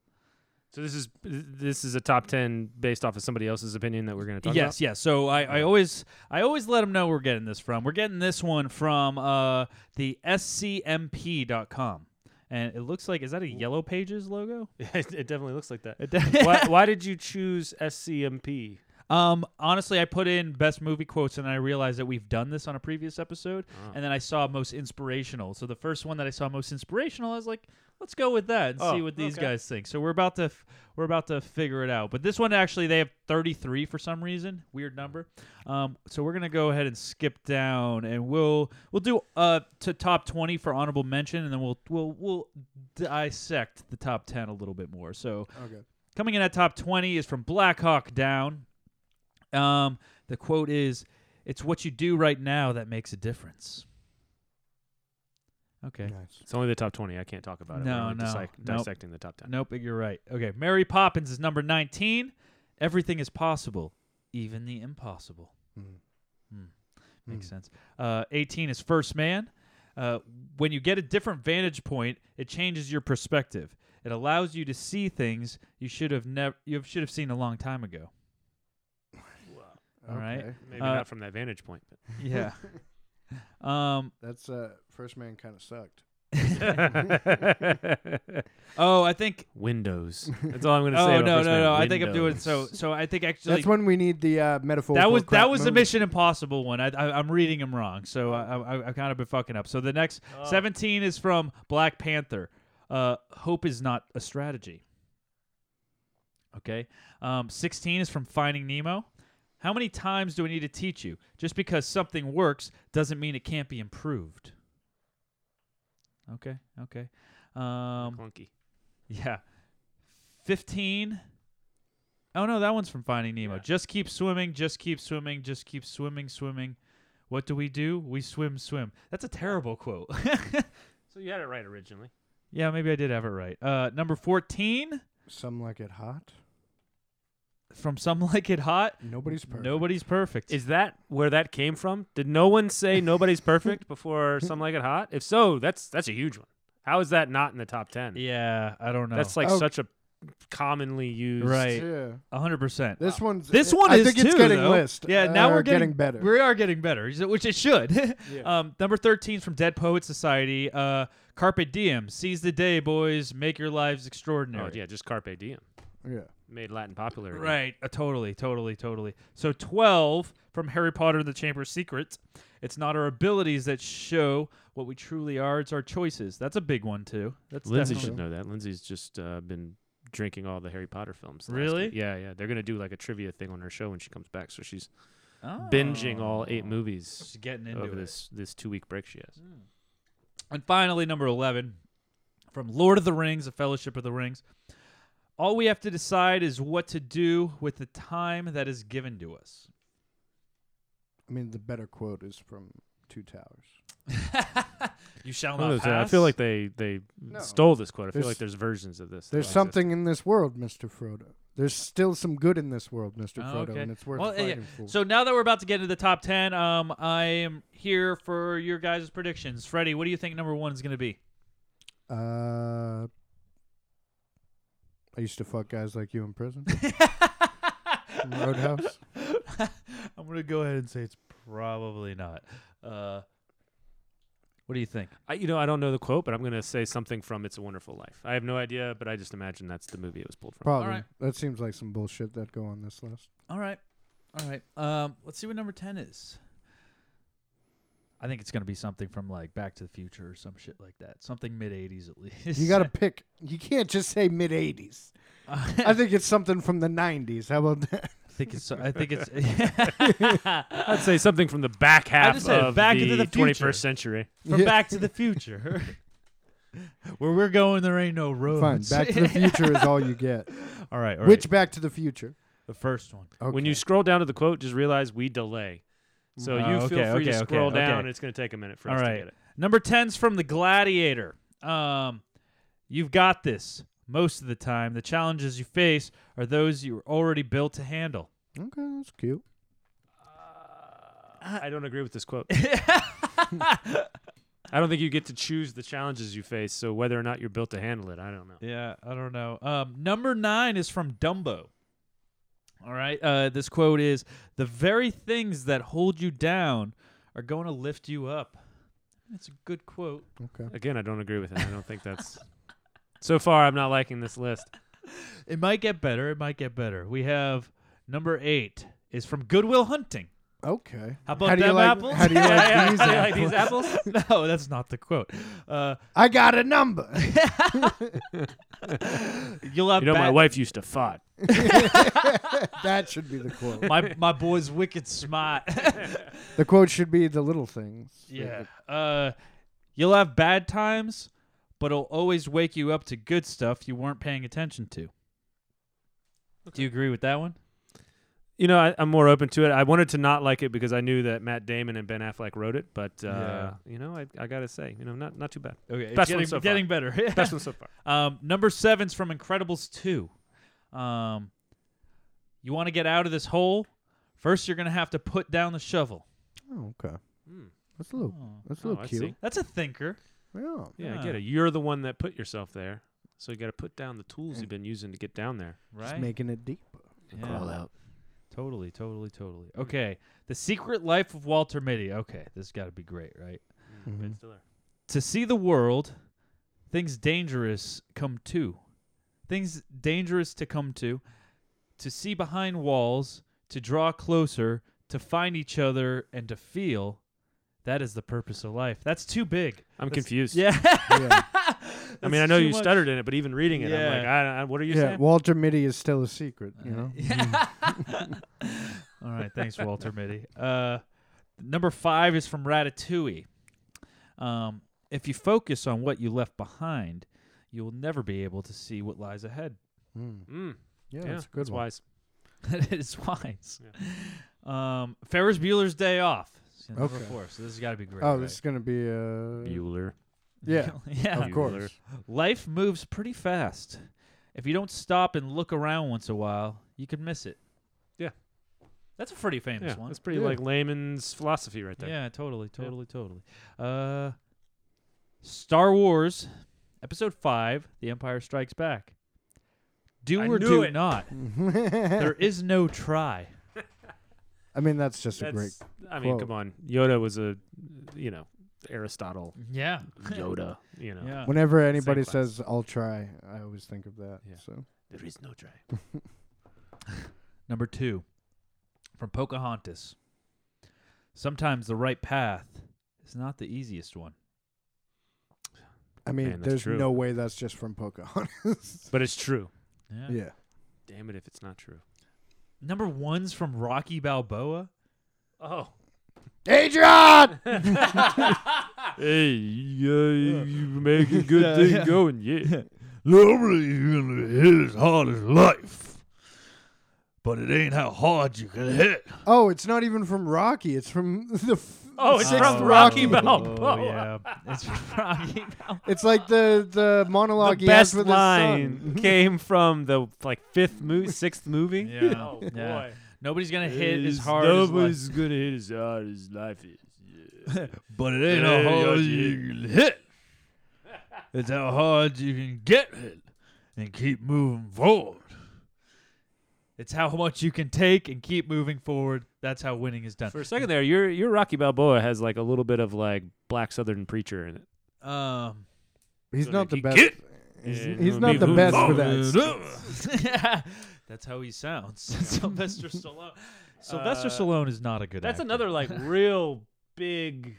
S2: So this is this is a top ten based off of somebody else's opinion that we're going to talk
S3: yes, yes. So I, I always I always let them know we're getting this from. We're getting this one from uh, the scmp.com. And it looks like is that a Yellow Pages logo?
S2: about. Yes, it definitely looks like that.
S3: It de-
S2: why, why did you choose SCMP?
S3: Um, honestly, I put in best movie quotes, and I realized that we've done this on a previous episode,
S2: Ah.
S3: and then I saw most inspirational. So the first one that I saw most inspirational, I was like, let's go with that and see
S2: Oh,
S3: what these
S2: okay.
S3: guys think. So we're about to f- we're about to figure it out. But this one actually, they have 33 for some reason, weird number. Um, so we're gonna go ahead and skip down, and we'll we'll do uh to top 20 for honorable mention, and then we'll we'll we'll dissect the top 10 a little bit more. So
S5: Okay.
S3: Coming in at top 20 is from Black Hawk Down. Um, the quote is, "It's what you do right now that makes a difference." Okay.
S5: Nice.
S2: It's only the top twenty. I can't talk about it. We're
S3: No,
S2: only
S3: no,
S2: dissect-
S3: nope.
S2: dissecting the top ten.
S3: Nope, you're right. Okay, Mary Poppins is number 19. Everything is possible, even the impossible.
S5: Mm.
S3: Hmm. Makes sense. Uh, 18 is First Man. Uh, when you get a different vantage point, it changes your perspective. It allows you to see things you should have never you should have seen a long time ago. All right.
S5: Okay.
S2: Maybe
S3: Uh,
S2: not from that vantage point. But.
S3: Yeah. um.
S5: That's uh, first man kind of sucked.
S3: Oh, I think.
S2: Windows. That's all I'm going to
S3: Oh
S2: say.
S3: no,
S2: about
S3: no,
S2: First Man.
S3: no! I think I'm doing
S2: Windows.
S3: so. So I think actually
S5: That's when we need the uh, metaphor.
S3: that was that was the Mission Impossible one. I, I, I'm reading them wrong,
S2: Oh.
S3: so I, I, I've kind of been fucking up. So the next 17 is from Black Panther. Uh, Hope is not a strategy. Okay. Um, 16 is from Finding Nemo. How many times do I need to teach you? Just because something works doesn't mean it can't be improved. Okay. Okay. Um,
S2: clunky.
S3: yeah. 15. Oh, no, that one's from Finding Nemo. Just keep swimming, just keep swimming, just keep swimming, swimming. What do we do? We swim, swim. That's a terrible quote.
S2: So you had it right originally.
S3: yeah, maybe I did have it right. Uh, number 14
S5: Some like it hot.
S3: from Some Like It Hot.
S5: Nobody's perfect.
S3: Nobody's perfect.
S2: Is that where that came from? Did no one say nobody's perfect before some like it hot? If so, that's that's a huge one. How is that not in the top ten?
S3: yeah, I don't know.
S2: That's like
S5: Oh.
S2: such a commonly used.
S3: right.
S5: Yeah.
S3: 100%.
S5: This one's
S3: This one
S5: I
S3: is
S5: think
S3: too,
S5: it's getting
S3: though.
S5: list.
S3: Yeah, now
S5: uh,
S3: we're getting,
S5: better.
S3: We are getting better, is it- which it should. um, number thirteen is from Dead Poet Society. Uh, Carpe diem, seize the day, boys. Make your lives extraordinary.
S2: Oh yeah, just carpe diem.
S5: yeah.
S2: Made Latin popular. again.
S3: Right. Uh, totally, totally, totally. So 12 from Harry Potter and the Chamber of Secrets. It's not our abilities that show what we truly are, it's our choices. That's a big one, too. That's
S2: Lindsay
S3: definitely-
S2: should know that. Lindsay's just uh, been drinking all the Harry Potter films. last
S3: Really?
S2: week. Yeah, yeah. They're gonna do like a trivia thing on her show when she comes back. So she's
S3: Oh.
S2: binging all eight movies
S3: She's getting into
S2: over
S3: it.
S2: this this two week break she has.
S3: And finally, number 11 from Lord of the Rings, The Fellowship of the Rings. All we have to decide is what to do with the time that is given to us.
S5: I mean, the better quote is from Two Towers.
S3: You shall
S2: I don't
S3: not
S2: know, so I
S3: pass.
S2: feel like they they
S5: No.
S2: stole this quote. I feel
S5: There's-
S2: like there's versions of this. that
S5: There's
S2: exist.
S5: something in this world, Mister Frodo. There's still some good in this world, Mister
S3: Oh,
S5: Frodo,
S3: okay.
S5: and it's worth
S3: Well, uh,
S5: fighting
S3: yeah.
S5: for.
S3: So now that we're about to get into the top ten, um, I am here for your guys' predictions. Freddie, what do you think number one is going to be?
S5: uh, I used to fuck guys like you in prison. From Roadhouse.
S3: I'm going to go ahead and say it's probably not. Uh, what do you think?
S2: I, you know, I don't know the quote, but I'm gonna say something from "It's a Wonderful Life." I have no idea, but I just imagine that's the movie it was pulled from.
S5: Probably.
S3: right.
S5: That seems like some bullshit that go on this list.
S3: All right, all right. Um, let's see what number ten is. I think it's going to be something from like Back to the Future or some shit like that. Something mid '80s at least.
S5: You got to pick. You can't just say mid '80s. I think it's something from the '90s. How about that?
S3: I think it's. I think it's.
S2: I'd say something from the back half
S3: just said
S2: of
S3: Back
S2: the,
S3: into the
S2: 21st
S3: Future.
S2: century.
S3: from
S5: Yeah.
S3: Back to the Future. Where we're going, there ain't no
S5: Fine.
S3: roads.
S5: Back to the Future is all you get.
S3: all right, all right.
S5: Which Back to the Future?
S3: the first one?
S5: Okay. Uh,
S2: When you scroll down to the quote, just realize we delay. So
S3: Oh,
S2: you feel
S3: okay,
S2: free to
S3: okay, okay,
S2: scroll down.
S3: okay.
S2: It's gonna take a minute for
S3: All
S2: us
S3: right,
S2: to get it.
S3: number ten's from the Gladiator. Um, you've got this. Most of the time, the challenges you face are those you were already built to handle.
S5: okay, that's cute.
S2: I don't agree with this quote. I don't think you get to choose the challenges you face, so whether or not you're built to handle it, I don't know.
S3: Yeah, I don't know. Um, number nine is from Dumbo. All right. Uh, this quote is The very things that hold you down are going to lift you up. That's a good quote.
S5: Okay.
S2: Again, I don't agree with it. I don't think that's. So far, I'm not liking this list.
S3: It might get better. It might get better. We have number eight is from Goodwill Hunting.
S5: Okay.
S3: How about
S5: how do
S3: them
S5: you like,
S3: apples?
S5: How do you like
S3: Yeah,
S5: these?
S3: how do you like these
S5: apples?
S3: apples? no, that's not the quote. Uh,
S5: I got a number.
S3: you'll have
S2: You know, my
S3: bad-
S2: wife used to fought.
S5: that should be the quote.
S3: My my boy's wicked smart.
S5: The quote should be the little things.
S3: Yeah. Uh, you'll have bad times, but it'll always wake you up to good stuff you weren't paying attention to. Do you agree with that one?
S2: You know, I, I'm more open to it. I wanted to not like it because I knew that Matt Damon and Ben Affleck wrote it, but uh,
S3: Yeah.
S2: you know, I, I gotta say, you know, not not too bad.
S3: Okay, it's
S2: Best one
S3: getting,
S2: so far.
S3: getting better.
S2: Best one so far.
S3: um, number seven's from Incredibles two. Um, you want to get out of this hole? First, you're gonna have to put down the shovel.
S5: Oh, okay.
S3: Hmm.
S5: That's a little. That's a
S2: Oh,
S5: little
S2: I
S5: cute.
S2: see.
S3: That's a thinker.
S5: Yeah.
S2: Yeah, I
S3: Yeah.
S2: get it. You're the one that put yourself there, so you got to put down the tools you've been using to get down there.
S3: Right.
S5: Just making it deep.
S3: Yeah. Totally, totally, totally. Okay. The Secret Life of Walter Mitty. Okay, this has got to be great, right?
S5: Mhm.
S3: to see the world, things dangerous come to. Things dangerous to come to. To see behind walls, to draw closer, to find each other, and to feel. That is the purpose of life. That's too big.
S2: I'm
S3: That's-
S2: confused.
S3: Yeah.
S5: Yeah.
S2: I mean, I know you stuttered in it, but even reading it, I'm like,
S3: Yeah.
S2: I, I, what are you
S5: yeah.
S2: saying?
S5: Walter Mitty is still a secret. You
S3: Uh,
S5: know.
S3: All right, thanks, Walter Mitty. Uh, number five is from Ratatouille. Um, if you focus on what you left behind, you will never be able to see what lies ahead.
S5: Mm.
S2: Mm,
S5: Yeah,
S2: yeah,
S5: that's a good one.
S2: wise.
S3: That is wise. Um, Ferris Bueller's Day Off. is Number
S5: Okay.
S3: four. So this has got to be great.
S5: Oh,
S3: right?
S5: this is gonna be uh,
S2: Bueller.
S5: yeah, Oh,
S3: yeah.
S5: of course.
S3: Life moves pretty fast. If you don't stop and look around once a while, you could miss it.
S2: Yeah.
S3: That's a pretty famous
S2: Yeah,
S3: one.
S2: that's pretty
S5: Yeah.
S2: like layman's philosophy right there.
S3: Yeah, totally,
S2: Yeah.
S3: totally, totally. Uh, Star Wars, Episode Five: The Empire Strikes Back. Do
S2: I
S3: or
S2: knew
S3: do
S2: it.
S3: not. there is no try.
S5: I mean, that's just a great.
S2: That's, I mean, come on. Yoda was a, you know, Aristotle.
S3: Yeah.
S2: Yoda, you know.
S3: Yeah.
S5: Whenever anybody
S2: class.
S5: says "I'll try," I always think of that.
S2: Yeah.
S5: So
S2: There is no try.
S3: Number two, from Pocahontas. Sometimes the right path is not the easiest one.
S5: I mean,
S2: Man, that's
S5: there's
S2: true.
S5: no way that's just from Pocahontas.
S2: But it's true.
S3: Yeah.
S5: yeah.
S2: Damn it if it's not true.
S3: Number one's from Rocky Balboa.
S2: Oh.
S5: Adrian.
S2: hey, yeah, you make a good
S3: Yeah,
S2: thing
S3: yeah.
S2: going, yeah.
S13: Nobody's gonna hit as hard as life, but it ain't how hard you can hit.
S5: Oh, it's not even from Rocky. It's from the. F-
S2: Oh, it's
S5: sixth
S2: from Rocky
S5: Rocky
S2: Balboa.
S3: Oh, yeah. It's Rocky Balboa.
S5: It's like the the monologue
S2: the
S5: he has
S2: best
S5: with his
S2: line
S5: son.
S2: came from the like fifth movie, sixth movie.
S14: Yeah.
S2: Oh
S14: Yeah.
S2: boy.
S14: Nobody's gonna hit as
S2: Is
S14: hard as life.
S2: Nobody's gonna hit as hard as life is.
S13: But it ain't how hard you can hit. It's how hard you can get hit and keep moving forward.
S3: It's how much you can take and keep moving forward. That's how winning is done.
S2: For a second there, your your Rocky Balboa has like a little bit of like black Southern preacher in it.
S3: Um,
S5: He's
S2: So
S5: not
S2: they
S5: the
S2: keep
S5: best.
S2: getting-
S5: He's,
S2: Yeah,
S5: he's
S2: no,
S5: not the
S2: maybe-
S5: best for that.
S3: that's how he sounds. Sylvester Stallone. Sylvester
S2: Uh,
S3: Stallone is not a good.
S2: That's
S3: actor.
S2: another like real big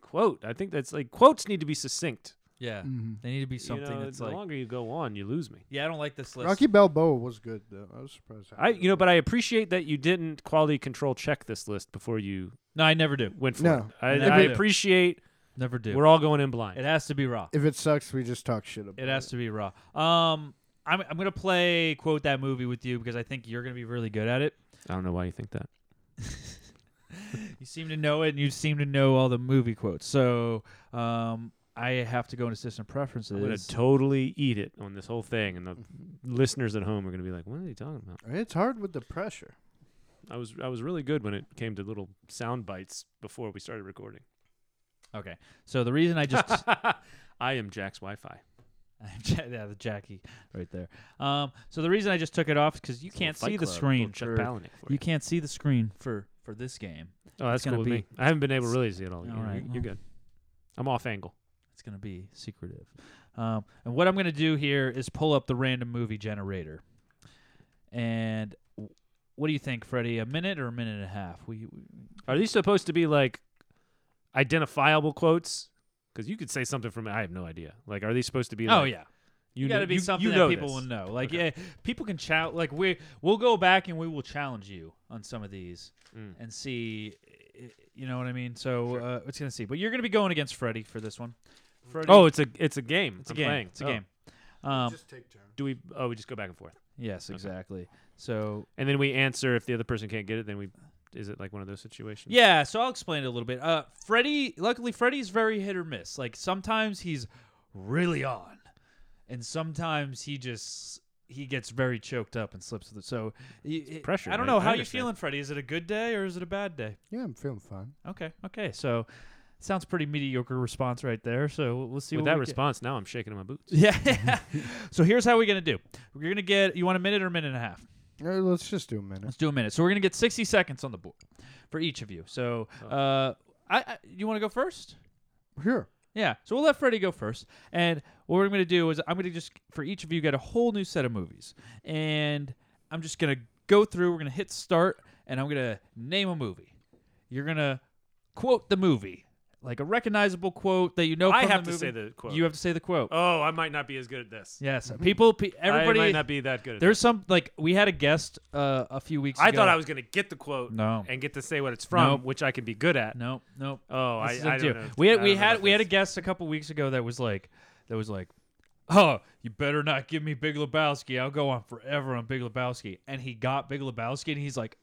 S2: quote. I think that's like quotes need to be succinct.
S3: Yeah,
S5: Mhm.
S3: they need to be
S2: Hmm. You
S3: something
S2: know,
S3: that's
S2: the
S3: like.
S2: longer you go on, you lose me.
S3: Yeah, I don't like this list.
S5: Rocky Balboa was good though. I was surprised. how
S2: I
S5: good
S2: you
S5: it
S2: know, but I appreciate that you didn't quality control check this list before you
S3: No, I never do.
S2: went for
S5: No.
S2: it. I,
S3: Never
S2: I
S3: do.
S2: appreciate
S3: Never do.
S2: we're all going in blind.
S3: it has to be raw.
S5: If it sucks, we just talk shit about it.
S3: It has to be raw. Um, I'm I'm gonna play quote that movie with you because I think you're gonna be really good at it.
S2: I don't know why you think that.
S3: You seem to know it, and you seem to know all the movie quotes. So, um, I have to go into system preferences.
S2: I'm gonna totally eat it on this whole thing, and the listeners at home are gonna be like, "What are they talking about?"
S5: It's hard with the pressure.
S2: I was I was really good when it came to little sound bites before we started recording.
S3: okay. So the reason I just
S2: I am Jack's Wi-Fi.
S3: I'm Ja- yeah, the Jackie right there. Um, so the reason I just took it off because you
S2: It's a
S3: can't
S2: little
S3: see
S2: Fight
S3: the
S2: Club,
S3: screen.
S2: little Chuck
S3: for-
S2: Palahniuk for
S3: you,
S2: you.
S3: can't see the screen for for this game.
S2: Oh, that's
S3: it's gonna
S2: cool with
S3: be
S2: me. I haven't been able to really see it all.
S3: All
S2: All
S3: right,
S2: right, you're good. I'm off angle.
S3: it's gonna be secretive. Um, and what I'm gonna do here is pull up the random movie generator. And w- what do you think, Freddie? A minute or a minute and a half? We, we
S2: Are these supposed to be like identifiable quotes? Because you could say something from I have no idea. Like, are these supposed to be?
S3: oh
S2: like,
S3: yeah.
S2: you
S3: You got to
S2: kn-
S3: be
S2: you-
S3: something
S2: you
S3: that
S2: know
S3: people
S2: this.
S3: will know. Like,
S2: Okay.
S3: yeah, people can challenge. Like, we we'll go back and we will challenge you on some of these
S2: Mm.
S3: and see. i- You know what I mean? So uh, it's gonna see. But you're gonna be going against Freddie for this one. Freddie,
S2: Oh, it's a it's a game.
S3: it's a
S2: I'm
S3: game.
S2: playing.
S3: It's a
S2: Oh.
S3: game. Um,
S5: take turns.
S2: Do we? Oh, we just go back and forth,
S3: yes, exactly. So
S2: and then we answer. If the other person can't get it, then we. Is it like one of those situations?
S3: yeah, so I'll explain it a little bit. Uh, Freddie, luckily, Freddie's very hit or miss. Like sometimes he's really on, and sometimes he just he gets very choked up and slips. With it. So y- it-
S2: pressure,
S3: I don't
S2: I-
S3: know
S2: I
S3: how you
S2: understand.
S3: feeling, Freddie. Is it a good day or is it a bad day?
S5: Yeah, I'm feeling fine.
S3: Okay, okay. So sounds pretty mediocre response right there. So we'll see
S2: With
S3: what
S2: that
S3: we get.
S2: response, now I'm shaking in my boots.
S3: Yeah. so here's how we're gonna do. We're gonna get. You want a minute or a minute and a half?
S5: All right, Uh, let's just do a minute.
S3: Let's do a minute. So we're gonna get 60 seconds on the board for each of you. So,
S2: Oh.
S3: uh, I, I you want to go first?
S5: Here.
S3: Yeah. So we'll let Freddie go first. And what I'm gonna do is I'm gonna just for each of you get a whole new set of movies, and I'm just gonna go through. We're gonna hit start, and I'm gonna name a movie. You're gonna quote the movie, like a recognizable quote that you know.
S2: I
S3: from
S2: have
S3: the
S2: to say
S3: movie.
S2: the quote.
S3: You have to say the quote.
S2: Oh, I might not be as good at this.
S3: Yes, people. Pe- everybody.
S2: I might not be that good. At
S3: There's some like we had a guest uh, a few weeks.
S2: This. I
S3: ago.
S2: thought I was gonna get the quote.
S3: No.
S2: And get to say what it's from,
S3: Nope.
S2: which I can be good at.
S3: Nope, nope.
S2: Oh,
S3: This
S2: I,
S3: is up
S2: I
S3: to
S2: don't
S3: you.
S2: know.
S3: We
S2: I
S3: had
S2: don't
S3: we
S2: know
S3: had
S2: about
S3: we had a
S2: this.
S3: guest a couple weeks ago that was like that was like, oh, you better not give me Big Lebowski. I'll go on forever on Big Lebowski. And he got Big Lebowski, and he's like,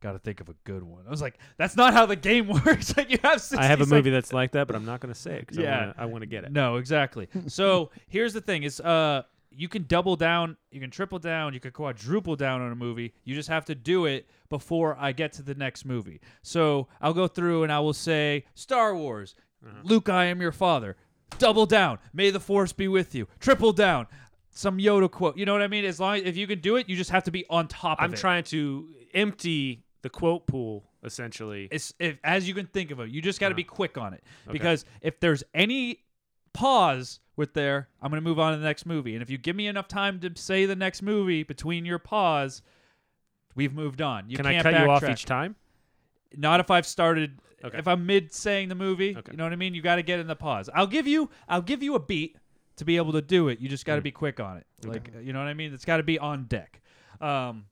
S3: got to think of a good one. I was like, that's not how the game works. like you have. 60
S2: I have a movie
S3: seconds.
S2: that's like that, but I'm not gonna say it because
S3: Yeah.
S2: I want to get it.
S3: No, exactly. so here's the thing: is uh, you can double down, you can triple down, you can quadruple down on a movie. You just have to do it before I get to the next movie. So I'll go through and I will say Star Wars,
S2: Uh-huh.
S3: Luke, I am your father. Double down. May the force be with you. Triple down. Some Yoda quote. You know what I mean? As long if you can do it, you just have to be on top
S2: I'm
S3: of it.
S2: trying to empty the quote pool essentially.
S3: It's if as you can think of it. You just got to
S2: Uh-huh.
S3: be quick on it because if there's any pause with there, I'm gonna move on to the next movie. And if you give me enough time to say the next movie between your pause, we've moved on. You
S2: can I
S3: can't
S2: cut you off
S3: backtrack.
S2: each time?
S3: Not if I've started.
S2: Okay.
S3: If I'm mid saying the movie,
S2: Okay.
S3: you know what I mean. You got to get in the pause. I'll give you. I'll give you a beat to be able to do it. You just got
S2: Mm.
S3: to be quick on it. Like you know what I mean. It's got to be on deck. Um,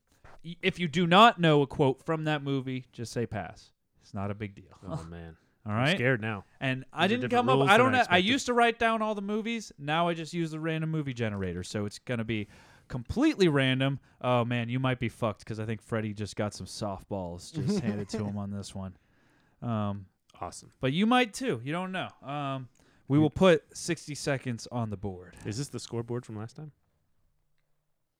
S3: y- if you do not know a quote from that movie, just say pass. It's not a big deal.
S2: Oh man,
S3: All right.
S2: scared now.
S3: And
S2: These
S3: I
S2: are
S3: didn't
S2: different
S3: come up.
S2: rules
S3: I
S2: than
S3: don't. know. I
S2: expected.
S3: used to write down all the movies. Now I just use the random movie generator, so it's gonna be completely random. Oh man, you might be fucked because I think Freddie just got some softballs just handed to him on this one. Um,
S2: awesome.
S3: But you might too. You don't know. Um,
S2: Hmm.
S3: we will put sixty seconds on the board.
S2: Is this the scoreboard from last time?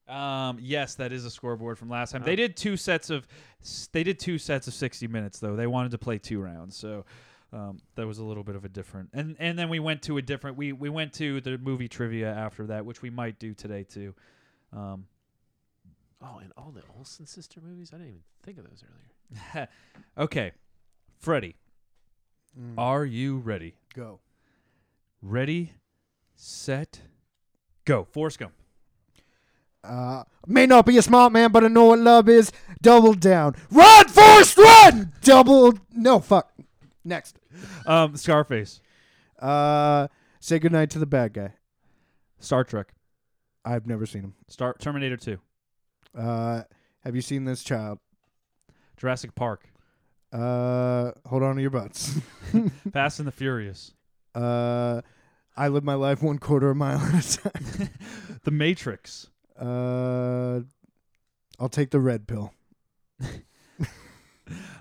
S3: Um, yes, that is a scoreboard from last time. They did two sets of, s- they did two sets of sixty minutes though. They wanted to play two rounds, so um, that was a little bit of a different. And and then we went to a different. We we went to the movie trivia after that, which we might do today too. Um,
S2: Oh, and all the Olsen sister movies? I didn't even think of those earlier.
S3: okay, Freddie, are you ready?
S5: Go.
S3: Ready, set, go. Forrest Gump.
S5: Uh, may not be a smart man, but I know what love is. Double down. Run, Forrest, run! Double. No, fuck. Next.
S3: Um, Scarface.
S5: Uh, say goodnight to the bad guy.
S3: Star Trek.
S5: I've never seen him.
S3: Star Terminator Two.
S5: Uh, have you seen this child?
S3: Jurassic Park.
S5: Uh, hold on to your butts.
S3: Fast and the Furious.
S5: uh, I live my life one quarter of a mile at a time.
S3: the Matrix.
S5: Uh, I'll take the red pill.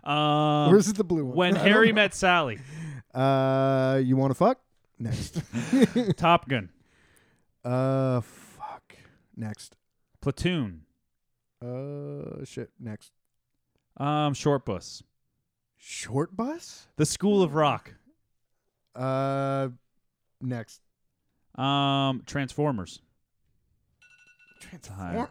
S3: Um,
S5: Where's the blue one?
S3: When
S5: I don't
S3: Harry
S5: know.
S3: Met Sally.
S5: Uh, you want to fuck? Next.
S3: Top Gun.
S5: Uh, fuck. Next.
S3: Platoon.
S5: Uh, shit. Next.
S3: Um, Short Bus.
S5: Short bus?
S3: The School of Rock.
S5: Uh, next.
S3: Um, Transformers.
S5: Transformers.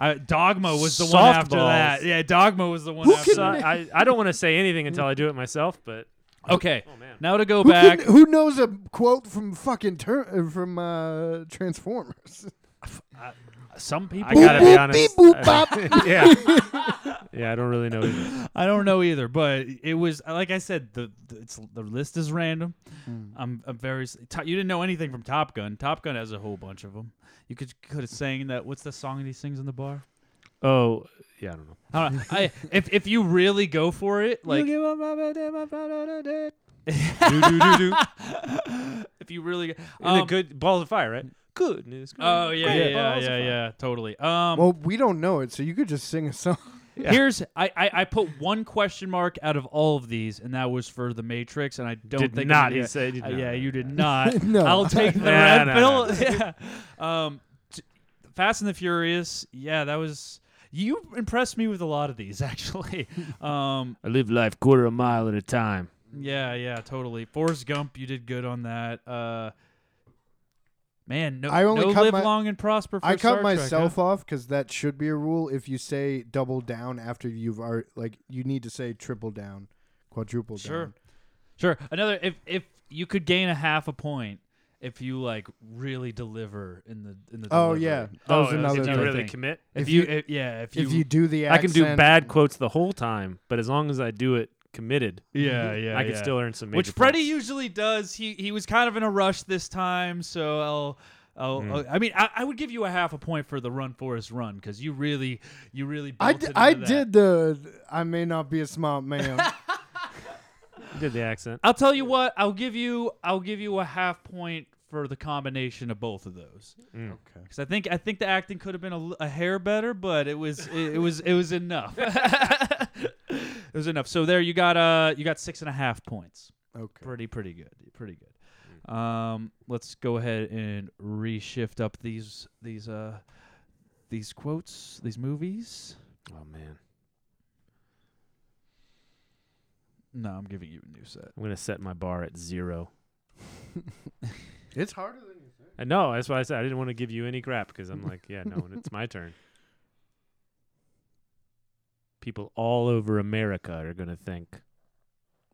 S3: I, Dogma was the one after
S2: Softballs.
S3: that. Yeah, Dogma was the one
S2: Who
S3: after
S2: can-
S3: that.
S2: Uh, I, I don't want to say anything until I do it myself, but
S3: Okay.
S2: Oh, man.
S3: Now to go
S5: Who,
S3: back.
S5: can- who knows a quote from fucking tur- uh, from uh, Transformers?
S3: Some people.
S2: I gotta be honest.
S5: beep, boop,
S2: I-
S5: bop.
S2: yeah. Yeah, I don't really know either.
S3: I don't know either, but it was like I said. The, the it's the list is random.
S5: Hmm.
S3: I'm, I'm very. s- Top, you didn't know anything from Top Gun. Top Gun has a whole bunch of them. You could could have sang that. What's the song that he sings in the bar?
S2: Oh, yeah, I don't know.
S3: I don't know. I, if if you really go for it, like if you really go,
S2: In a
S3: um,
S2: good balls of fire, right? Good news. Good
S3: Oh yeah, yeah,
S2: great
S3: yeah,
S2: balls of
S3: yeah,
S2: fire.
S3: yeah, totally. Um,
S5: well, we don't know it, so you could just sing a song.
S3: here's I, I I put one question mark out of all of these, and that was for the Matrix, and I don't
S2: Did
S3: think I'm
S2: not.
S3: gonna-
S2: He said he did
S3: Uh,
S2: not.
S3: yeah, you did not.
S5: No.
S3: I'll take the
S2: Nah,
S3: red
S2: nah,
S3: pill.
S2: nah.
S3: Yeah. Um, t- Fast and the Furious. Yeah, that was. You impressed me with a lot of these, actually. Um,
S2: I live life quarter a mile at a time.
S3: Yeah, yeah, totally. Forrest Gump, you did good on that. Uh, man, no,
S5: I only
S3: no
S5: cut
S3: live
S5: my-
S3: long and prosper. For
S5: I
S3: Star
S5: cut
S3: Trek,
S5: myself
S3: huh?
S5: off because that should be a rule. If you say double down after you've already, like, you need to say triple down, quadruple
S3: Sure.
S5: down.
S3: Sure. Another, if if you could gain a half a point, if you like really deliver in the in the.
S5: Oh
S3: delivery.
S5: yeah, that
S2: Oh,
S5: was another.
S2: if you
S5: thing.
S2: really
S3: thing.
S2: commit.
S3: If,
S5: If
S3: you,
S5: you-
S3: if, yeah, if you,
S5: If you do the,
S2: I can
S5: accent,
S2: do bad quotes the whole time, but as long as I do it committed,
S3: yeah, yeah,
S2: I can
S3: yeah.
S2: still earn some. Major
S3: which Freddie
S2: points.
S3: usually does. He he was kind of in a rush this time, so I'll. I'll,
S2: Hmm.
S3: I'll- I mean, I, I would give you a half a point for the run, Forrest, run, because you really, you really.
S5: I,
S3: belted
S5: d- I
S3: into that.
S5: did the. I may not be a smart man.
S2: You did the accent.
S3: I'll tell you what. I'll give you. I'll give you a half point for the combination of both of those.
S2: Mm.
S5: okay.
S3: Because I think I think the acting could have been a, l- a hair better, but it was it, it was it was enough. it was enough. So there you got uh you got six and a half points.
S5: Okay.
S3: Pretty pretty good. Pretty good. Um, let's go ahead and reshift up these these uh these quotes these movies.
S2: Oh man,
S3: No, I'm giving you a new set.
S2: I'm gonna set my bar at zero.
S5: It's harder than you think.
S2: I know Uh, that's why I said I didn't want to give you any crap because I'm like, yeah, no, it's my turn. People all over America are gonna think,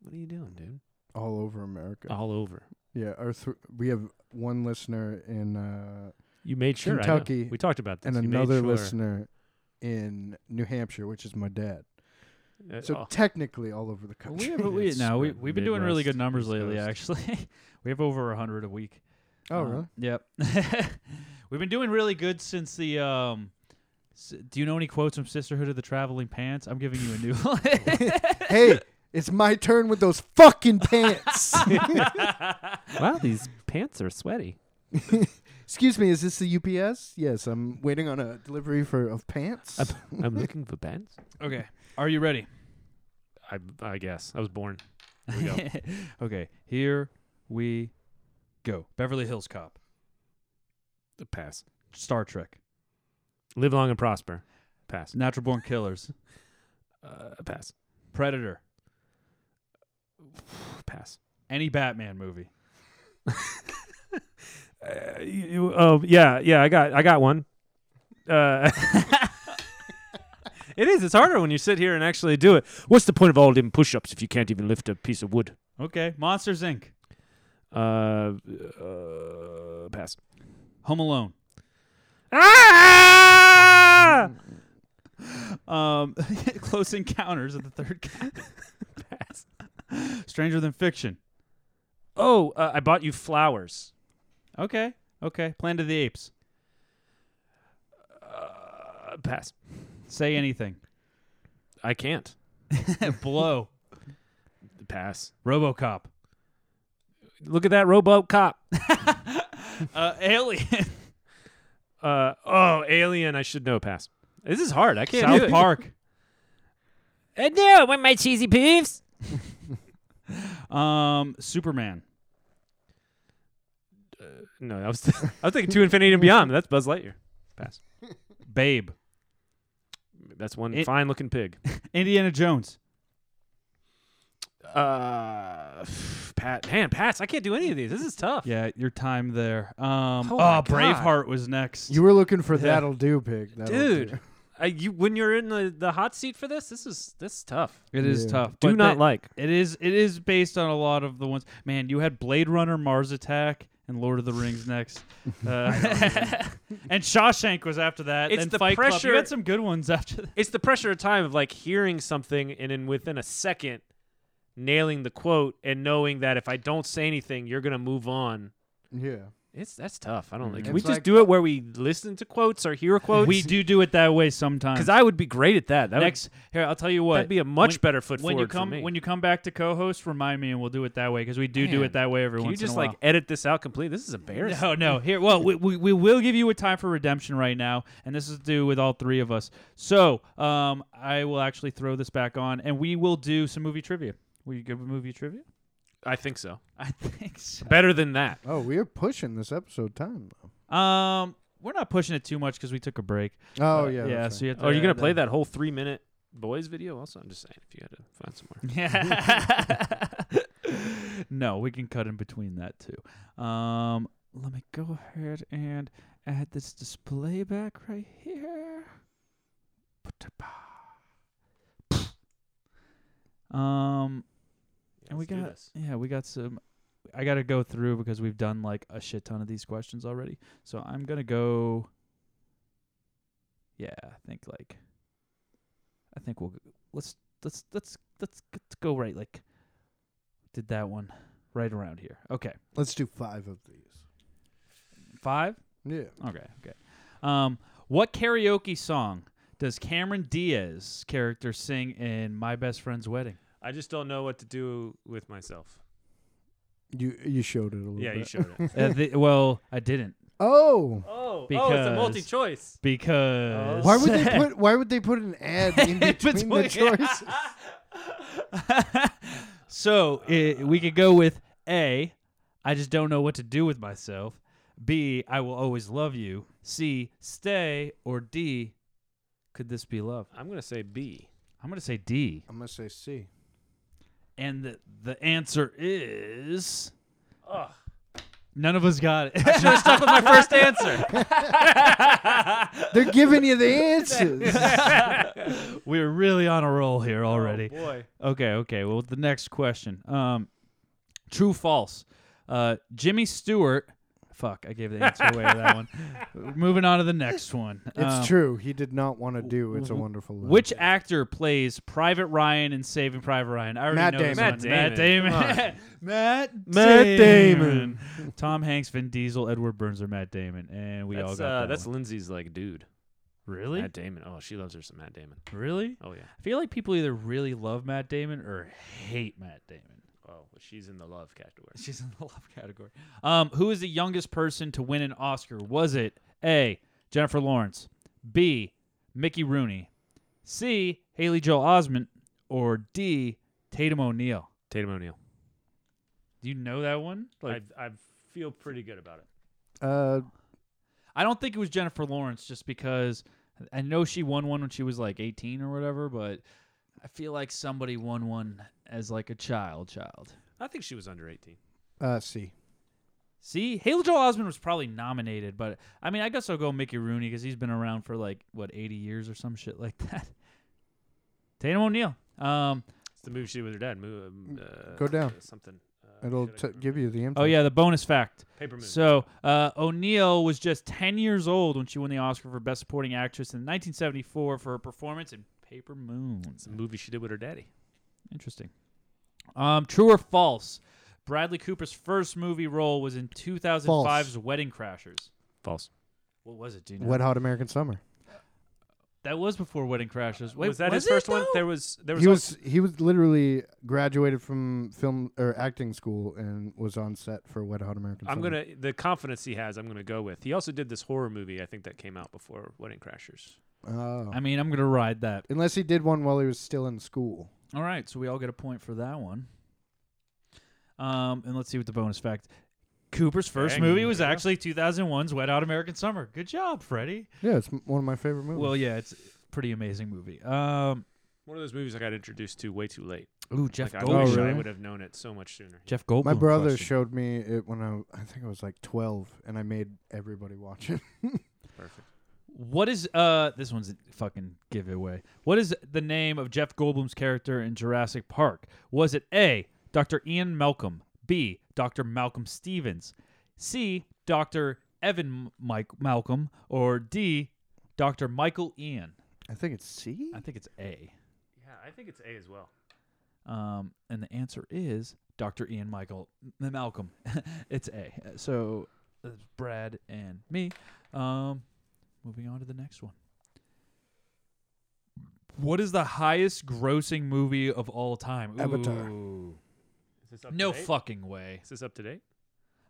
S2: "What are you doing, dude?
S5: All over America.
S2: All over."
S5: Yeah, our th- we have one listener in uh,
S2: You made sure. I know.
S5: Kentucky
S2: We talked about this.
S5: and
S2: You made
S5: another
S2: sure.
S5: listener in New Hampshire, which is my dad.
S2: Uh,
S5: So
S2: oh.
S5: technically, all over the
S3: Well, We
S5: country.
S3: have, we,
S2: It's
S3: no, we,
S2: spread
S3: we've been doing really good
S2: Midwest,
S3: numbers
S2: East
S3: lately,
S2: Coast.
S3: actually. we have over 100 a week.
S5: oh,
S3: Um,
S5: really?
S3: Yep. we've been doing really good since the. Um, s- do you know any quotes from Sisterhood of the Traveling Pants? I'm giving you a new one.
S5: hey, It's my turn with those fucking pants.
S2: wow, these pants are sweaty.
S5: Excuse me, is this the UPS? Yes, I'm waiting on a delivery for of pants.
S2: I'm, I'm looking for pants.
S3: Okay. Are you ready?
S2: I, I guess I was born. Here we go.
S3: okay. Here we go. Beverly Hills Cop.
S2: Pass.
S3: Star Trek.
S2: Live long and prosper. Pass.
S3: Natural Born Killers.
S2: Uh, pass.
S3: Predator.
S2: Pass.
S3: Any Batman movie.
S2: Uh, you, you- oh yeah, yeah. I got I got one. Uh, it is. It's harder when you sit here and actually do it. What's the point of all them push-ups if you can't even lift a piece of wood?
S3: Okay. Monsters Inc.
S2: Uh, uh pass.
S3: Home Alone.
S2: Ah!
S3: Um, Close Encounters of the Third Kind. Stranger Than Fiction.
S2: Oh, uh, I bought you flowers.
S3: Okay. Okay. Planet of the Apes.
S2: Uh, pass.
S3: Say anything.
S2: I can't.
S3: Blow.
S2: Pass.
S3: RoboCop.
S2: Look at that robot cop.
S3: Uh, Alien.
S2: Uh oh, Alien. I should know. Pass. This is hard. I can't. do
S3: South
S2: it.
S3: Park.
S2: Uh, no, want my cheesy poofs?
S3: Um, Superman.
S2: No, I was I was thinking to infinity and beyond. That's Buzz Lightyear. Pass.
S3: Babe.
S2: That's one
S3: It-
S2: fine looking pig.
S3: Indiana Jones.
S2: Uh, Pat, man, Pats. I can't do any of these. This is tough.
S3: Yeah, your time there. Um,
S2: Oh
S3: oh,
S2: my God.
S3: Braveheart was next.
S5: You were looking for that'll do, pig. That'll
S2: dude.
S5: do.
S2: I, you when you're in the, the hot seat for this, this is this is tough.
S3: It is
S5: Yeah.
S3: tough.
S2: Do
S3: but
S2: not
S3: that-
S2: like.
S3: It is. It is based on a lot of the ones. Man, you had Blade Runner, Mars Attack, and Lord of the Rings next. Uh, and Shawshank was after that.
S2: It's
S3: then
S2: the
S3: Fight Club.
S2: pressure-
S3: You had some good ones after that.
S2: It's the pressure of time of like hearing something and in within a second nailing the quote and knowing that if I don't say anything, you're gonna move on.
S5: Yeah.
S2: It's that's tough. I don't like. Can
S5: It's
S2: we just
S5: like-
S2: do it where we listen to quotes or hear quotes?
S3: Mm-hmm. We do do it that way sometimes.
S2: because I would be great at that. That would-
S3: next here, I'll tell you what.
S2: that'd be a much
S3: when-
S2: better foot
S3: when you
S2: forward for
S3: come
S2: me.
S3: when you come back to co-host. Remind me, and we'll do it that way because we do do
S2: Man,
S3: it that way every
S2: Can you
S3: once
S2: just
S3: in a while.
S2: like edit this out completely? This is embarrassing.
S3: No, no. Here, well, we, we, we will give you a time for redemption right now, and this is due with all three of us. So, um, I will actually throw this back on, and we will do some movie trivia. Were you good with movie trivia?
S2: I think so.
S3: I think so.
S2: Better than that.
S5: Oh, we are pushing this episode time though.
S3: Um, we're not pushing it too much because we took a break.
S5: Oh
S3: Uh,
S5: yeah.
S3: yeah.
S5: that's
S3: So you have to,
S2: Oh, are you gonna play that whole three minute boys video? Also, I'm just saying if you had to find somewhere.
S3: no, we can cut in between that too. Um, let me go ahead and add this display back right here. Um, and we
S2: let's do
S3: got
S2: this.
S3: yeah, we got some. I gotta go through because we've done like a shit ton of these questions already. So I'm gonna go. Yeah, I think like. I think we'll g- let's let's let's let's, let's go right like. Did that one right around here? Okay,
S5: Let's do five of these.
S3: five.
S5: Yeah.
S2: Oh.
S3: Okay, okay. Um, what karaoke song does Cameron Diaz character sing in My Best Friend's Wedding?
S2: I just don't know what to do with myself.
S5: You you showed it a little
S2: Yeah,
S5: bit.
S2: you showed it.
S3: uh, the, well, I didn't
S5: Oh.
S2: oh,
S3: oh, it's a Because-
S2: choice.
S3: because
S5: Why would they put why would they put an ad in between the choices?
S3: so i we could go with A, I just don't know what to do with myself. B, I will always love you. C, stay. Or D, could this be love?
S2: I'm gonna say B.
S3: I'm going to say D.
S5: I'm gonna say C.
S3: And the, the answer is.
S2: Ugh.
S3: None of us got it.
S2: Stuck with my first answer.
S5: They're giving you the answers.
S3: We're really on a roll here already.
S2: Oh, boy.
S3: Okay, okay. Well, the next question. Um, true, false. Uh, Jimmy Stewart. Fuck, I gave the answer away to that one. Moving on to the next one. Um,
S5: It's true. He did not want to do It's a Wonderful Life.
S3: Which actor plays Private Ryan in Saving Private Ryan? I already
S5: Matt
S3: know this
S5: Damon.
S3: one.
S2: Matt Damon.
S3: Matt Damon. Matt
S2: Matt
S3: Damon. Tom Hanks, Vin Diesel, Edward Burns, or Matt Damon, and we all
S2: That's,
S3: got
S2: uh,
S3: that
S2: that's
S3: one.
S2: Lindsay's like dude.
S3: Really?
S2: Matt Damon. Oh, she loves her some Matt Damon.
S3: Really?
S2: Oh yeah.
S3: I feel like people either really love Matt Damon or hate Matt Damon.
S2: Oh, well, she's in the love category.
S3: She's in the love category. Um, who is the youngest person to win an Oscar? Was it A. Jennifer Lawrence, B. Mickey Rooney, C. Haley Joel Osment, or D. Tatum O'Neal?
S2: Tatum O'Neal.
S3: Do you know that one?
S2: Like, I I feel pretty good about it.
S5: Uh,
S3: I don't think it was Jennifer Lawrence just because I know she won one when she was like 18 or whatever, but I feel like somebody won one as like a child child.
S2: I think she was under 18.
S5: Uh, C.
S3: See, Haley Joel Osment was probably nominated, but I mean, I guess I'll go Mickey Rooney because he's been around for like what 80 years or some shit like that. Tatum O'Neal. Um,
S2: It's the movie she did with her dad. Mo- um, uh,
S5: Mm, Go down.
S2: Something. Uh,
S5: It'll
S2: shit, I
S5: t-
S2: can't
S5: give you the info.
S3: oh yeah, the bonus fact.
S2: Paper Moon.
S3: So uh, O'Neill was just 10 years old when she won the Oscar for Best Supporting Actress in 1974 for her performance in Paper Moon.
S2: it's a movie she did with her daddy.
S3: Interesting. Um, true or false? Bradley Cooper's first movie role was in 2005's
S5: False.
S3: Wedding Crashers.
S2: False.
S3: What was it? Do you know?
S5: Wet Hot American Summer.
S3: that was before Wedding Crashers. Wait,
S2: Uh, was that his
S3: it,
S2: first one?
S3: though?
S2: There was. There was.
S5: He
S2: also-
S5: was he was literally graduated from film or acting school and was on set for Wet Hot American
S2: I'm
S5: Summer.
S2: gonna the confidence he has. I'm gonna go with. He also did this horror movie. I think that came out before Wedding Crashers.
S5: Oh.
S3: I mean, I'm gonna ride that.
S5: Unless he did one while he was still in school.
S3: All right, so we all get a point for that one. Um, and let's see what the bonus fact. Cooper's first
S2: Dang,
S3: movie was
S2: there you go.
S3: actually 2001's Wet Out American Summer. Good job, Freddie.
S5: Yeah, it's m- one of my favorite movies.
S3: Well, yeah, it's a pretty amazing movie. Um,
S2: One of those movies I got introduced to way too late.
S3: ooh, Jeff
S2: Like, I
S3: Goldblum.
S5: Oh,
S2: wish I
S5: really?
S2: would have known it so much sooner.
S3: Jeff Goldblum.
S5: my brother
S3: question.
S5: showed me it when I I think I was like 12 and I made everybody watch it.
S2: Perfect.
S3: What is uh this one's a fucking giveaway. What is the name of Jeff Goldblum's character in Jurassic Park? Was it A, Dr. Ian Malcolm, B, Dr. Malcolm Stevens, C, Dr. Evan Mike Malcolm, or D, Dr. Michael Ian?
S5: I think it's C.
S3: I think it's A.
S2: Yeah, I think it's A as well.
S3: Um and the answer is Dr. Ian Michael M- Malcolm. it's A. So it's Brad and me. Um moving on to the next one. What is the highest grossing movie of all time?
S5: Avatar.
S3: Ooh.
S2: Is this up
S3: No
S2: to date?
S3: fucking way.
S2: Is this up to date?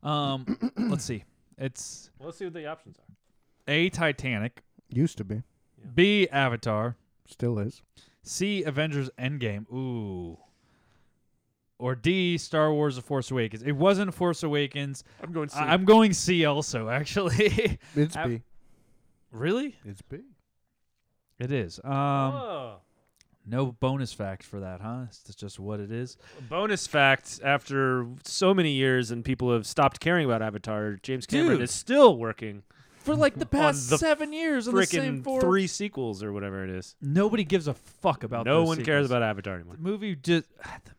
S3: Um let's see. It's
S2: Well, let's see what the options are.
S3: A Titanic,
S5: Used to be,
S3: B Avatar,
S5: still is.
S3: C Avengers Endgame. Ooh. Or D Star Wars The Force Awakens. It wasn't Force Awakens.
S2: I'm going.
S3: I- I'm going C also, actually.
S5: It's
S3: Av-
S5: B.
S3: really?
S5: It's B.
S3: It is.
S2: Oh,
S3: Um, no bonus fact for that, huh? It's just- just what it is.
S2: Bonus fact: After so many years and people have stopped caring about Avatar, James Cameron
S3: Dude.
S2: is still working
S3: For like the past
S2: the
S3: seven years, on the same
S2: freaking
S3: four.
S2: three sequels or whatever it is.
S3: Nobody gives a fuck about.
S2: no
S3: those
S2: one cares
S3: sequels.
S2: about Avatar anymore.
S3: the movie. Just the,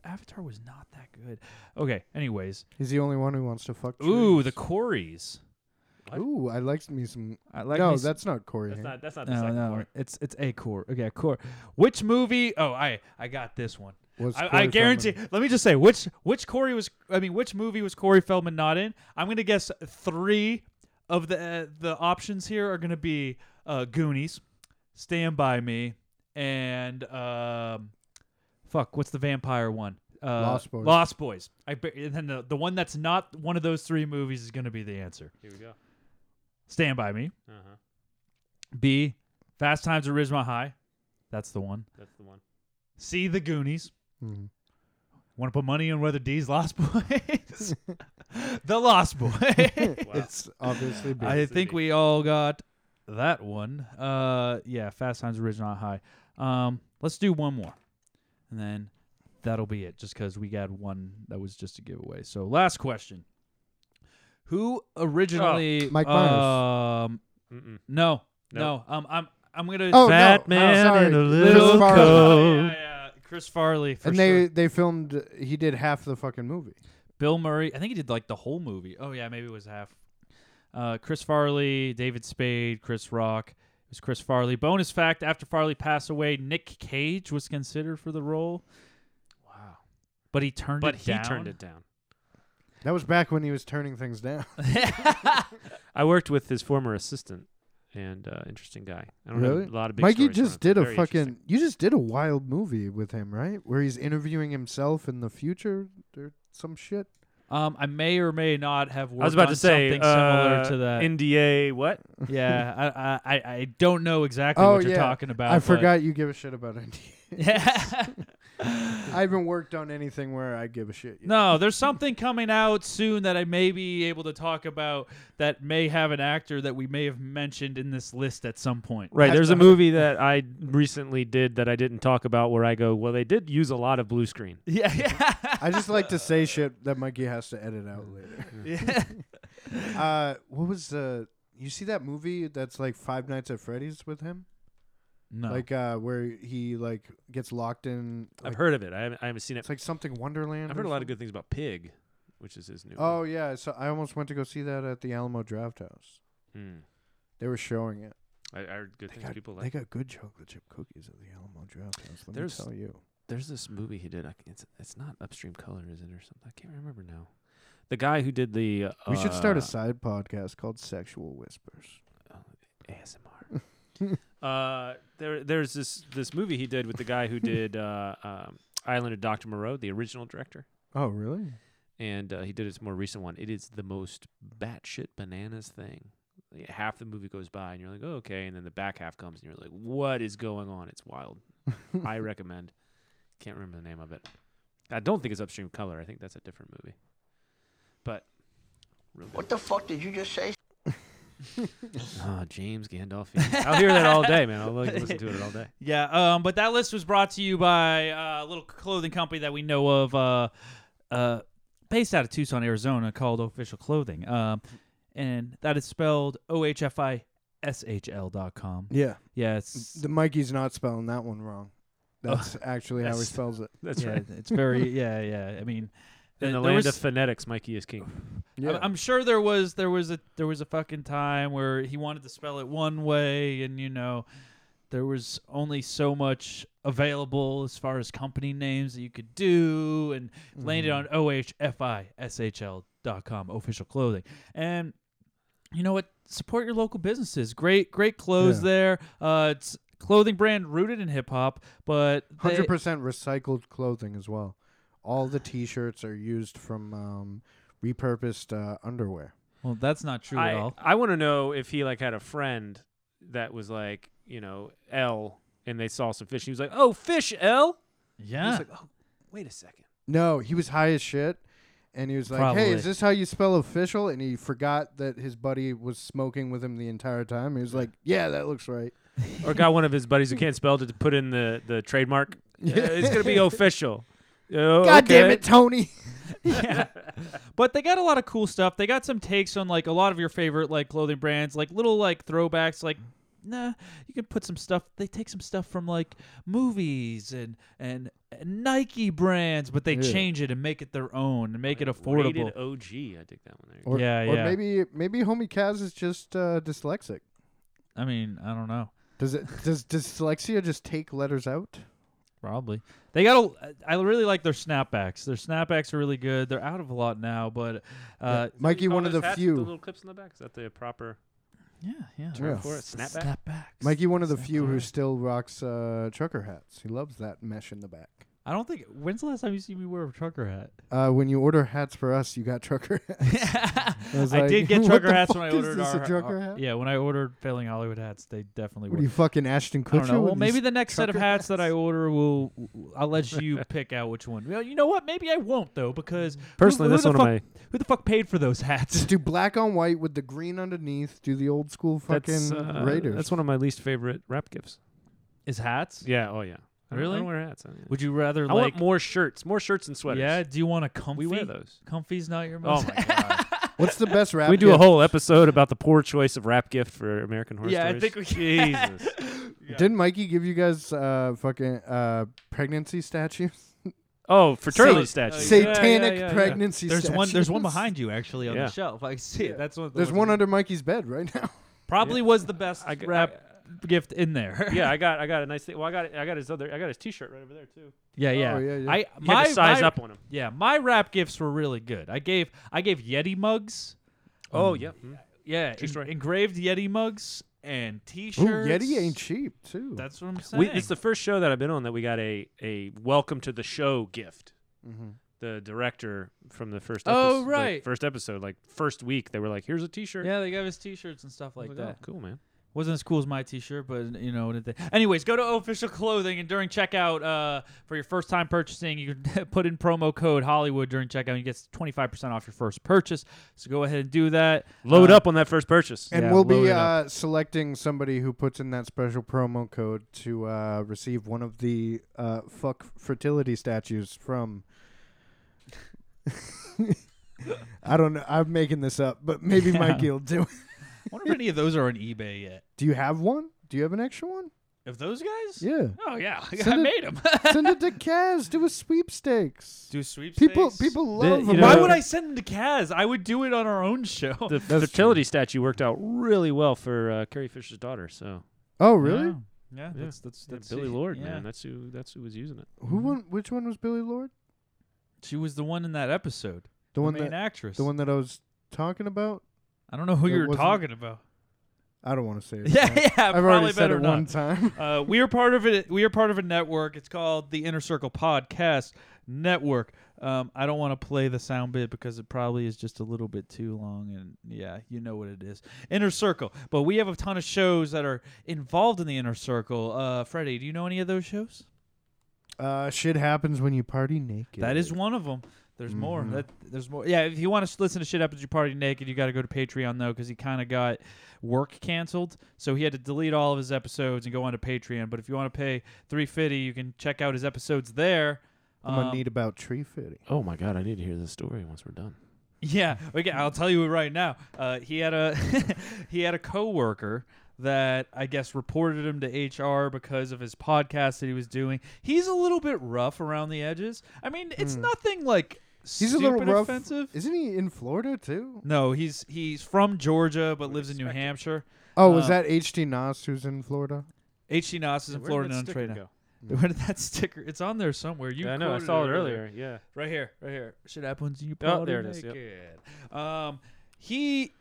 S3: the Avatar was not that good. Okay. Anyways,
S5: He's the only one who wants to fuck.
S3: ooh, the Corys.
S5: trees. ooh, I liked me some.
S3: I like.
S5: no,
S3: me some-
S5: that's not Corey.
S2: That's
S5: Haim.
S2: not. That's not the
S3: No,
S2: second
S3: no,
S2: one.
S3: it's it's a core. Okay, core. Which movie? Oh, I I got this one.
S5: Was
S3: I, I
S5: Corey
S3: guarantee.
S5: Feldman.
S3: Let me just say which which Corey was. I mean, which movie was Corey Feldman not in? I'm gonna guess three of the uh, the options here are gonna be uh, Goonies, Stand by Me, and um, fuck, what's the vampire one? Uh,
S5: Lost Boys.
S3: Lost Boys. I bet- and then the, the one that's not one of those three movies is gonna be the answer.
S2: Here we go.
S3: Stand by Me.
S2: Uh huh.
S3: B. Fast Times at Ridgemont High. That's the one.
S2: That's the one.
S3: C. The Goonies.
S5: Mhm.
S3: Want to put money on whether D's Lost Boys? the Lost Boys.
S5: It's obviously B.
S3: I think we all got that one. Uh, yeah, Fast Times at Ridgemont High. Um, let's do one more, and then that'll be it. Just because we got one that was just a giveaway. So last question: Who originally?
S5: Mike Myers.
S3: Um,
S2: Mm-mm.
S3: no,
S2: Nope.
S3: no. Um, I'm I'm gonna.
S5: Oh, no,
S2: Batman
S5: oh, sorry.
S2: in a
S5: Chris
S2: little
S5: Farley.
S2: coat.
S3: yeah, yeah, Chris Farley. For
S5: And
S3: sure.
S5: they they filmed. He did half the fucking movie.
S3: Bill Murray. I think he did like the whole movie. Oh yeah, maybe it was half. Uh, Chris Farley, David Spade, Chris Rock. It was Chris Farley. Bonus fact: After Farley passed away, Nick Cage was considered for the role. Wow. But he turned
S2: But
S3: it
S2: he
S3: down.
S2: turned it down.
S5: That was back when he was turning things down.
S2: I worked with his former assistant, and uh, interesting guy. I don't
S5: really?
S2: know a lot of big
S5: Mikey
S2: stories
S5: just
S2: around him.
S5: did a
S2: Very interesting.
S5: fucking. You just did a wild movie with him, right? Where he's interviewing himself in the future or some shit.
S3: Um, I may or may not have worked
S2: I was about
S3: on
S2: to say
S3: something
S2: uh,
S3: similar to that.
S2: NDA. What?
S3: yeah, I, I- I I don't know exactly
S2: Oh,
S3: what you're talking about.
S5: Oh, I
S3: but-
S5: forgot you give a shit about NDA. Yeah. I haven't worked on anything where I give a shit. Yet.
S3: No, there's something coming out soon that I may be able to talk about that may have an actor that we may have mentioned in this list at some point.
S2: Right. There's a movie that I recently did that I didn't talk about where I go, well, they did use a lot of blue screen.
S3: Yeah,
S5: I just like to say shit that Mikey has to edit out later. uh, what was the? You see that movie that's like Five Nights at Freddy's with him?
S3: No.
S5: Like uh, where he like gets locked in.
S2: I've
S5: like-
S2: heard of it. I haven't, I haven't seen it.
S5: It's like something Wonderland.
S2: I've
S5: or
S2: heard a lot of
S5: something.
S2: good things about Pig, which is his new.
S5: Oh yeah, so I almost went to go see that at the Alamo Draft House.
S2: Mm.
S5: They were showing it.
S2: I, I heard good
S5: They
S2: things
S5: got,
S2: people
S5: they
S2: like.
S5: got good chocolate chip cookies at the Alamo Draft House. Let
S2: There's-
S5: me tell you.
S2: There's this movie he did. I, c- it's it's not Upstream Color, is it, or something? I can't remember now. The guy who did the. Uh,
S5: we should start a side podcast called Sexual Whispers.
S2: ASMR. uh, there, there's this this movie he did with the guy who did uh, um, Island of Doctor Moreau, the original director.
S5: Oh really?
S2: and uh, he did his more recent one. It is the most batshit bananas thing. Like, Half the movie goes by, and you're like, oh, okay, and then the back half comes, and you're like, what is going on? It's wild. I recommend. Can't remember the name of it. I don't think it's Upstream Color. I think that's a different movie. But real good.
S1: What the fuck did you just say?
S2: oh, James Gandolfini. I'll hear that all day, man. I'll like, listen to it all day.
S3: Yeah, um, but that list was brought to you by uh, a little clothing company that we know of, uh, uh, based out of Tucson, Arizona, called Official Clothing. Um, and that is spelled O H F I S H L dot com.
S5: Yeah.
S3: Yeah, it's
S5: The Mikey's not spelling that one wrong. That's actually how he
S3: that's-
S5: spells it.
S3: yeah, It's very yeah, yeah. I mean,
S2: In
S3: th-
S2: the
S3: there
S2: land
S3: was-
S2: of phonetics, Mikey is king.
S3: I'm- I'm sure there was there was a there was a fucking time where he wanted to spell it one way, and you know, there was only so much available as far as company names that you could do, and landed
S5: Mm-hmm.
S3: on ohfishl dot com official clothing, and you know what? Support your local businesses. Great, great clothes
S5: Yeah.
S3: there. Uh, it's clothing brand rooted in hip hop, but they-
S5: Hundred percent recycled clothing as well. All the T-shirts are used from um, repurposed uh, underwear.
S3: Well, that's not true
S2: I,
S3: at all.
S2: I want to know if he like had a friend that was like, you know, L, and they saw some fish. He was like, "Oh, fish L." He
S3: Yeah.
S2: was like, "Oh, wait a second.
S5: No, he was high as shit, and he was like, "Hey,
S3: Probably.
S5: is this how you spell official?" And he forgot that his buddy was smoking with him the entire time. He was like, "Yeah, that looks right."
S2: Or got one of his buddies who can't spell to put in the the trademark. Uh, it's gonna be official. Oh,
S5: God damn
S2: okay.
S5: it, Tony!
S3: yeah. But they got a lot of cool stuff. They got some takes on like a lot of your favorite like clothing brands, like little like throwbacks like nah, you can put some stuff they take some stuff from like movies and and Nike brands, but they
S5: Yeah.
S3: change it and make it their own and make it affordable.
S2: Rated OG. I dig that one. There.
S5: Or,
S3: Yeah,
S5: or
S3: yeah.
S5: maybe maybe homie Kaz is just uh, dyslexic.
S3: I mean, I don't know.
S5: Does it does dyslexia just take letters out?
S3: Probably. They got a I really like their snapbacks. Their snapbacks are really good. They're out of a lot now, but uh
S5: Mikey, one of the
S2: The
S5: few.
S2: little clips in the back. Is that the proper
S3: yeah, yeah.
S5: term Yeah.
S2: for it? Snapback.
S3: Snapbacks.
S5: Mikey, one of the few who
S3: Snapbacks.
S5: still rocks uh, trucker hats. He loves that mesh in the back.
S3: I don't think when's the last time you see me wear a trucker hat?
S5: Uh, when you order hats for us, you got trucker hats. I, was
S3: I did
S5: like,
S3: get
S5: "What
S3: trucker
S5: the
S3: hats when I
S5: fuck is
S3: ordered
S5: this,
S3: our,
S5: a trucker
S3: our-
S5: hat?
S3: Yeah, when I ordered failing Hollywood hats, they definitely
S5: uh, What
S3: were.
S5: are you fucking Ashton
S3: I don't
S5: Kutcher?
S3: know. Well,
S5: with
S3: maybe
S5: these
S3: the next set of
S5: trucker
S3: hats that I order will. I'll let you pick out which one. Well, you know what? Maybe I won't though because who-
S2: Personally,
S3: who
S2: that's
S3: the
S2: one of
S3: fuck- Who the fuck paid for those hats?
S5: Just do black on white with the green underneath. Do the old school fucking
S2: That's, uh,
S5: Raiders.
S2: That's one of my least favorite rap gifts.
S3: Is hats?
S2: Yeah. Oh yeah. I don't- I
S3: Really?
S2: don't wear hats. I, don't-
S3: Would you rather
S2: I
S3: like?
S2: want more shirts. More shirts and sweaters.
S3: yeah. Do you want a comfy?
S2: We wear those.
S3: Comfy's not your
S2: Oh
S3: most.
S2: my god.
S5: What's the best rap?
S2: we do a
S5: gift?
S2: whole episode about the poor choice of rap gift for American Horror
S3: yeah, I
S2: Stories.
S3: think we can.
S2: Jesus.
S5: Didn't Mikey give you guys uh, fucking uh, pregnancy statues?
S2: Oh, fraternity
S3: Sa-
S2: statue.
S3: yeah,
S5: Satanic
S3: yeah, yeah.
S5: pregnancy
S3: There's one. There's one
S5: statues.
S3: behind you actually on
S2: Yeah.
S3: the shelf. I see it. That's one. Of the
S5: There's
S3: ones
S5: one
S3: I-
S5: under Mikey's bed right now.
S3: Probably was the best
S2: I g-
S3: wrap gift in there.
S2: yeah, I got I got a nice thing. Well, I got I got his other I got his T-shirt right over there too.
S3: yeah, yeah.
S5: yeah, yeah.
S3: I
S5: You
S2: Oh, You had
S3: my
S2: to size
S3: my-
S2: up on him.
S3: Yeah, my wrap gifts were really good. I gave I gave Yeti mugs.
S2: Oh yeah.
S3: Mm. Yeah, en-
S2: story.
S3: engraved Yeti mugs and t-shirts.
S5: Ooh, Yeti ain't cheap too.
S3: That's what I'm saying.
S2: We, it's the first show that I've been on that we got a a welcome to the show gift.
S5: Mhm.
S2: The director from the first
S3: Oh,
S2: episode,
S3: right.
S2: first episode, like first week, they were like, "Here's a T-shirt."
S3: Yeah, they gave us t-shirts and stuff like
S2: Like,
S3: that.
S2: oh, cool, man.
S3: Wasn't as cool as my T-shirt, but you know. it- Anyways, go to official clothing and during checkout uh, for your first time purchasing, you can put in promo code Hollywood during checkout. And you get twenty five percent off your first purchase. So go ahead and do that.
S2: Load
S3: Uh,
S2: up on that first purchase.
S5: And
S3: Yeah,
S5: we'll
S3: load
S5: be
S3: it up.
S5: uh, selecting somebody who puts in that special promo code to uh, receive one of the uh, fuck fertility statues from. I don't know. I'm making this up, but maybe
S3: Yeah.
S5: Mikey will do it.
S3: I wonder if any of those are on eBay yet.
S5: Do you have one? Do you have an extra one?
S3: Of those guys?
S5: Yeah.
S3: Oh yeah, I
S5: Send
S3: made
S5: it-
S3: them.
S5: Send it to Kaz. Do a sweepstakes.
S3: Do sweepstakes.
S5: People, people
S2: The-
S5: love.
S2: you
S5: them.
S3: Why
S2: know-
S3: would I send them to Kaz? I would do it on our own show. Oh,
S2: The fertility statue worked out really well for uh, Carrie Fisher's daughter. So
S5: Oh, really?
S3: Yeah,
S2: Yeah.
S3: that's that's,
S2: Yeah,
S3: that's
S2: Billy Lord,
S3: yeah.
S2: man, that's who that's who was using it.
S5: Who won? Which one was Billy Lord?
S3: She was the one in that episode.
S5: The one
S3: main
S5: that
S3: actress.
S5: the one that I was talking about.
S3: I don't know who
S5: that
S3: you were
S5: wasn't-
S3: talking about.
S5: I don't want to say it.
S3: Yeah,
S5: now.
S3: yeah.
S5: I've
S3: probably
S5: already said
S3: better
S5: it
S3: not.
S5: one time.
S3: uh, we are part of it. We are part of a network. It's called the Inner Circle Podcast Network. Um, I don't want to play the sound bit because it probably is just a little bit too long, and yeah, you know what it is. Inner Circle, but we have a ton of shows that are involved in the Inner Circle. Uh, Freddie, do you know any of those shows?
S5: Uh, shit happens when you party naked.
S3: That is one of them. There's more.
S5: Mhm.
S3: That there's more. Yeah, if you want to listen to shit happens, you party naked. You got to go to Patreon though, because he kind of got work canceled, so he had to delete all of his episodes and go on to Patreon. But if you want to pay three fifty, you can check out his episodes there.
S5: I'm gonna
S3: Um,
S5: need about tree fitting.
S2: Oh my god, I need to hear this story once we're done.
S3: Yeah, okay, I'll tell you right now. Uh, he had a he had a coworker that I guess reported him to HR because of his podcast that he was doing. He's a little bit rough around the edges. I mean, it's nothing like
S5: Hmm. He's a
S3: stupid
S5: little rough.
S3: offensive.
S5: Isn't he in Florida too?
S3: No, he's he's from Georgia but lives in New Hampshire.
S5: Oh, was
S3: Uh,
S5: that H.D. Nas who's in Florida?
S3: H.D. Noss is in Florida and on trade now. Where did that sticker? It's on there somewhere. You
S2: yeah, I know. I
S3: quoted
S2: saw it earlier. Yeah.
S3: Right here, right here. Shit happens. You
S2: Oh,
S3: party
S2: there it is, yep.
S3: naked. Um, he,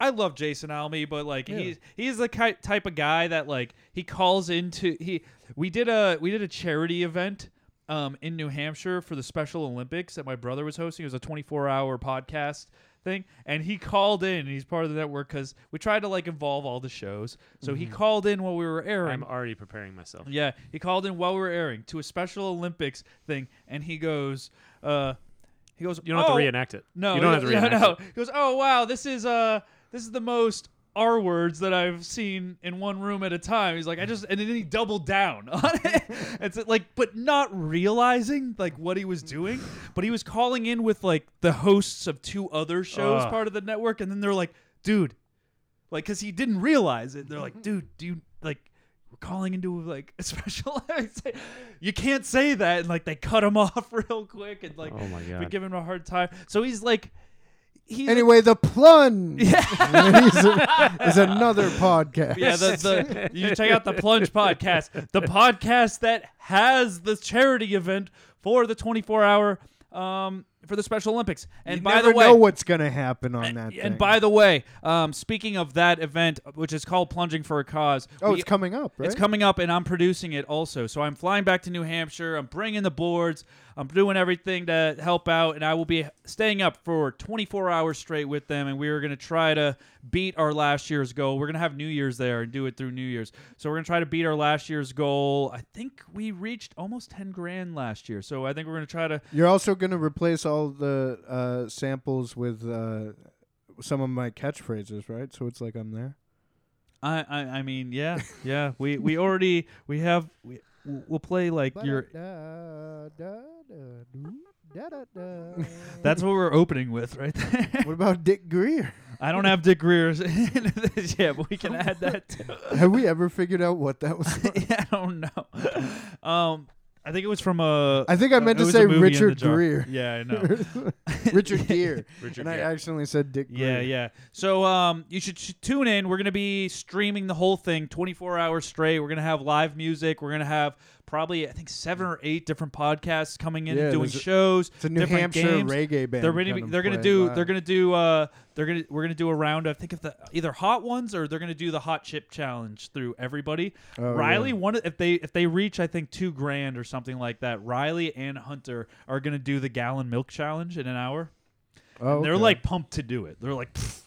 S3: I love Jason Almy, but like he's he's the ki- type of guy that like he calls into he. We did a we did a charity event. Um, in New Hampshire for the Special Olympics that my brother was hosting. It was a 24 hour podcast thing. And he called in and he's part of the network because we tried to like involve all the shows. So
S2: Mm-hmm.
S3: he called in while we were airing.
S2: I'm already preparing myself.
S3: Yeah, he called in while we were airing to a Special Olympics thing, and he goes, uh, he goes,
S2: You don't have to
S3: "Oh,
S2: reenact it.
S3: No,
S2: you don't have to
S3: no,
S2: reenact
S3: no.
S2: it.
S3: He goes, oh wow, this is uh, this is the most R words that I've seen in one room at a time. He's like, I just, and then he doubled down on it. It's like, but not realizing like what he was doing, but he was calling in with like the hosts of two other shows,
S2: Ugh.
S3: part of the network, and then they're like, dude, like because he didn't realize it. They're like,
S2: Mm-hmm.
S3: dude, do you like? We're calling into like a special. It's like, you can't say that, and like they cut him off real quick, and like
S2: Oh my
S3: we
S2: God.
S3: give him a hard time. So he's like, he's
S5: Anyway, the plunge is, a- is another podcast.
S3: yeah, the, the you check out the Plunge podcast, the podcast that has the charity event for the 24 hour um for the Special Olympics. And
S5: you
S3: by
S5: never
S3: the way,
S5: know what's gonna happen on that.
S3: and
S5: thing.
S3: by the way, um, speaking of that event, which is called Plunging for a Cause,
S5: oh,
S3: we-
S5: it's coming up, right?
S3: It's coming up, and I'm producing it also. So I'm flying back to New Hampshire. I'm bringing the boards. I'm doing everything to help out, and I will be staying up for 24 hours straight with them. And we are going to try to beat our last year's goal. We're going to have New Year's there and do it through New Year's. So we're going to try to beat our last year's goal. I think we reached almost 10 grand last year. So I think we're going to try to.
S5: You're also gonna replace all the uh, samples with uh, some of my catchphrases, right? So it's like I'm there.
S3: I I, I mean, yeah, yeah. We we already we have we. We'll play like your. That's what we're opening with right there.
S5: What about Dick Greer?
S3: I don't have Dick Greer's into this yet, but we can add that too.
S5: Have we ever figured out what that was? from?
S3: yeah, I don't know. Um, I think it was from a.
S5: I think I
S3: uh,
S5: meant
S3: it
S5: to
S3: was a
S5: say
S3: movie in the
S5: Richard
S3: jar.
S5: Greer.
S3: Yeah, I know.
S5: Richard Gere.
S2: Richard
S5: and I
S2: Gere.
S5: accidentally said Dick Greer.
S3: Yeah, yeah. So um, you should sh- tune in. We're gonna be streaming the whole thing, 24 hours straight. We're gonna have live music. We're gonna have probably I think seven or eight different podcasts coming in
S5: Yeah,
S3: and doing
S5: there's a-
S3: shows.
S5: it's a New
S3: different
S5: Hampshire
S3: games.
S5: reggae band
S3: They're gonna, be-
S5: coming
S3: they're gonna
S5: play
S3: do
S5: live.
S3: they're gonna do uh they're gonna we're gonna do a round. I think of the either hot ones or they're gonna do the hot chip challenge through everybody.
S5: Oh,
S3: Riley,
S5: yeah.
S3: one if they if they reach I think two grand or something like that, Riley and Hunter are gonna do the gallon milk challenge in an hour.
S5: Oh,
S3: And they're
S5: okay.
S3: like pumped to do it. They're like. "Pfft."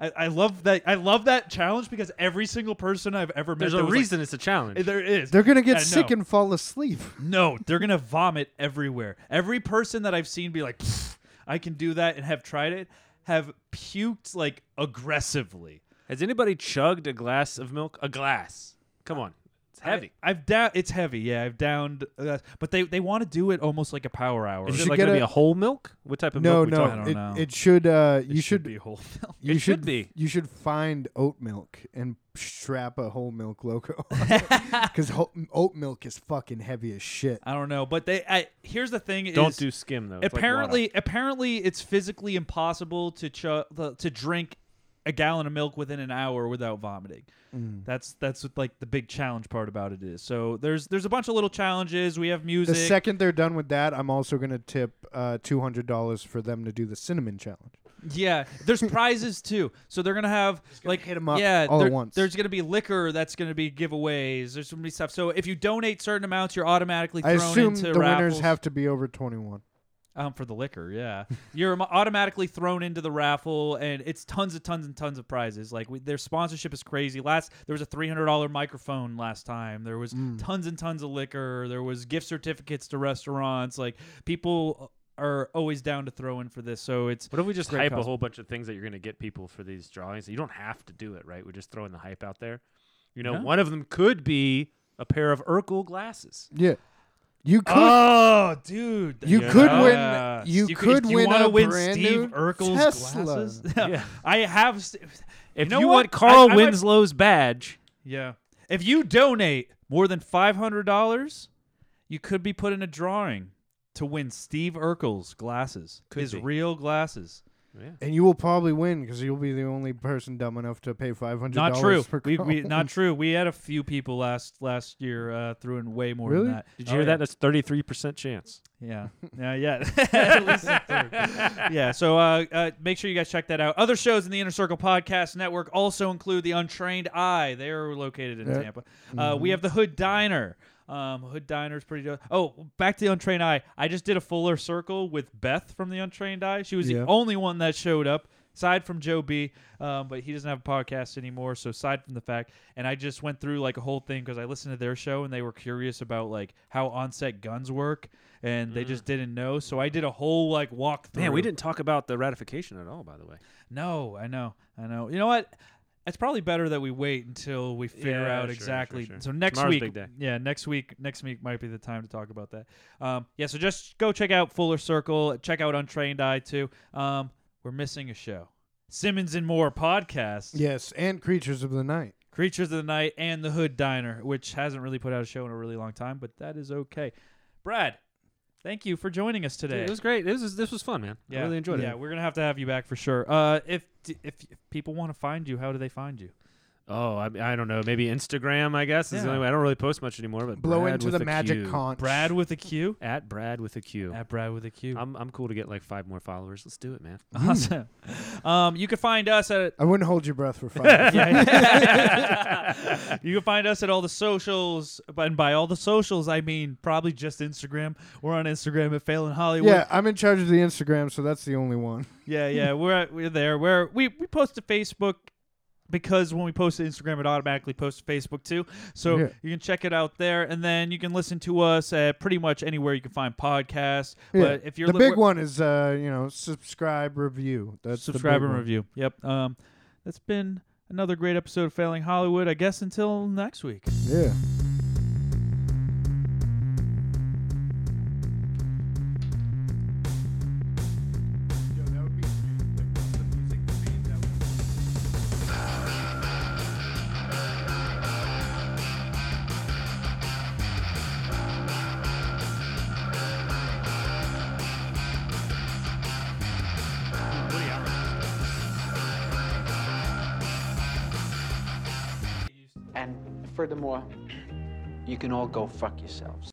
S3: I, I love that. I love that challenge because every single person I've ever met,
S2: There's a
S3: that was like-
S2: reason it's a challenge.
S3: There is.
S5: They're gonna get
S3: I know.
S5: sick and fall asleep.
S3: No, they're gonna vomit everywhere. Every person that I've seen be like, "Pfft, I can do that and have tried it, have puked like aggressively.
S2: Has anybody chugged a glass of milk? A glass. Come on. It's heavy.
S3: I, have down. It's heavy. Yeah, I've downed. Uh, but they they want to do it almost like a power hour.
S2: Is it like gonna be a whole milk? What type of
S5: No,
S2: milk? we
S5: no,
S2: talking?
S3: I don't
S5: it,
S3: know.
S5: it should. Uh,
S3: It
S5: you
S3: should
S5: should
S3: be whole milk.
S5: You
S2: It should be.
S5: You should find oat milk and strap a whole milk logo because oat milk is fucking heavy as shit.
S3: I don't know, but they. I, here's the thing:
S2: Don't
S3: is
S2: do skim, though. It's like water.
S3: apparently, apparently, it's physically impossible to chu- the- to drink a gallon of milk within an hour without vomiting.
S5: Mm.
S3: That's that's what, like the big challenge part about it is. So there's there's a bunch of little challenges. We have
S5: The
S3: music.
S5: second they're done with that, I'm also gonna tip uh, two hundred dollars for them to do the cinnamon challenge.
S3: Yeah, there's prizes too. So they're gonna have like hit
S5: them up
S3: Yeah,
S5: all at
S3: there-
S5: once.
S3: There's gonna be liquor that's gonna be giveaways. There's gonna be stuff. So if you donate certain amounts, you're automatically
S5: I
S3: thrown
S5: assume
S3: into
S5: the winners
S3: raffles.
S5: have to be over twenty one.
S3: Um, for the liquor, yeah, you're am- automatically thrown into the raffle, and it's tons and tons and tons of prizes. Like we, their sponsorship is crazy. Last there was a three hundred dollar microphone last time. There was
S5: Mm.
S3: tons and tons of liquor. There was gift certificates to restaurants. Like people are always down to throw in for this. So it's
S2: What if we just
S3: great
S2: hype a
S3: cause.
S2: whole bunch of things that you're going to get people for these drawings? You don't have to do it, right? We're just throwing the hype out there. You know,
S3: Yeah.
S2: one of them could be a pair of Urkel glasses.
S5: Yeah, you could.
S3: Oh, dude!
S5: You
S3: yeah.
S5: could win-
S3: Yeah.
S5: you
S3: if
S5: could
S3: you
S5: win
S3: wanna
S5: a
S3: win
S5: brand
S3: Steve
S5: new
S3: Urkel's
S5: Tesla.
S3: glasses.
S2: Yeah.
S3: I have. s-
S2: If you,
S3: know
S2: want
S3: what?
S2: Carl
S3: I- I might-
S2: Winslow's badge,
S3: Yeah. If you donate more than five hundred dollars, you could be put in a drawing to win Steve Urkel's glasses,
S2: Could
S3: his
S2: be.
S3: real glasses.
S5: And you will probably win because you'll be the only person dumb enough to pay five hundred.
S3: Not true.
S5: For
S3: We, we,
S5: Chrome.
S3: not true. We had a few people last last year uh, threw in way more
S5: Really?
S3: than that.
S2: did you
S3: Oh,
S2: hear
S3: yeah.
S2: that? That's 33% chance.
S3: Yeah. Yeah. Yeah. At least a third. yeah. So uh, uh, make sure you guys check that out. Other shows in the Inner Circle Podcast Network also include The Untrained Eye. They are located in
S5: Yeah.
S3: Tampa. Uh, we have The Hood Diner. Um, Hood Diner is pretty dope. Oh, back to The Untrained Eye. I just did a fuller circle with Beth from The Untrained Eye. She was
S5: Yeah.
S3: the only one that showed up. Aside from Joe B, um, but he doesn't have a podcast anymore. So aside from the fact, and I just went through like a whole thing because I listened to their show and they were curious about like how onset guns work, and they just didn't know. So I did a whole like walkthrough.
S2: Mm. Man, we didn't talk about the ratification at all, by the way.
S3: No, I know, I know. You know what? It's probably better that we wait until we figure
S2: Yeah,
S3: out
S2: sure, sure,
S3: exactly.
S2: sure.
S3: So next
S2: Tomorrow's
S3: week,
S2: big day.
S3: yeah, next week, next week might be the time to talk about that. Um, yeah, so just go check out Fuller Circle, check out Untrained Eye too. Um, we're missing a show, Simmons and More podcast,
S5: Yes, and creatures of the night.
S3: Creatures of the Night, and The Hood Diner, which hasn't really put out a show in a really long time, but that is okay. Brad, thank you for joining us today.
S2: Dude, it was great. This was, this was fun, man. I really enjoyed
S3: yeah,
S2: it.
S3: we're gonna have to have you back for sure. Uh, if d- if, if people want to find you, how do they find you?
S2: Oh, I, I don't know. Maybe Instagram, I guess, is the
S3: Yeah.
S2: only way. I don't really post much anymore. But
S5: Blow
S2: Brad
S5: into
S2: with
S5: the
S2: a
S5: magic
S2: Q.
S5: conch.
S3: Brad with a Q.
S2: At Brad with a Q.
S3: At Brad with a Q.
S2: I'm, I'm cool to get like five more followers. Let's do it, man.
S3: awesome. Um, you can find us at
S5: I wouldn't hold your breath for five.
S3: Yeah. you can find us at all the socials, but- and by all the socials, I mean probably just Instagram. We're on Instagram at Failing Hollywood.
S5: yeah, I'm in charge of the Instagram, so that's the only one.
S3: yeah, yeah. We're at, we're there. We're we we post to Facebook because when we post to Instagram, it automatically posts to Facebook too. So
S5: Yeah.
S3: you can check it out there, and then you can listen to us at pretty much anywhere you can find podcasts.
S5: Yeah.
S3: But if you're
S5: the
S3: li-
S5: big
S3: we're-
S5: one is uh, you know, subscribe, review. That's the
S3: subscribe
S5: big
S3: and
S5: one.
S3: review. Yep. Um, that's been another great episode of Failing Hollywood. I guess until next week.
S5: Yeah.
S15: And furthermore,
S1: You can all go fuck yourselves.